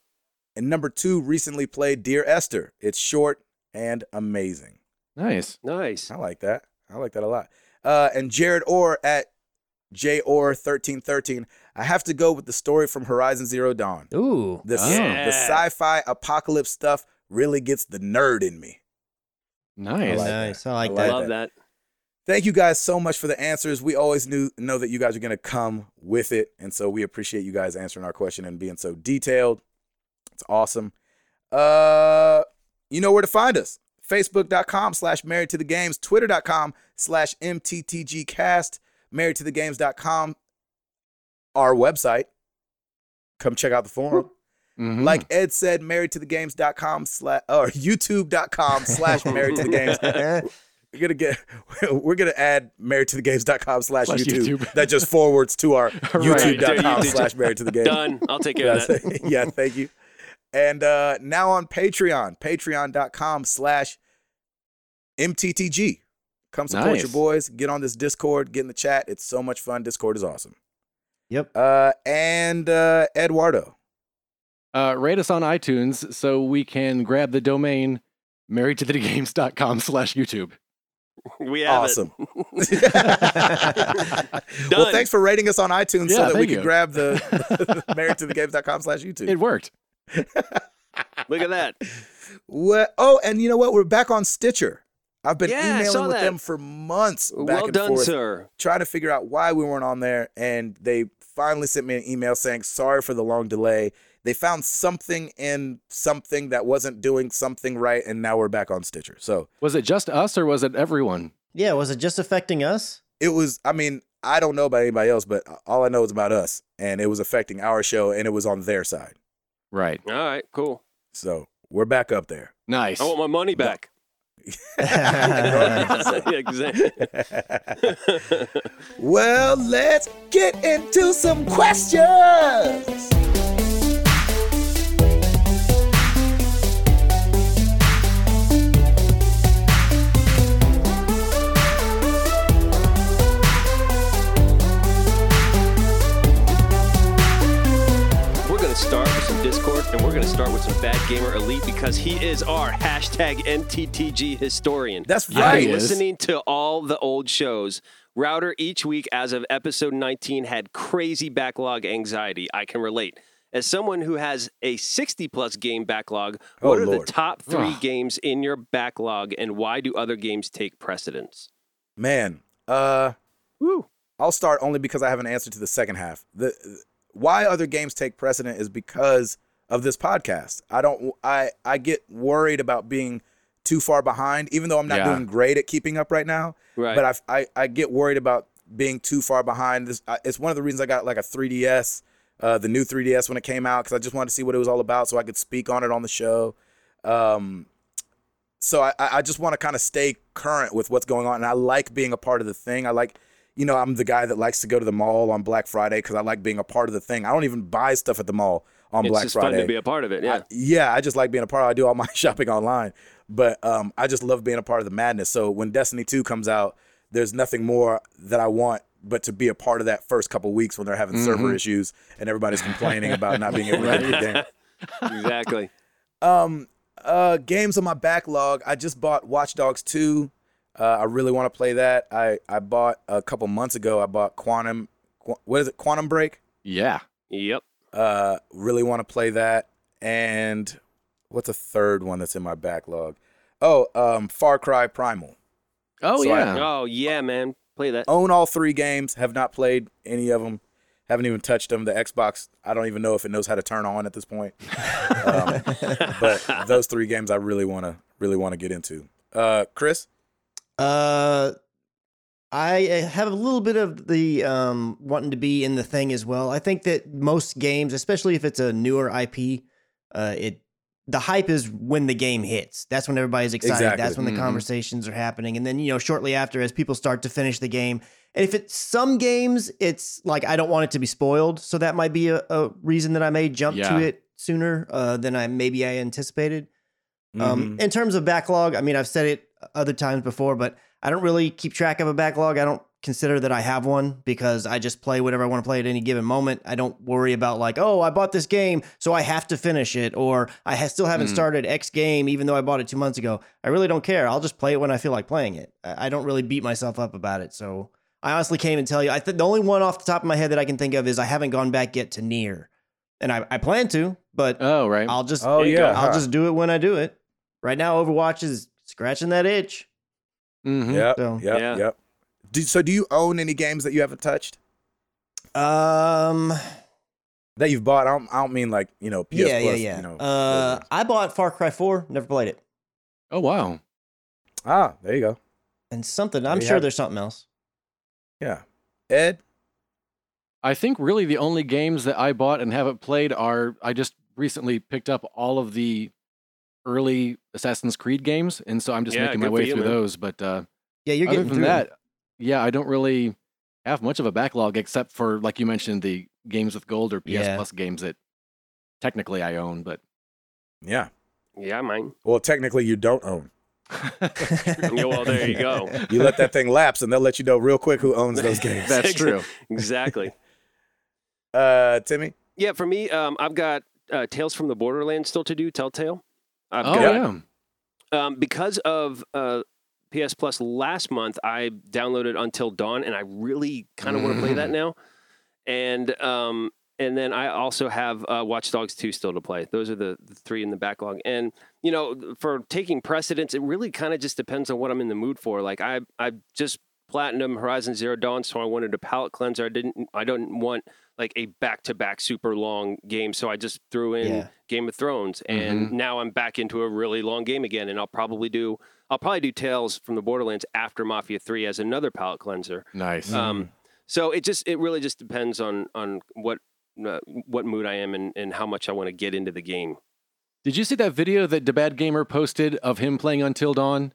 A: And number two, recently played Dear Esther. It's short and amazing.
C: Nice.
B: Nice.
A: I like that. I like that a lot. Uh, and Jared Orr at J Orr thirteen thirteen. I have to go with the story from Horizon Zero Dawn.
D: Ooh.
A: The,
C: Oh.
A: the sci-fi apocalypse stuff really gets the nerd in me. I
C: Nice.
A: like that.
D: nice. I like
A: I
D: that.
B: Love that.
A: Thank you guys so much for the answers. We always knew know that you guys are gonna come with it, and so we appreciate you guys answering our question and being so detailed. It's awesome. Uh, you know where to find us. Facebook.com slash married to the games, twitter.com slash mttgcast, married to the games.com, our website. Come check out the forum.
C: Mhm.
A: Like Ed said, married to the games.com slash or youtube.com slash married to the games.
D: Eh,
A: We're gonna get we're gonna add married to the games.com slash
C: Slash
A: YouTube.
C: YouTube.
A: That just forwards to our
B: There
A: youtube.com
B: you do.
A: slash married to the games.
B: Done. I'll take care
A: Yeah,
B: of that.
A: yeah, thank you. And uh now on Patreon, patreon.com slash MTTG. Come support
C: Nice.
A: your boys. Get on this Discord, get in the chat. It's so much fun. Discord is awesome.
D: Yep.
A: Uh and uh Eduardo.
C: Uh, rate us on iTunes so we can grab the domain marriedtothegames.com slash YouTube.
B: We have
A: Awesome.
B: it.
A: Well,
B: Done.
A: thanks for rating us on iTunes so
C: Yeah,
A: that we
C: thank
A: can
C: you.
A: grab the married to the games.com slash YouTube.
C: It worked.
B: Look at that.
A: What? Oh, and you know what? We're back on Stitcher. I've been
B: Yeah, I
A: emailing
B: saw
A: with
B: that.
A: them for months, back
B: well
A: and
B: done,
A: forth,
B: sir.
A: trying to figure out why we weren't on there. And they finally sent me an email saying, "Sorry for the long delay." They found something in something that wasn't doing something right, and now we're back on Stitcher. So
C: Was it just us or was it everyone?
D: yeah. Was it just affecting us?
A: it was. I mean, I don't know about anybody else, but uh, all I know is about us, and it was affecting our show, and it was on their side.
C: Right.
B: All right. Cool.
A: So we're back up there.
C: Nice.
B: I want Oh, my money back.
A: Yeah.
B: Yeah, exactly.
A: Well, let's get into some questions.
B: We're going to start with some Discord and we're going to start with some Bad Gamer Elite because he is our hashtag MTTG historian.
A: That's
C: Yeah,
A: right.
C: he
B: You're
C: is.
B: listening to all the old shows. Router each week as of episode 19 had crazy backlog anxiety. I can relate. As someone who has a 60 plus game backlog,
A: Oh,
B: what are
A: Lord. Ah.
B: the top three
C: Ugh.
B: games in your backlog and why do other games take precedence?
A: Man, uh,
B: Woo.
A: I'll start only because I have an answer to the second half. The why other games take precedent is because of this podcast. I don't I I get worried about being too far behind even though I'm not
C: Yeah.
A: doing great at keeping up right now,
B: Right.
A: but I've- I, I I get worried about being too far behind. This I, it's one of the reasons I got like a 3DS, uh, the new 3DS when it came out cuz I just wanted to see what it was all about so I could speak on it on the show. Um, so I, I I just want to kind of stay current with what's going on, and I like being a part of the thing. I like, you know, I'm the guy that likes to go to the mall on Black Friday because I like being a part of the thing. I don't even buy stuff at the mall on
B: it's
A: Black
B: just
A: Friday.
B: fun to be a part of it. Yeah.
A: I, yeah, I just like being a part. I do all my shopping online, but um, I just love being a part of the madness. So when Destiny Two comes out, there's nothing more that I want but to be a part of that first couple weeks when they're having server
C: Mhm.
A: issues and everybody's complaining about not being able to get the game.
B: exactly.
A: Um, uh, games on my backlog. I just bought Watch Dogs 2. Uh, I really want to play that. I, I bought a couple months ago. I bought Quantum. Qu- what is it? Quantum Break.
C: Yeah.
B: Yep.
A: Uh, really want to play that. And what's a third one that's in my backlog? Oh, um, Far Cry Primal.
C: Oh
A: So I-
C: yeah.
B: Oh yeah, man. Play that.
A: Own all three games. Have not played any of them. Haven't even touched them. The Xbox. I don't even know if it knows how to turn on at this point. Um, but those three games I really want to really want to get into. Uh, Chris.
D: Uh, I uh, have a little bit of the um, wanting to be in the thing as well. I think that most games, especially if it's a newer IP, uh, it the hype is when the game hits. That's when everybody's excited.
A: Exactly.
D: That's when the
C: Mhm.
D: conversations are happening. And then you know, shortly after, as people start to finish the game, and if it's some games, it's like I don't want it to be spoiled. So that might be a, a reason that I may jump
C: Yeah.
D: to it sooner uh, than I maybe I anticipated.
B: Mm-hmm.
D: Um, in terms of backlog, I mean, I've said it other times before, but I don't really keep track of a backlog. I don't consider that I have one because I just play whatever I want to play at any given moment. I don't worry about like, oh, I bought this game, so I have to finish it, or I ha- still haven't
C: Mm.
D: started X game even though I bought it two months ago. I really don't care. I'll just play it when I feel like playing it. I I don't really beat myself up about it. So I honestly can't even tell you. I think the only one off the top of my head that I can think of is I haven't gone back yet to near, and I, I plan to, but
C: Oh right.
D: I'll just
A: Oh
B: There you go.
A: yeah.
D: I'll just do it when I do it. Right now, Overwatch is scratching that itch.
C: Mhm.
A: Yep.
D: So-
A: Yep.
B: Yeah.
A: Yep. Do, so do you own any games that you haven't touched
D: Um,
A: that you've bought? I don't, I don't mean like you know PS
D: yeah, yeah,
A: Plus.
D: yeah.
A: You know,
D: uh, I bought Far Cry 4, never played it,
C: Oh wow.
A: ah, there you go.
D: and something. I'm
A: There you
D: sure
A: have it.
D: there's something else.
A: Yeah. Ed.
C: I think really the only games that I bought and haven't played are I just recently picked up all of the early Assassin's Creed games, and so I'm just
B: Yeah,
C: making
B: good
C: my
B: for
C: way
B: you,
C: through
B: man.
C: those. But uh,
D: Yeah, you're
C: other
D: getting
C: than
D: through
C: that,
D: it.
C: yeah, I don't really have much of a backlog except for like you mentioned the games with gold or PS
D: Yeah.
C: Plus games that technically I own, but
A: Yeah.
B: Yeah, mine.
A: Well, technically, you don't own.
B: Yeah, well, there you go.
A: You let that thing lapse, and they'll let you know real quick who owns those games.
C: that's true.
B: Exactly.
A: Uh, Timmy.
B: Yeah, for me, um, I've got uh, Tales from the Borderlands still to do. Telltale. I've
C: Oh
B: got
C: yeah.
B: um, because of uh, PS Plus last month, I downloaded Until Dawn, and I really kind of want to play that now. And um, and then I also have uh, Watch Dogs Two still to play. Those are the, the three in the backlog. And you know, for taking precedence, it really kind of just depends on what I'm in the mood for. Like I I just platinum Horizon Zero Dawn, so I wanted a palate cleanser. I didn't I don't want like a back to back super long game, so I just threw in.
D: Yeah.
B: Game of Thrones,
C: Mm-hmm.
B: and now I'm back into a really long game again, and I'll probably do I'll probably do Tales from the Borderlands after Mafia Three as another palate cleanser.
C: Nice.
B: Um, so it just it really just depends on on what uh, what mood I am and, and how much I want to get into the game.
C: Did you see that video that Debad Gamer posted of him playing Until Dawn?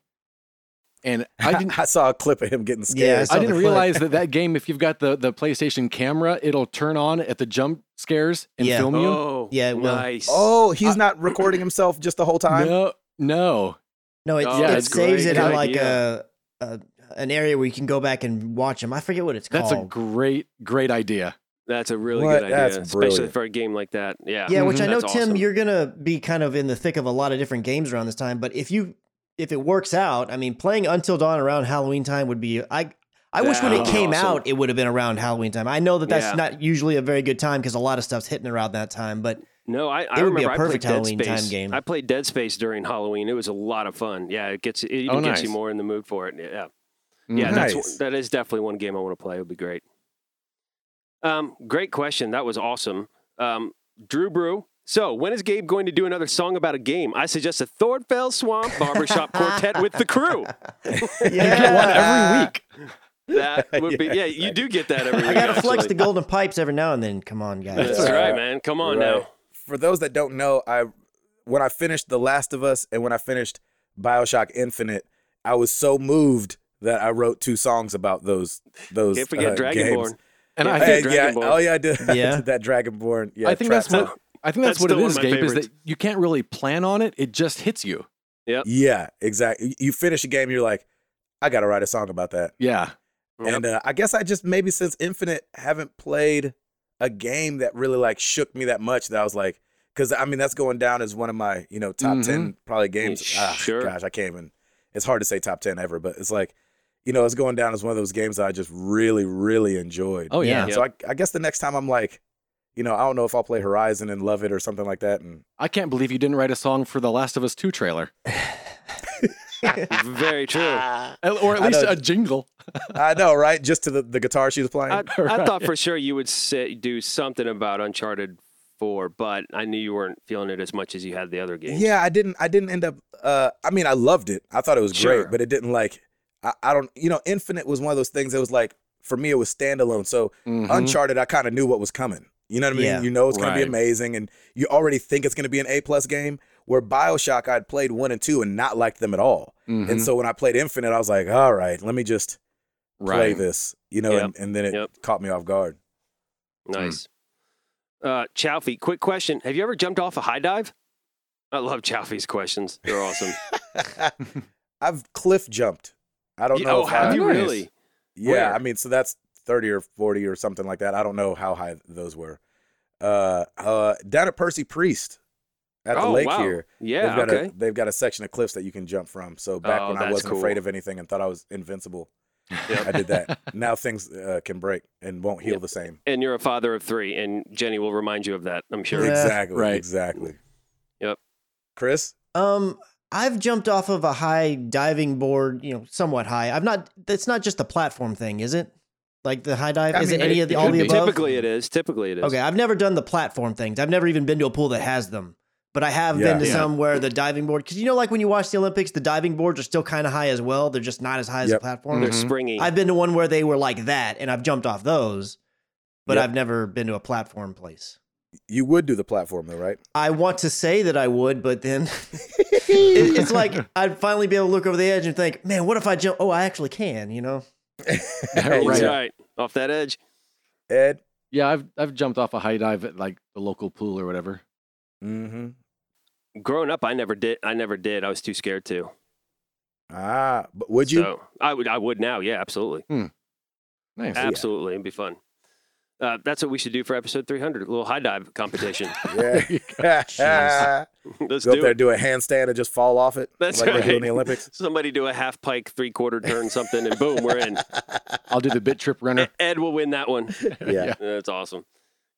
C: And I didn't
A: I saw a clip of him getting
D: Yeah, I
A: scared.
D: saw
C: I
D: the
C: didn't
D: clip.
C: realize that that game, if you've got the, the PlayStation camera, it'll turn on at the jump scares and
D: Yeah.
C: film you.
B: Oh,
D: Yeah, it will.
B: nice.
A: oh, he's not recording himself just the whole time.
C: no, no.
D: No, it,
B: Oh,
D: it
C: that's
D: saves
B: great.
D: it in
B: Good
D: like
B: idea.
D: a, a an area where you can go back and watch them. I forget what it's
C: That's a
D: called.
C: great, great idea.
B: that's a really
A: What?
B: good idea,
A: That's
B: especially
A: brilliant.
B: for a game like that. Yeah, Mm-hmm.
D: yeah, which
C: Mhm.
D: I know,
B: That's
D: Tim,
B: awesome.
D: you're gonna be kind of in the thick of a lot of different games around this time. But if you if it works out, I mean, playing Until Dawn around Halloween time would be I. I wish when
B: That
D: it
B: would be
D: came
B: awesome.
D: out, it would have been around Halloween time. I know that that's
B: Yeah.
D: not usually a very good time because a lot of stuff's hitting around that time. But
B: No, I, I
D: It would
B: remember
D: be a
B: I
D: perfect
B: played
D: Halloween
B: Dead
D: time
B: Space.
D: game.
B: I played Dead Space during Halloween. It was a lot of fun. Yeah, it gets it even
C: Oh,
B: gets you
C: nice.
B: more in the mood for it. Yeah. Yeah,
C: Mm-hmm.
A: Mhm.
B: that's
A: Nice.
B: that is definitely one game I want to play. It would be great. Um, great question. That was awesome. Um, Drew Brew. So, when is Gabe going to do another song about a game? I suggest a Thordfell Swamp Barbershop Quartet with the crew.
C: You get one every week.
B: That would be,
A: Yeah,
B: yeah, you do get that every week.
D: I gotta flex the
B: actually.
D: golden pipes every now and then. Come on, guys.
B: That's right, man. Come on
A: Right.
B: now.
A: For those that don't know, I when I finished The Last of Us and when I finished Bioshock Infinite, I was so moved that I wrote two songs about those those
B: Can't forget
A: uh,
B: Dragonborn.
A: games.
C: And I
B: Yeah.
C: think,
A: Hey, yeah,
B: Dragonborn.
A: oh yeah, I did. I
D: Yeah.
A: did that Dragonborn. Yeah,
C: I think
A: trap
C: that's what
A: song.
C: I think
B: That's
C: that's, what it
B: still one
C: is,
B: of my
C: Gabe. Is
B: favorites.
C: that you can't really plan on it; it just hits you.
B: Uh,
A: Yeah, exactly. You finish a game, you're like, I gotta write a song about that.
C: Yeah,
B: Yep.
A: And uh, I guess I just maybe since Infinite haven't played a game that really like shook me that much that I was like, because I mean that's going down as one of my you know top
C: Mhm.
A: ten probably games.
B: Mm-hmm. Yeah,
A: Ah,
B: sure.
A: Gosh, I can't even. It's hard to say top ten ever, but it's like, you know, it's going down as one of those games that I just really, really enjoyed.
C: Oh yeah.
D: Yeah.
A: So I, I guess the next time I'm like, you know, I don't know if I'll play Horizon and love it or something like that. And
C: I can't believe you didn't write a song for the Last of Us Two trailer,
B: Very true.
C: or at
A: I
C: least
A: know.
C: a jingle.
A: I know, right? Just to the, the guitar she was playing.
B: I, I
C: Right.
B: thought for sure you would say, do something about Uncharted 4, but I knew you weren't feeling it as much as you had the other games.
A: Yeah, I didn't. I didn't end up. Uh, I mean, I loved it. I thought it was
B: Sure.
A: great, but it didn't like. I, I don't. You know, Infinite was one of those things that was like for me, it was standalone. So
C: Mhm.
A: Uncharted, I kind of knew what was coming. You know what I mean?
D: Yeah.
A: You know it's gonna be
B: Mm-hmm. Right.
A: amazing, and you already think it's gonna be an A plus game. Where Bioshock, I'd played one and two and not liked them at all,
C: Mhm.
B: Mm-hmm.
A: and so when I played Infinite, I was like, all right, let me just play
C: right.
A: this. You know,
B: Yep.
A: and, and then it
B: Yep.
A: caught me off guard. Mm.
B: Nice. Uh, Chowfee, quick question. Have you ever jumped off a high dive? I love Chowfee's questions. They're awesome.
A: I've cliff jumped. I don't know.
B: oh,
A: if
B: have
A: I,
B: you
C: Nice.
B: really?
A: Yeah,
B: Where?
A: I mean, so that's thirty or forty or something like that. I don't know how high those were. Uh, uh, down at Percy Priest at the
B: oh,
A: lake
B: wow.
A: here,
B: Yeah,
A: they've got
B: okay.
A: a they've got a section of cliffs that you can jump from. So back
B: Oh,
A: when I
B: that's
A: wasn't
B: cool.
A: afraid of anything and thought I was invincible,
B: Yep.
A: I did that. now things uh, can break and won't heal
B: Yep.
A: the same.
B: and you're a father of three, and Jenny will remind you of that, I'm sure.
D: Yeah.
A: Exactly.
C: Right.
A: Exactly.
B: Yep.
A: Chris.
D: Um, I've jumped off of a high diving board, you know, somewhat high. I've not. That's not just the platform thing, is it? Like the high dive?
A: I
D: is
A: mean,
D: it any
C: it-
D: of the
C: it
D: all
C: could
D: the
C: be.
D: above?
B: Typically it is. Typically it is.
D: Okay, I've never done the platform things. I've never even been to a pool that has them. But I have
A: Yeah.
D: been to
C: Yeah.
D: some where the diving board, because you know, like when you watch the Olympics, the diving boards are still kind of high as well. They're just not as high as
A: Yep.
D: the platform.
B: They're
C: Mhm.
A: Mm-hmm.
B: springy.
D: I've been to one where they were like that, and I've jumped off those, but
A: Yep.
D: I've never been to a platform place.
A: You would do the platform though, right?
D: I want to say that I would, but then it- it's like I'd finally be able to look over the edge and think, man, what if I jump? Oh, I actually can, you know?
B: That's
C: Right.
B: right. Off that edge.
A: Ed.
C: Yeah, I've I've jumped off a high dive at like the local pool or whatever.
A: Mm-hmm.
B: Growing up, I never did. I never did. I was too scared to.
A: Ah, but would you?
B: So I would. I would now. Yeah, absolutely.
C: Nice.
A: Yeah.
B: Absolutely, it'd be fun. Uh, that's what we should do for episode 300. A little high dive competition.
A: Yeah.
C: There you go.
D: Jeez.
B: Let's
A: go up
B: do
A: there,
B: it.
A: do a handstand, and just fall off it.
B: That's
A: like they do in
B: right.
A: the Olympics.
B: Somebody do a half pike, three quarter turn, something, and boom, we're in. E-,
C: I'll do the bit trip runner.
B: Ed will win that one.
A: Yeah.
B: That's awesome.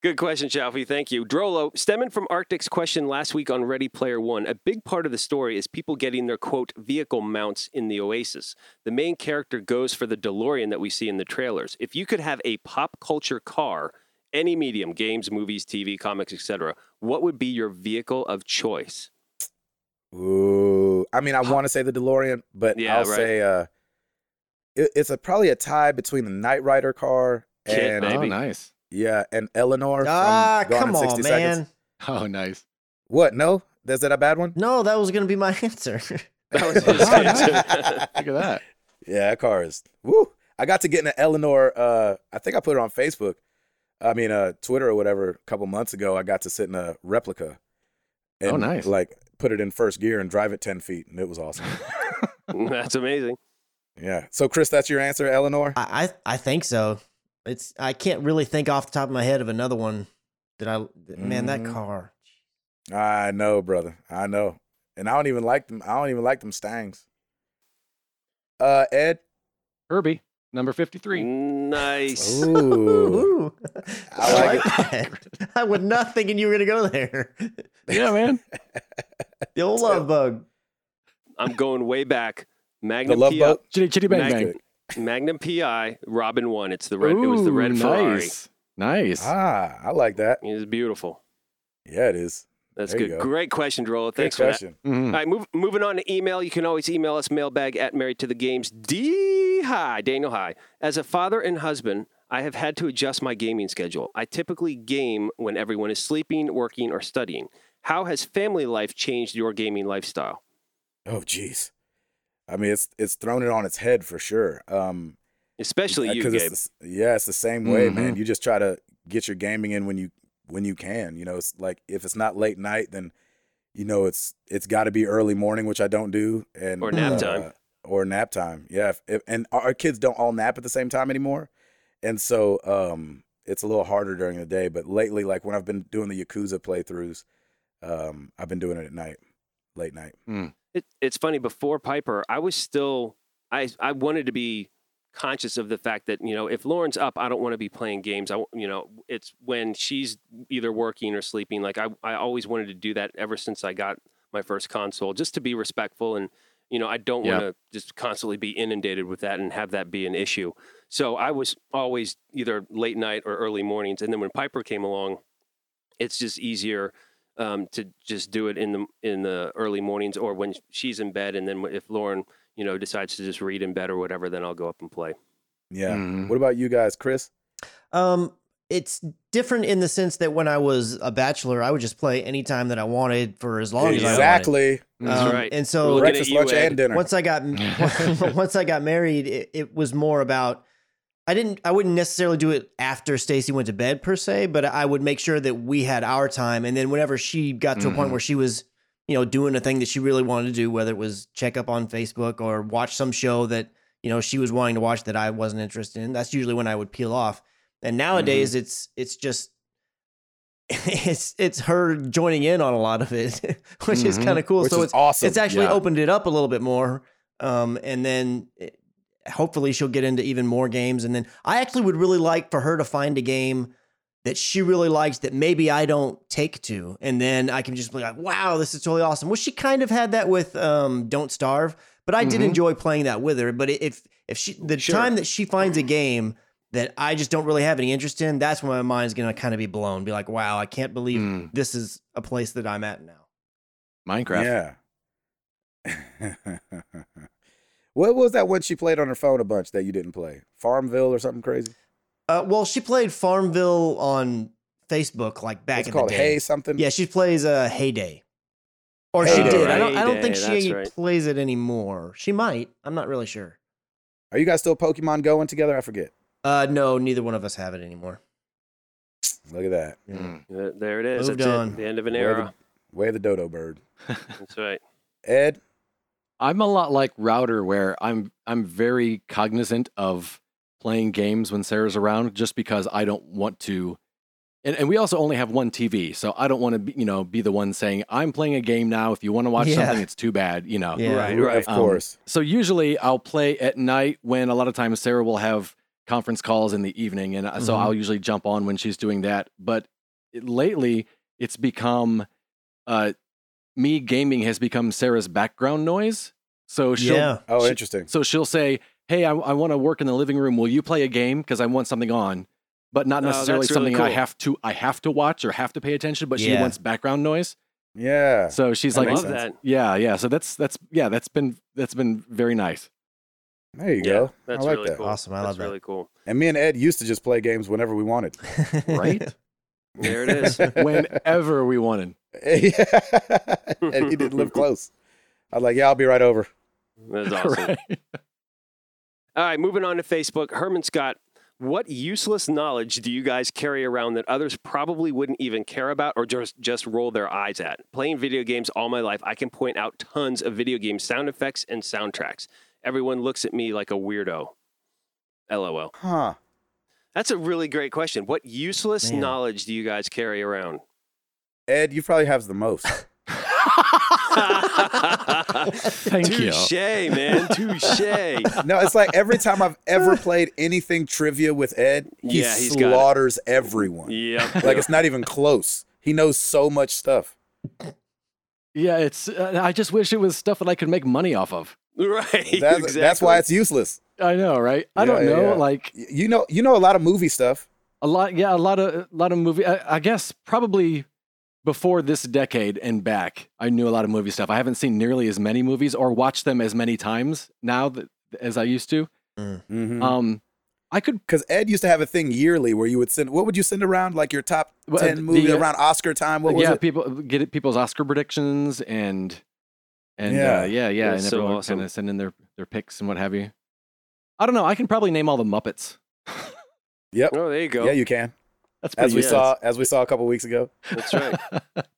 B: Good question, Chalfie. Thank you. Drollo, stemming from Arctic's question last week on Ready Player One, a big part of the story is people getting their quote vehicle mounts in the Oasis. The main character goes for the DeLorean that we see in the trailers. If you could have a pop culture car, any medium, games, movies, TV, comics, etc., what would be your vehicle of choice?
A: Ooh, I mean, I want to say the DeLorean, but
B: Yeah,
A: I'll
B: right.
A: say uh, it, it's a, probably a tie between the Knight Rider car
B: Kit,
A: and
B: man.
C: Oh,
B: Maybe.
C: nice.
A: yeah, and Eleanor. from
D: Ah,
A: Gone in
D: come
A: 60
D: on,
A: Seconds.
D: man.
C: Oh, nice.
A: What? No, is that a bad one?
D: No, that was going to be my answer.
B: That was his
C: Wow,
B: answer.
C: Look at that.
A: Yeah, that car is. Woo! I got to get an Eleanor. Uh, I think I put it on Facebook. I mean, uh, Twitter or whatever. A couple months ago, I got to sit in a replica. And,
C: Oh, nice.
A: Like put it in first gear and drive it ten feet, and it was awesome.
B: That's amazing.
A: yeah. So, Chris, that's your answer, Eleanor.
D: I, I I think so. It's I can't really think off the top of my head of another one that I man that
A: Mhm.
B: Mm-hmm.
D: car.
A: I know, brother. I know. And I don't even like them. I don't even like them stangs. Uh, Ed.
C: Herbie, number 53.
B: Mm. Nice.
A: Ooh.
D: Ooh,
A: I
D: I
A: like
D: like that. I was not thinking you were gonna go there.
C: yeah, man.
D: The old love bug.
B: I'm going way back.
A: the
B: Magnum
A: love
B: PI
A: boat.
C: Chitty chitty bang
B: Nice.
C: bang.
B: Magnum PI, Robin won. It's the red. it was the
C: Ooh,
B: red Ferrari.
C: Nice. nice.
A: Ah, I like that.
B: It was beautiful.
A: Yeah, it is.
B: That's
A: There you
B: good.
A: go.
B: Great question, Drola. Thanks
A: Good
B: for
A: question.
B: that. All
C: Mhm.
B: right, move, moving on to email. You can always email us mailbag at married to the games. D High, Daniel High. As a father and husband, I have had to adjust my gaming schedule. I typically game when everyone is sleeping, working, or studying. How has family life changed your gaming lifestyle?
A: Oh, jeez. I mean, it's it's thrown it on its head for sure. Um, uh,
B: Especially you,
A: 'cause
B: Gabe. Mm-hmm.
A: it's the s- yeah, it's the same way, man.
C: Mhm.
A: You just try to get your gaming in when you when you can. You know, it's like if it's not late night, then you know it's it's got to be early morning, which I don't do, and
B: Or nap
A: uh,
B: time.
A: or nap time. Yeah, if, if, and our kids don't all nap at the same time anymore, and so um, it's a little harder during the day. But lately, like when I've been doing the Yakuza playthroughs, um, I've been doing it at night, late night.
B: It, it's funny. Before Piper, I was still I I wanted to be conscious of the fact that you know if Lauren's up, I don't want to be playing games. I you know it's when she's either working or sleeping. Like I I always wanted to do that ever since I got my first console, just to be respectful and you know I don't
C: Yeah.
B: want to just constantly be inundated with that and have that be an issue. So I was always either late night or early mornings, and then when Piper came along, it's just easier um, to just do it in the in the early mornings or when she's in bed, and then if Lauren you know decides to just read in bed or whatever, then I'll go up and play.
A: Yeah.
C: Mhm.
A: What about you guys, Chris?
D: Um, it's different in the sense that when I was a bachelor, I would just play anytime that I wanted for as long as I wanted.
A: exactly.
B: That's
C: Mm-hmm.
D: Um,
B: right.
D: And so
B: Looking at
A: Breakfast,
B: you,
A: lunch,
B: Ed.
A: and dinner.
D: once I got once I got married, it, it was more about I didn't I wouldn't necessarily do it after Stacy went to bed per se, but I would make sure that we had our time, and then whenever she got to a
A: Mm-hmm.
D: point
C: Mhm.
D: where she was you know doing a thing that she really wanted to do, whether it was check up on Facebook or watch some show that you know she was wanting to watch that I wasn't interested in, that's usually when I would peel off. And nowadays,
A: Mm-hmm.
D: it's it's just it's it's her joining in on a lot of it, which is
C: Mhm.
D: kind of cool.
A: Mm-hmm. which
D: so
A: is
D: it's
A: awesome.
D: it's actually
C: yeah.
D: opened it up a little bit more. Um, and then it, hopefully she'll get into even more games. And then I actually would really like for her to find a game that she really likes that maybe I don't take to. And then I can just be like, wow, this is totally awesome. Well, she kind of had that with um, Don't Starve, but I did
C: Mhm.
D: enjoy playing that with her. But i- if, if she, the
B: Sure.
D: time that she finds a game, that I just don't really have any interest in. That's when my mind's gonna kind of be blown. Be like, wow, I can't believe
C: Mm.
D: this is a place that I'm at now.
C: Minecraft.
A: Yeah. what was that one she played on her phone a bunch that you didn't play? Farmville or something crazy?
D: Uh, well, she played Farmville on Facebook like back
A: It's
D: in
A: called
D: the day.
A: Hay something.
D: Yeah, she plays uh, Heyday, or she
A: Heyday.
D: did. I don't. I don't think
B: Heyday,
D: she
B: that's right.
D: plays it anymore. She might. I'm not really sure.
A: Are you guys still Pokemon going together? I forget.
D: Uh, no, neither one of us have it anymore.
A: Look at that.
D: Yeah.
C: Mm.
B: Th- Uh, There it is.
D: Moved
B: That's
D: on.
B: it. The end of an
A: Where the-
B: era.
A: Way of the dodo bird.
B: That's right.
A: Ed,
C: I'm a lot like Router, where I'm I'm very cognizant of playing games when Sarah's around, just because I don't want to. And, and we also only have one TV, so I don't want to be you know be the one saying I'm playing a game now. If you want to watch
D: Yeah.
C: something, it's too bad, you know.
D: Yeah.
B: Oh, Right,
A: Ru-
B: right.
A: of
C: Um,
A: course.
C: So usually I'll play at night when a lot of times Sarah will have conference calls in the evening, and uh, so
D: Mhm.
C: I'll usually jump on when she's doing that. But it- lately, it's become uh, me gaming has become Sarah's background noise. So she'll
D: Yeah.
A: oh,
C: she-
A: interesting.
C: so she'll say, "Hey, I, I want to work in the living room. Will you play a game? Because I want something on, but not
B: Oh,
C: necessarily
B: that's really
C: something I
B: cool.
C: have to I have to watch or have to pay attention. But she
D: Yeah.
C: wants background noise.
A: Yeah.
C: So she's
A: That
C: like,
A: makes
B: Love
A: sense.
B: that.
C: "Yeah, yeah." So that's that's yeah, that's been that's been very nice.
A: There you
B: Yeah,
A: go.
B: That's
A: I like
B: really
A: that.
B: cool.
D: Awesome, I
B: that's
D: love that.
B: really cool.
A: And me and Ed used to just play games whenever we wanted.
C: Right?
B: There it is.
C: Whenever we wanted.
A: and he didn't live close. I was like, yeah, I'll be right over.
B: That's awesome.
C: Right.
B: All right, moving on to Facebook. Herman Scott, what useless knowledge do you guys carry around that others probably wouldn't even care about or just just roll their eyes at? Playing video games all my life, I can point out tons of video game sound effects and soundtracks. Everyone looks at me like a weirdo. LOL.
A: Huh.
B: That's a really great question. What useless
D: Man.
B: knowledge do you guys carry around?
A: Ed, you probably have the most.
B: Thank
C: you.
B: Touche, man. Touche.
A: No, it's like every time I've ever played anything trivia with Ed, he
B: Yeah, he's got it.
A: slaughters everyone.
B: Yep.
A: Like it's not even close. He knows so much stuff.
C: Yeah, it's. Uh, I just wish it was stuff that I could make money off of.
B: right.
A: That's,
B: exactly.
A: that's why it's useless.
C: I know, right? I don't
A: Yeah,
C: know.
A: yeah.
C: Like
A: Y- You know, you know a lot of movie stuff.
C: a lot. Yeah, a lot of a lot of movie. I, I guess probably before this decade and back, I knew a lot of movie stuff. I haven't seen nearly as many movies or watched them as many times now that, as I used
A: Mm-hmm.
C: to.
B: Uh,
C: Um, I could
A: Because Ed used to have a thing yearly where you would send. What would you send around? Like your top
C: Well,
A: ten
C: the,
A: movie
C: uh,
A: around Oscar time. What was
C: yeah,
A: it?
C: people get it, people's Oscar predictions and and
A: Yeah.
C: yeah, uh, yeah, yeah,
B: That's
C: and
B: so
C: everyone
B: awesome.
C: kind of send in their their picks and what have you. I don't know. I can probably name all the Muppets.
A: Yep.
B: Oh, there you go.
A: Yeah, you can.
C: That's
A: As
C: pretty
A: we
C: good.
A: saw, as we saw a couple weeks ago,
B: That's right.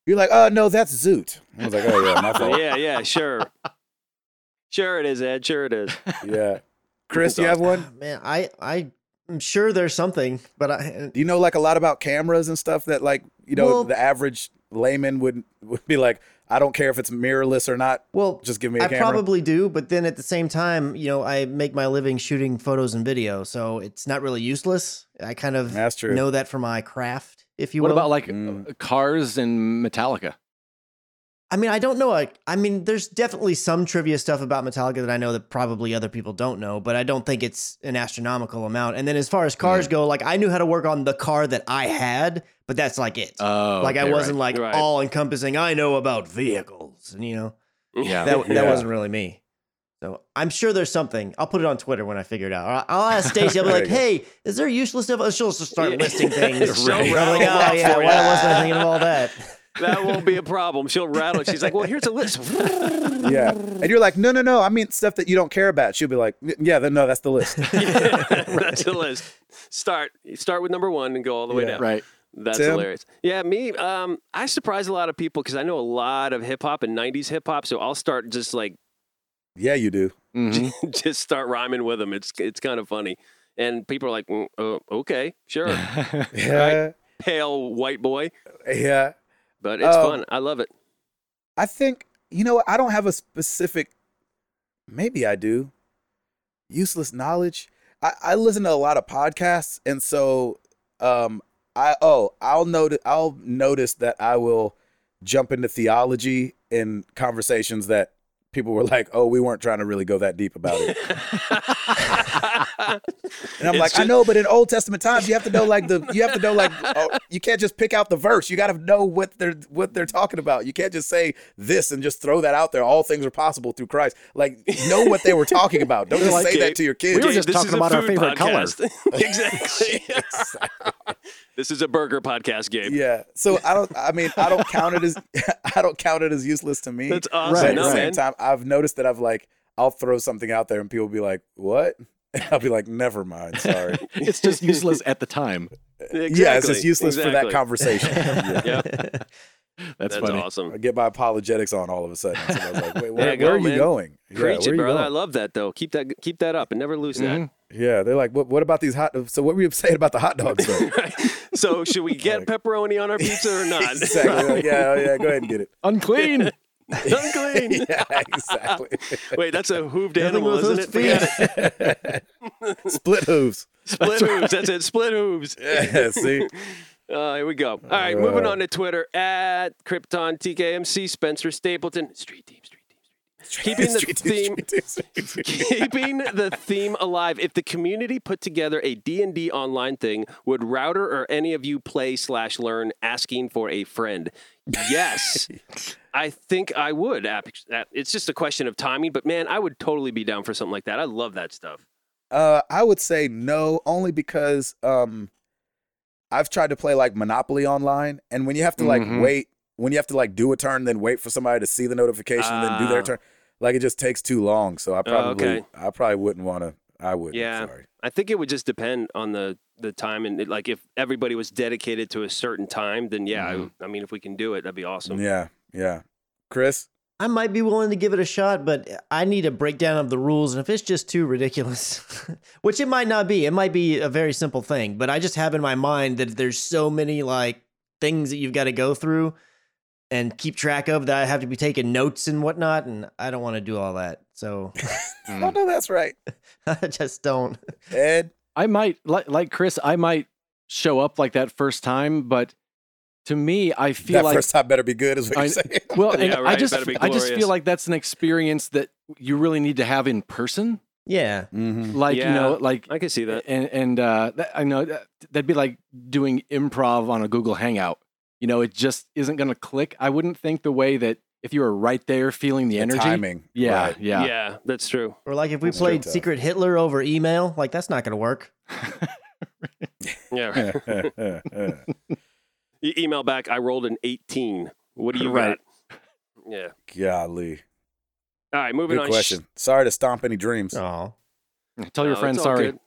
A: you're like, oh no, that's Zoot. I was like, oh yeah, my fault.
B: yeah, yeah, sure. Sure it is, Ed. Sure it is.
A: Yeah. Chris, do you have one?
D: Man, I I am sure there's something, but I
A: Do you know like a lot about cameras and stuff that like you know
D: Well-
A: the average layman would would be like, I don't care if it's mirrorless or not.
D: well
A: Just give me a
D: I
A: camera.
D: probably do, but then at the same time, you know, I make my living shooting photos and video, so it's not really useless. I kind of
A: That's true.
D: know that for my craft, if you
C: What
D: will.
C: about like
A: Mm.
C: uh, cars and Metallica?
D: I mean, I don't know. I, I mean, there's definitely some trivia stuff about Metallica that I know that probably other people don't know, but I don't think it's an astronomical amount. And then as far as cars go, like I knew how to work on the car that I had, but that's like it.
C: Oh,
D: like I
C: okay,
D: wasn't
C: right.
D: like
B: Right.
D: all encompassing. I know about vehicles, and you know
C: Yeah.
D: that that
A: Yeah.
D: wasn't really me. So I'm sure there's something. I'll put it on Twitter when I figure it out. Or I- I'll ask Stacey. I'll be
A: There
D: like,
A: you go.
D: "Hey, is there useless stuff?" Oh, She'll just start
B: Yeah.
D: listing things.
B: She'll
D: I'm
B: rattle
D: like,
B: them off
D: "Oh yeah,
B: for
D: why
B: you."
D: wasn't I thinking of all that?
B: that won't be a problem. She'll rattle. it. She's like, well, here's a list.
A: Yeah. And you're like, no, no, no. I mean stuff that you don't care about. She'll be like, yeah, then, no, that's the list.
B: That's the list. Start start with number one and go all the way
A: Yeah.
B: down.
C: right.
B: That's
A: Tim?
B: hilarious. Yeah, me. Um, I surprise a lot of people because I know a lot of hip hop and '90s hip hop. So I'll start just like
A: yeah, you do.
C: Mhm.
B: just start rhyming with them. It's it's kind of funny, and people are like, "Mm, uh, okay, sure,
A: Yeah.
B: pale white boy,
A: Yeah.
B: but it's
A: Um,
B: fun. I love it.
A: I think you know what, I don't have a specific maybe I do. Useless knowledge. I, I listen to a lot of podcasts and so um I oh I'll notice I'll notice that I will jump into theology in conversations that people were like, oh, we weren't trying to really go that deep about it. And I'm
B: It's
A: like, I
B: ju-
A: know, but in Old Testament times, you have to know like the you have to know like oh, you can't just pick out the verse. You got to know what they're what they're talking about. You can't just say this and just throw that out there. All things are possible through Christ. Like know what they were talking about. Don't just
C: like,
A: say
B: "Gabe,
A: that to your kids.
C: we were just
B: this
C: talking
B: is a
C: about our
B: food
C: favorite color.
B: podcast. exactly. this is a burger podcast, Gabe.
A: yeah. So I don't. I mean, I don't count it as I don't count it as useless to me.
B: That's
A: But
B: awesome.
A: at
B: No,
A: the same
B: man.
A: time, I've noticed that I've like I'll throw something out there and people will be like, what? And I'll be like, never mind. Sorry.
C: it's just useless at the time.
B: Exactly.
A: Yeah, it's just useless for that
B: exactly.
A: conversation. Yeah.
B: Yep,
C: That's,
B: that's
C: funny.
B: awesome.
A: I get my apologetics on all of a sudden. So I was like, wait, where,
B: go,
A: where are
B: man.
A: you going? Yeah,
B: Preach
A: where
B: it,
A: are you
B: brother. I
A: going?
B: love that though. Keep that keep that up and never lose that.
C: Mhm.
A: Yeah, they're like, what, what about these hot So what were you saying about the hot dogs though?
B: So should we get
A: Like-
B: pepperoni on our pizza or not?
A: exactly. Like, yeah, oh, yeah, go ahead and get it.
C: Unclean.
B: Unclean.
A: Yeah, exactly.
B: Wait, that's a hooved
D: Nothing
B: animal,
D: with
B: isn't
D: those
B: it? Forget
D: feet.
B: it.
A: Split hooves.
B: Split hooves. That's it. Split hooves.
A: Yeah, see?
B: Uh, here we go. All right,
A: Uh,
B: moving on to Twitter at Krypton TKMC Spencer Stapleton. Street team, street team, street team. Keeping the
A: Street team,
B: theme
A: street team, street team.
B: keeping the theme alive if the community put together a d&d online thing would router or any of you play slash learn asking for a friend yes i think i would Ap- that- it's just a question of timing but man i would totally be down for something like that i love that stuff
A: Uh, I would say no, only because um, I've tried to play like Monopoly online, and when you have to like
B: Mm-hmm.
C: Mhm.
A: wait, when you have to like do a turn, then wait for somebody to see the notification, then do
B: Ah. Oh,
A: their turn, like it just takes too long. So I probably,
B: okay.
A: I probably wouldn't want to. I would.
B: Yeah.
A: Yeah. Sorry.
B: i think it would just depend on the the time and it, like if everybody was dedicated to a certain time then yeah
C: Mhm.
B: I, I mean if we can do it that'd be awesome
A: Yeah. Yeah. Chris.
D: I might be willing to give it a shot, but I need a breakdown of the rules. And if it's just too ridiculous, which it might not be, it might be a very simple thing, but I just have in my mind that there's so many like things that you've got to go through and keep track of that I have to be taking notes and whatnot. And I don't want to do all that. So
B: Hmm.
A: Oh no, that's right.
D: I just don't.
A: Ed.
C: I might like like Chris. I might show up like that first time, but to me, I feel
A: That
C: like
A: first time better be good, is what
C: I-
A: you're saying.
C: well, and
B: Yeah, right,
C: I just
B: better be
C: I just
B: glorious.
C: feel like that's an experience that you really need to have in person.
D: Yeah.
A: Mhm.
C: Like you know,
B: Yeah.
C: like
B: i can see that
C: and and uh, that, I know that- that'd be like doing improv on a Google Hangout. You know, it just isn't going to click. I wouldn't think the way that if you were right there feeling the energy.
A: timing.
C: Yeah,
A: Right.
C: yeah,
B: yeah that's true
D: Or like if we
A: That's
D: played
A: true, though.
D: Secret Hitler over email, like that's not going to work.
B: yeah right. E- email back. I rolled an 18. What do you
C: Right.
B: got? Yeah.
A: Golly.
B: All right, moving
A: Good
B: on.
A: question. Sorry to stomp any dreams.
D: Oh,
C: Tell your
B: No,
C: friend
B: it's all
C: sorry.
B: good.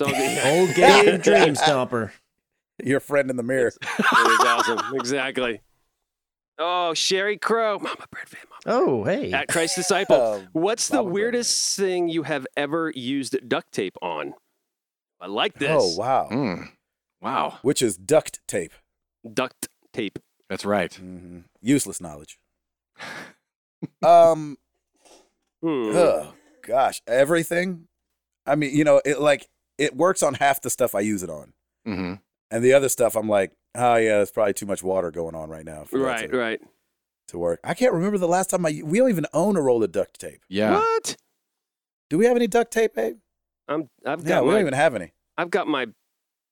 B: all good. Yeah,
D: old game dream stomper.
A: Your friend in the mirror.
B: it was awesome. Exactly. Oh, Sherry Crow, Mama Bread Fan, Mama.
D: Oh, hey.
B: At Christ Disciple.
A: Oh,
B: What's the
A: Mama Bread
B: weirdest thing you have ever used duct tape on? I like this.
A: Oh wow.
C: Hmm. Wow.
A: Which is duct tape.
B: Duct tape.
C: That's right.
A: hmm Useless knowledge. um.
B: Hmm.
A: Ugh, gosh, everything. I mean, you know, it like it works on half the stuff I use it on,
C: hmm
A: and the other stuff I'm like, oh yeah, there's probably too much water going on right now for that
B: Right,
A: to,
B: right.
A: to work. I can't remember the last time I. We don't even own a roll of duct tape.
C: Yeah.
B: What?
A: Do we have any duct tape, babe?
B: I'm, I've
A: Yeah,
B: got
A: we
B: my,
A: don't even have any.
B: I've got my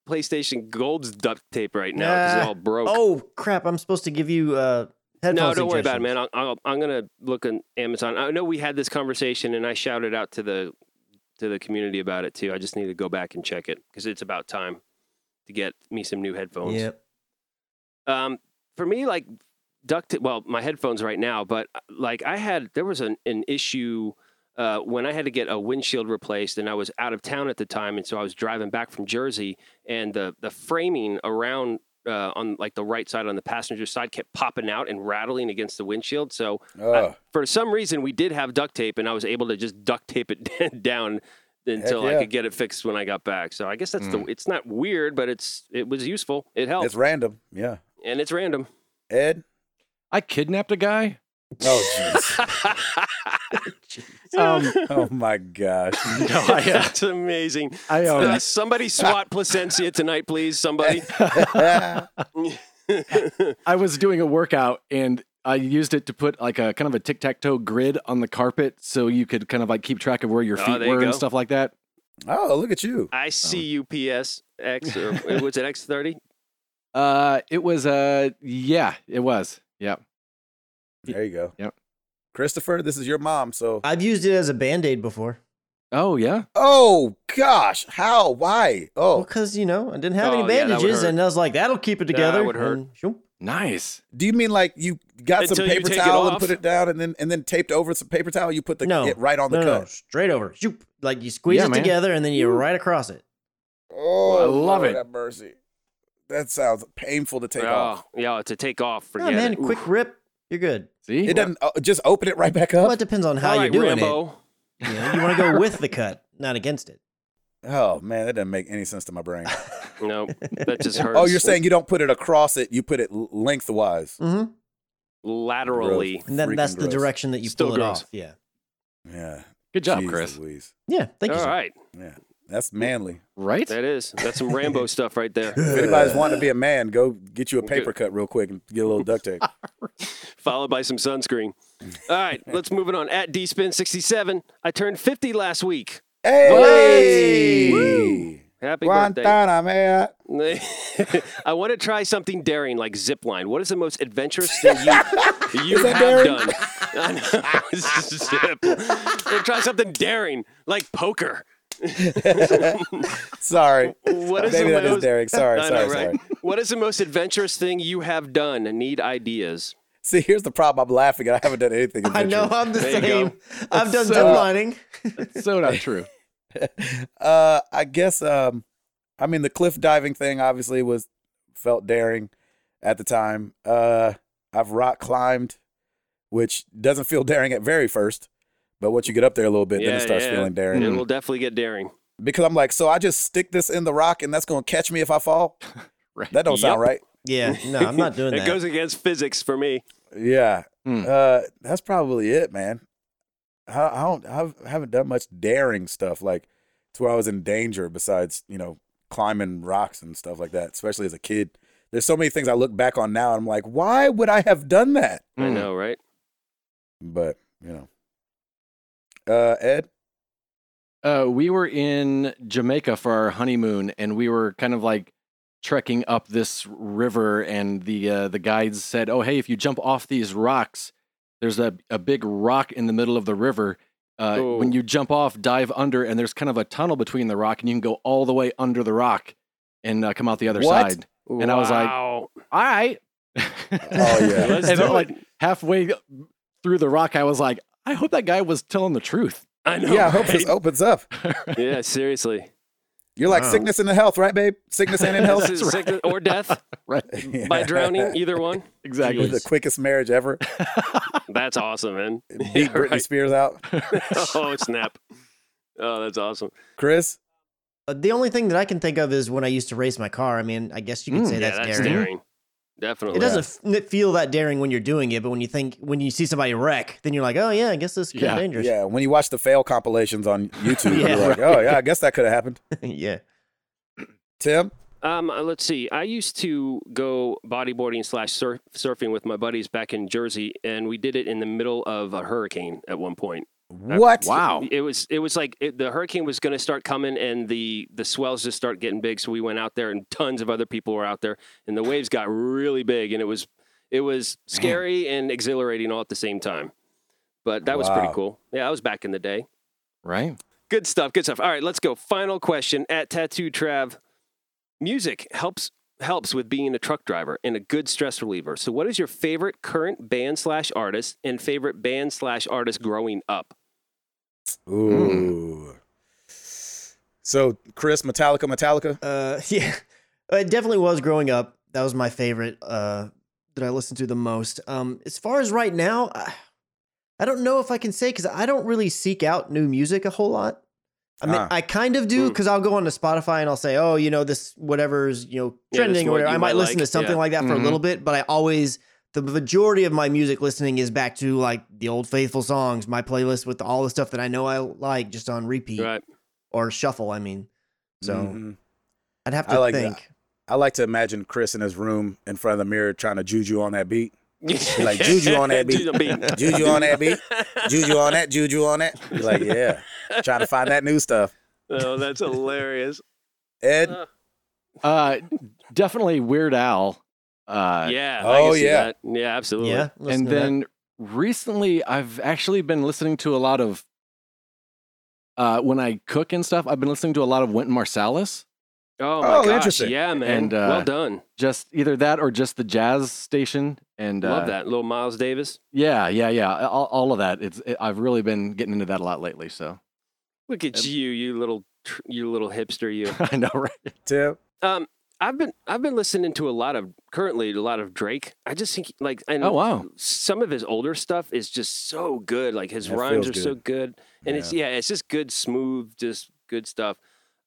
B: PlayStation Gold's duct tape right now because it
D: Nah.
B: all broke.
D: Oh crap! I'm supposed to give you uh, headphone
B: no, don't worry about it, man.
D: suggestions.
B: I'll, I'll, I'm gonna look on Amazon. I know we had this conversation, and I shouted out to the to the community about it too. I just need to go back and check it because it's about time to get me some new headphones.
D: Yep.
B: Um, for me, like duct. Well, my headphones right now, but uh, like I had there was an an issue. Uh, when I had to get a windshield replaced, and I was out of town at the time, and so I was driving back from Jersey, and the the framing around uh, on like the right side on the passenger side kept popping out and rattling against the windshield. So
A: Ugh,
B: for some reason we did have duct tape and I was able to just duct tape it down until
A: yeah.
B: I could get it fixed when I got back. So I guess that's the it's not weird, but it's it was useful. It helped.
A: it's random. Yeah,
B: and it's random.
A: Ed.
C: I kidnapped a guy.
A: Oh jeez.
C: Um,
A: oh my gosh.
D: uh,
B: that's amazing.
C: I
D: Oh.
B: Uh,
C: um,
B: somebody swat Placencia tonight, please. Somebody.
C: I was doing a workout and I used it to put like a kind of a tic tac toe grid on the carpet so you could kind of like keep track of where your
B: Oh,
C: feet
B: there you
C: were and
B: go.
C: stuff like that.
A: oh, look at you.
B: I see you PS X or was it X thirty?
C: Uh, it was uh, yeah, it was. Yeah.
A: There you go.
C: Yep.
A: Christopher, this is your mom. So.
D: I've used it as a band aid before.
C: Oh yeah.
A: Oh gosh, how? Why? Oh,
D: because you know I didn't have
B: Oh,
D: any
B: yeah, that would
D: bandages,
B: hurt.
D: and I was like, "That'll keep it
B: Yeah,
D: together."
B: that would hurt.
D: and shoop.
C: Nice.
A: Do you mean like you got some
B: Until you
A: paper
B: take it
A: towel and
B: off?
A: put it down, and then and then taped over some paper towel? You put the
D: No.
A: it right on the
D: No, no, no,
A: cut.
D: straight over. Shoop. Like you squeeze
C: Yeah,
D: it
C: man.
D: together, and then you right across it.
A: Oh,
C: I love
A: Lord
C: it.
A: Have mercy. That sounds painful to take
B: oh,
A: off.
B: Yeah, to take off.
D: Yeah,
B: Forget
D: Oh, man,
B: it. Oof.
D: quick rip. You're good.
C: See.
A: It doesn't uh, just open it right back
D: Well,
A: up.
D: it depends on how
B: All
D: you're
B: right,
D: doing
B: Rambo.
D: it. You, want to go with the cut, not against it.
A: Oh man, that doesn't make any sense to my brain.
B: No, that just hurts.
A: oh, you're saying you don't put it across it; you put it l- lengthwise.
D: hmm
B: laterally.
A: Gross.
D: And then
A: Freaking
D: that's the
A: gross.
D: direction that you
B: Still
D: pull it
B: gross.
D: off. Yeah.
A: Yeah.
C: Good job,
A: Jeez
C: Chris.
A: Louise.
D: Yeah. Thank you.
B: All
D: sir.
B: right.
A: Yeah, that's manly.
C: Right.
B: That is. That's some Rambo stuff right there.
A: If anybody's wanting to be a man, go get you a paper cut real quick and get a little duct tape.
B: Followed by some sunscreen. All right, let's move it on. At dspin 67, I turned 50 last week.
A: hey,
B: Woo! Happy birthday.
A: Guantanamo.
B: I want to try something daring like zipline. What is the most adventurous thing you, you
A: Is that
B: have
A: daring?
B: done? I know. Zip. try something daring like poker.
A: Sorry.
B: What is
A: Maybe
B: the
A: that is
B: most
A: Derek. Sorry,
B: I
A: sorry,
B: know, right?
A: sorry.
B: What is the most adventurous thing you have done and need ideas?
A: See, here's the problem. I'm laughing and I haven't done anything.
D: I know
A: adventurous.
D: I'm the
B: There you
D: same.
B: go.
D: I've done
C: So-
D: zip lining.
C: so not true.
A: Uh, I guess. Um, I mean, the cliff diving thing obviously was felt daring at the time. Uh, I've rock climbed, which doesn't feel daring at very first, but once you get up there a little bit, then it
B: Yeah,
A: starts
B: yeah.
A: feeling daring.
B: And
C: Hmm.
B: It will definitely get daring.
A: Because I'm like, so I just stick this in the rock and that's gonna catch me if I fall.
C: Right.
A: That don't sound right.
D: Yeah. No, I'm not doing
B: it
D: that.
B: goes against physics for me.
A: Yeah.
C: Hmm.
A: Uh, that's probably it, man. I, I don't I've, I haven't done much daring stuff like to where I was in danger besides, you know, climbing rocks and stuff like that, especially as a kid. There's so many things I look back on now and I'm like, why would I have done that?
B: I
C: Mm.
B: know, right?
A: But, you know. Uh Ed?
C: Uh, we were in Jamaica for our honeymoon, and we were kind of like trekking up this river. And the uh, the guides said, "Oh, hey, if you jump off these rocks, there's a a big rock in the middle of the river. Uh, When
B: Oh.
C: you jump off, dive under, and there's kind of a tunnel between the rock, and you can go all the way under the rock and uh, come out the other
A: What?
C: side. And I was like-
B: Wow.
C: All right.
A: Oh yeah.
B: Let's
C: and
B: do
C: then, like
B: it.
C: halfway through the rock, I was like, I hope that guy was telling the truth.
B: I know.
A: yeah, I hope this
B: right?
A: opens up.
B: yeah, seriously.
A: You're like
D: Wow.
A: sickness and the health, right, babe? Sickness and in health.
B: This is sickness or death
C: Right.
A: Yeah.
B: by drowning, either one.
C: Exactly.
A: the quickest marriage ever.
B: That's awesome, man.
A: Beat
B: Yeah,
A: Britney
B: right.
A: Spears out.
B: Oh snap! Oh, that's awesome.
A: Chris,
D: Uh, the only thing that I can think of is when I used to race my car. I mean, I guess you could
C: Mm.
D: say
B: yeah,
D: that's,
B: that's
D: daring.
B: daring.
D: It
B: Definitely.
D: doesn't f- n- feel that daring when you're doing it, but when you think when you see somebody wreck, then you're like, oh yeah, I guess this could
C: Yeah.
D: be dangerous.
A: yeah, when you watch the fail compilations on YouTube,
D: Yeah.
A: you're like, oh yeah, I guess that could have happened.
D: yeah.
A: Tim,
B: Um, uh, let's see. I used to go bodyboarding slash surf- surfing with my buddies back in Jersey, and we did it in the middle of a hurricane at one point.
A: what?
C: wow.
B: It was it was like it, the hurricane was going to start coming, and the the swells just start getting big. So we went out there, and tons of other people were out there, and the waves got really big, and it was it was scary and exhilarating all at the same time. But that was
A: Wow.
B: pretty cool. Yeah, that was back in the day.
C: Right.
B: Good stuff. Good stuff. All right, let's go. Final question at Tattoo Trav. Music helps helps with being a truck driver and a good stress reliever. So, what is your favorite current band slash artist and favorite band slash artist growing up?
A: Ooh. So Chris, Metallica, Metallica.
D: Uh, yeah, it definitely was growing up. That was my favorite uh, that I listened to the most. Um, as far as right now, I, I don't know if I can say because I don't really seek out new music a whole lot. I mean,
A: Ah.
D: I kind of do
B: Mm.
D: because I'll go on to Spotify and I'll say, oh, you know, this whatever's you know
B: Yeah, this
D: trending or
B: one
D: whatever.
B: you
D: I might
B: might
D: listen
B: like.
D: to something
B: Yeah. Mm-hmm.
D: like that for a
C: Mhm.
D: little bit, but I always the majority of my music listening is back to like the old faithful songs, my playlist with all the stuff that I know I like just on repeat
B: Right. Mm-hmm.
D: or shuffle. I mean, so
A: Mhm.
D: I'd have
A: I
D: to
A: like
D: think.
A: that. I like to imagine Chris in his room in front of the mirror trying to juju on that beat. Like Juju on that beat.
B: Juju beat.
A: Juju on that beat. Juju on that. Juju on that. You're like, yeah, trying to find that new stuff.
B: Oh, that's hilarious.
A: Ed,
C: Uh, definitely Weird Al. Uh,
B: Yeah. I
A: Oh,
B: can see
A: yeah.
B: that. Yeah, absolutely.
D: Yeah. listen
C: and
D: to that.
C: then recently I've actually been listening to a lot of uh, when I cook and stuff, I've been listening to a lot of Wynton Marsalis.
B: Oh, my
A: Oh,
B: gosh.
A: interesting.
B: Yeah, man.
C: And, uh,
B: well done.
C: Just either that or just the jazz station. And uh,
B: Love that. Little Miles Davis.
C: Yeah, yeah, yeah. All, all of that. It's it, I've really been getting into that a lot lately. So
B: Look at
C: Yep.
B: you, you little tr- you little hipster you.
C: I know, right?
A: Tim.
B: Um, I've been I've been listening to a lot of currently a lot of Drake. I just think like and
C: Oh wow.
B: some of his older stuff is just so good. Like his
A: Yeah, it
B: rhymes are
A: feels
B: so good, and it's yeah, it's just good, smooth, just good stuff.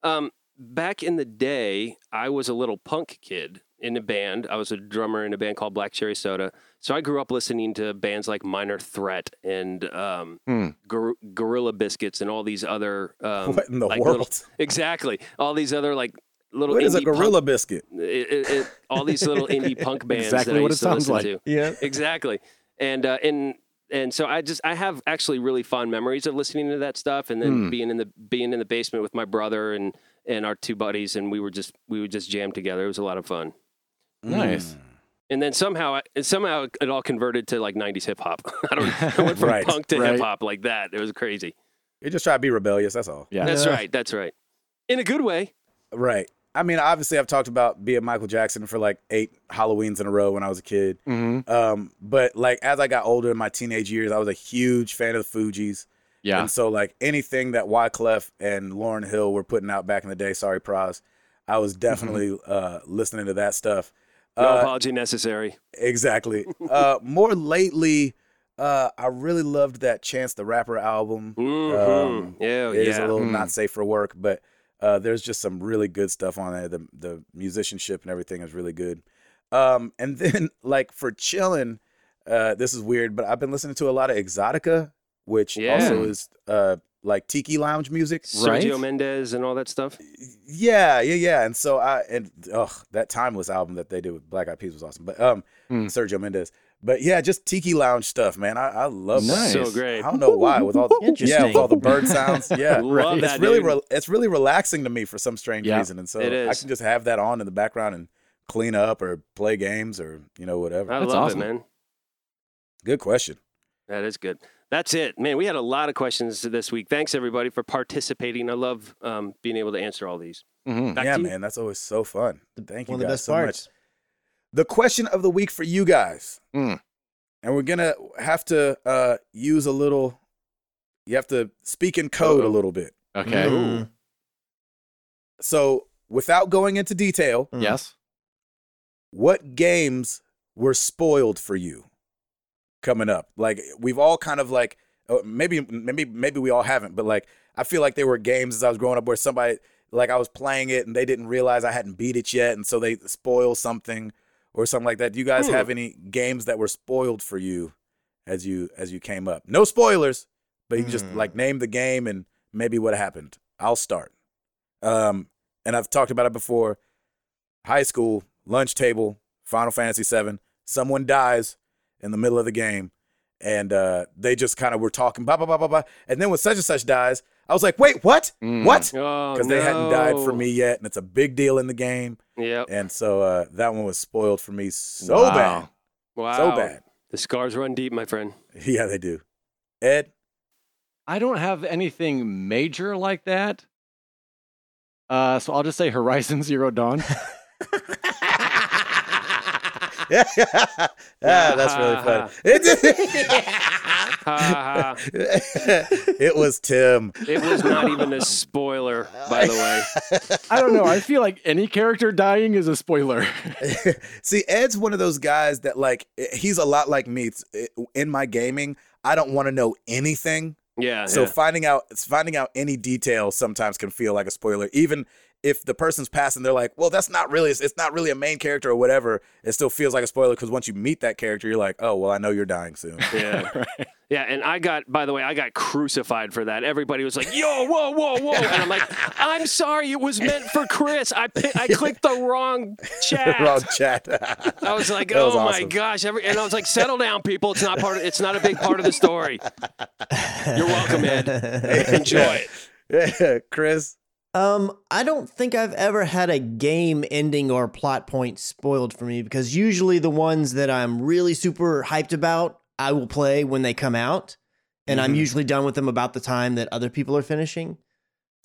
B: Um, back in the day, I was a little punk kid in a band. I was a drummer in a band called Black Cherry Soda. So I grew up listening to bands like Minor Threat and um,
C: Hmm.
B: Gor- Gorilla Biscuits and all these other um,
A: what in the
B: like little-
A: world?
B: exactly all these other like little
A: what is a
B: indie punk-
A: gorilla biscuit?
B: it, it, it, all these little indie punk bands
C: Exactly
B: that I
C: what
B: used
C: it
B: to
C: sounds
B: listen
C: like.
B: to.
D: Yeah.
B: Exactly, and uh, and and so I just I have actually really fond memories of listening to that stuff, and then
C: Hmm.
B: being in the being in the basement with my brother and and our two buddies, and we were just we would just jam together. It was a lot of fun.
A: Mm.
C: Nice.
B: And then somehow, I- and somehow it all converted to like '90s hip hop. I don't. know. I went from
A: Right,
B: punk to
C: right.
B: hip hop like that. It was crazy.
A: You just try to be rebellious. That's all.
C: Yeah.
B: That's
D: Yeah.
B: right. That's right. In a good way.
A: Right. I mean, obviously, I've talked about being Michael Jackson for like eight Halloweens in a row when I was a kid.
C: hmm
A: Um, but like as I got older in my teenage years, I was a huge fan of the Fugees.
C: Yeah.
A: And so like anything that Wyclef and Lauren Hill were putting out back in the day, sorry, Proz, I was definitely uh, listening to that stuff.
B: No
A: uh,
B: apology necessary.
A: exactly. uh, more lately, uh, I really loved that Chance the Rapper album.
B: Mhm.
A: um,
B: yeah,
A: It is
B: yeah. Hmm.
A: a little
C: Mm.
A: not safe for work, but uh, there's just some really good stuff on there. The the musicianship and everything is really good. Um, and then like for chilling, uh, this is weird, but I've been listening to a lot of Exotica, which
B: Yeah.
A: also is uh, like tiki lounge music.
C: Right?
B: Sergio Mendez and all that stuff.
A: Yeah, yeah, yeah. And so I and ugh, that timeless album that they did with Black Eyed Peas was awesome. But um,
B: Hmm.
C: Mm.
A: Sergio Mendez. But yeah, just tiki lounge stuff, man. I, I love that.
C: Nice.
B: So great.
A: I don't know why with all yeah with
D: Interesting.
A: all the bird sounds. Yeah,
B: Love
C: Right.
B: that.
A: it's really
B: dude.
A: re- it's really relaxing to me for some strange
C: Yeah.
A: reason, and so
B: It
A: I
B: is.
A: can just have that on in the background and clean up or play games or you know whatever.
B: I
C: That's
B: love
C: awesome.
B: it, man.
A: Good question.
B: That is good. That's it, man. We had a lot of questions this week. Thanks everybody for participating. I love um, being able to answer all these.
C: Mhm.
B: Back
A: yeah,
B: to you.
A: man, that's always so fun. Thank you
D: One of
A: guys
D: the best
A: so
D: parts.
A: much. The question of the week for you guys,
C: Mm.
A: and we're gonna have to uh, use a little. You have to speak in code a
B: Uh-oh.
A: little bit.
C: Okay.
D: Mm.
A: So, without going into detail,
D: Mm.
C: Yes.
A: what games were spoiled for you coming up? Like we've all kind of like oh, maybe maybe maybe we all haven't, but like I feel like there were games as I was growing up where somebody like I was playing it and they didn't realize I hadn't beat it yet, and so they spoil something or something like that. Do you guys
B: Hmm.
A: have any games that were spoiled for you as you as you came up? No spoilers, but you can just
D: Hmm.
A: like name the game and maybe what happened. I'll start. Um, and I've talked about it before. High school lunch table, Final Fantasy VII. Someone dies in the middle of the game, and uh, they just kind of were talking blah blah blah blah blah. And then when such and such dies, I was like, wait, what?
C: Mm.
A: What?
B: Oh,
A: Because they hadn't died for
B: no.
A: me yet, and it's a big deal in the game.
B: Yep.
A: And so uh, that one was spoiled for me so
C: Wow.
A: bad,
B: Wow.
A: so bad.
B: The scars run deep, my friend.
A: Yeah, they do. Ed,
C: I don't have anything major like that. Uh, so I'll just say Horizon Zero Dawn.
A: yeah, that's really funny.
B: Ha, ha.
A: it was Tim.
B: it was not even a spoiler, by the way.
C: I don't know. I feel like any character dying is a spoiler.
A: See, Ed's one of those guys that like eh, he's a lot like me It's- eh, in my gaming. I don't want to know anything,
B: Yeah.
A: so
B: Uh, yeah.
A: finding out finding out any detail sometimes can feel like a spoiler. Even if the person's passing, they're like, "Well, that's not really it's not really a main character or whatever." It still feels like a spoiler because once you meet that character, you're like, "Oh, well, I know you're dying soon."
B: Yeah. Yeah. And I got, by the way, I got crucified for that. Everybody was like, yo, whoa, whoa, whoa. And I'm like, I'm sorry. It was meant for Chris. I, pi- I clicked the wrong chat.
A: Wrong chat.
B: I was like,
A: That was
B: oh my
A: awesome.
B: gosh. Every, and I was like, settle down, people. It's not part of, it's not a big part of the story. You're welcome, Ed. Enjoy it.
A: yeah, Chris.
D: Um, I don't think I've ever had a game ending or plot point spoiled for me because usually the ones that I'm really super hyped about, I will play when they come out, and I'm
A: Mhm.
D: usually done with them about the time that other people are finishing.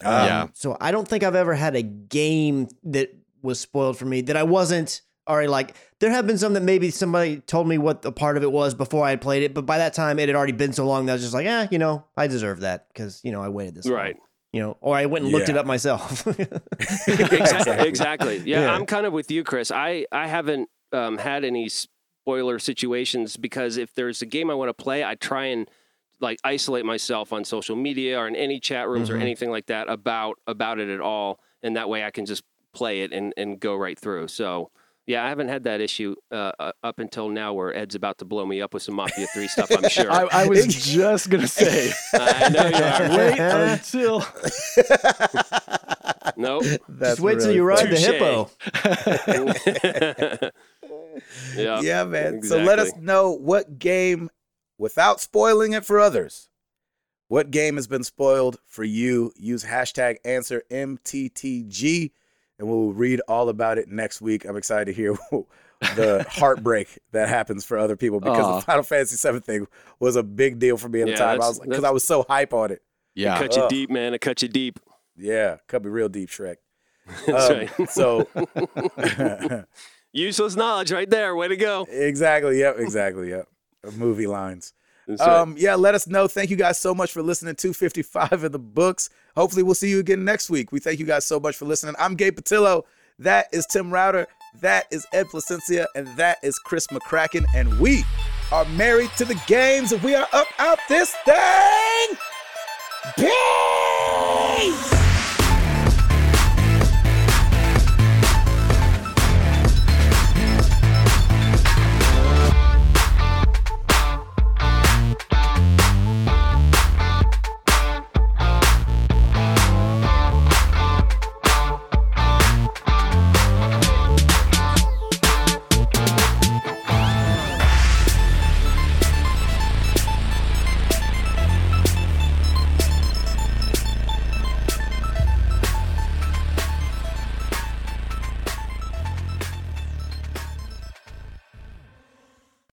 A: Um,
C: Yeah.
D: So I don't think I've ever had a game that was spoiled for me that I wasn't already like. There have been some that maybe somebody told me what the part of it was before I had played it, but by that time it had already been so long that I was just like, eh, you know, I deserve that because you know I waited this long.
B: Right.
D: You know, or I went and looked
A: Yeah.
D: it up myself.
B: exactly. exactly. Yeah,
D: Yeah.
B: I'm kind of with you, Chris. I I haven't um, had any spoiler situations because if there's a game I want to play, I try and like isolate myself on social media or in any chat rooms or
D: Mhm.
B: anything like that about about it at all, and that way I can just play it and and go right through. So. Yeah, I haven't had that issue uh, uh, up until now, where Ed's about to blow me up with some Mafia Three stuff. I'm sure.
C: I,
B: I,
C: I was just gonna say,
B: know you are.
C: wait until
B: Nope.
A: That's
D: just wait till you
A: really
D: ride
A: funny.
D: the
B: Touche.
D: hippo.
B: yeah.
A: yeah, man. So let us
B: Exactly.
A: know what game, without spoiling it for others, what game has been spoiled for you. Use hashtag answer MTTG, and we'll read all about it next week. I'm excited to hear the heartbreak that happens for other people because
C: Aw.
A: the Final Fantasy VII thing was a big deal for me at
B: Yeah,
A: the time. I
B: that's-
A: was because
B: that's-
A: I was so hype on it.
C: yeah.
B: Cut you
A: Ugh.
B: deep, man. It cut you deep.
A: Yeah, could be real deep, Shrek.
B: That's
A: Um,
B: right.
A: So.
B: Useless knowledge right there. Way to go.
A: Exactly. Yep. Exactly. Yep. Movie lines.
B: That's right.
A: Um, yeah, let us know. Thank you guys so much for listening to 55 of the books. Hopefully, we'll see you again next week. We thank you guys so much for listening. I'm Gabe Patillo. That is Tim Router. That is Ed Placencia. And that is Chris McCracken. And we are married to the games. And we are up out this thing. Peace!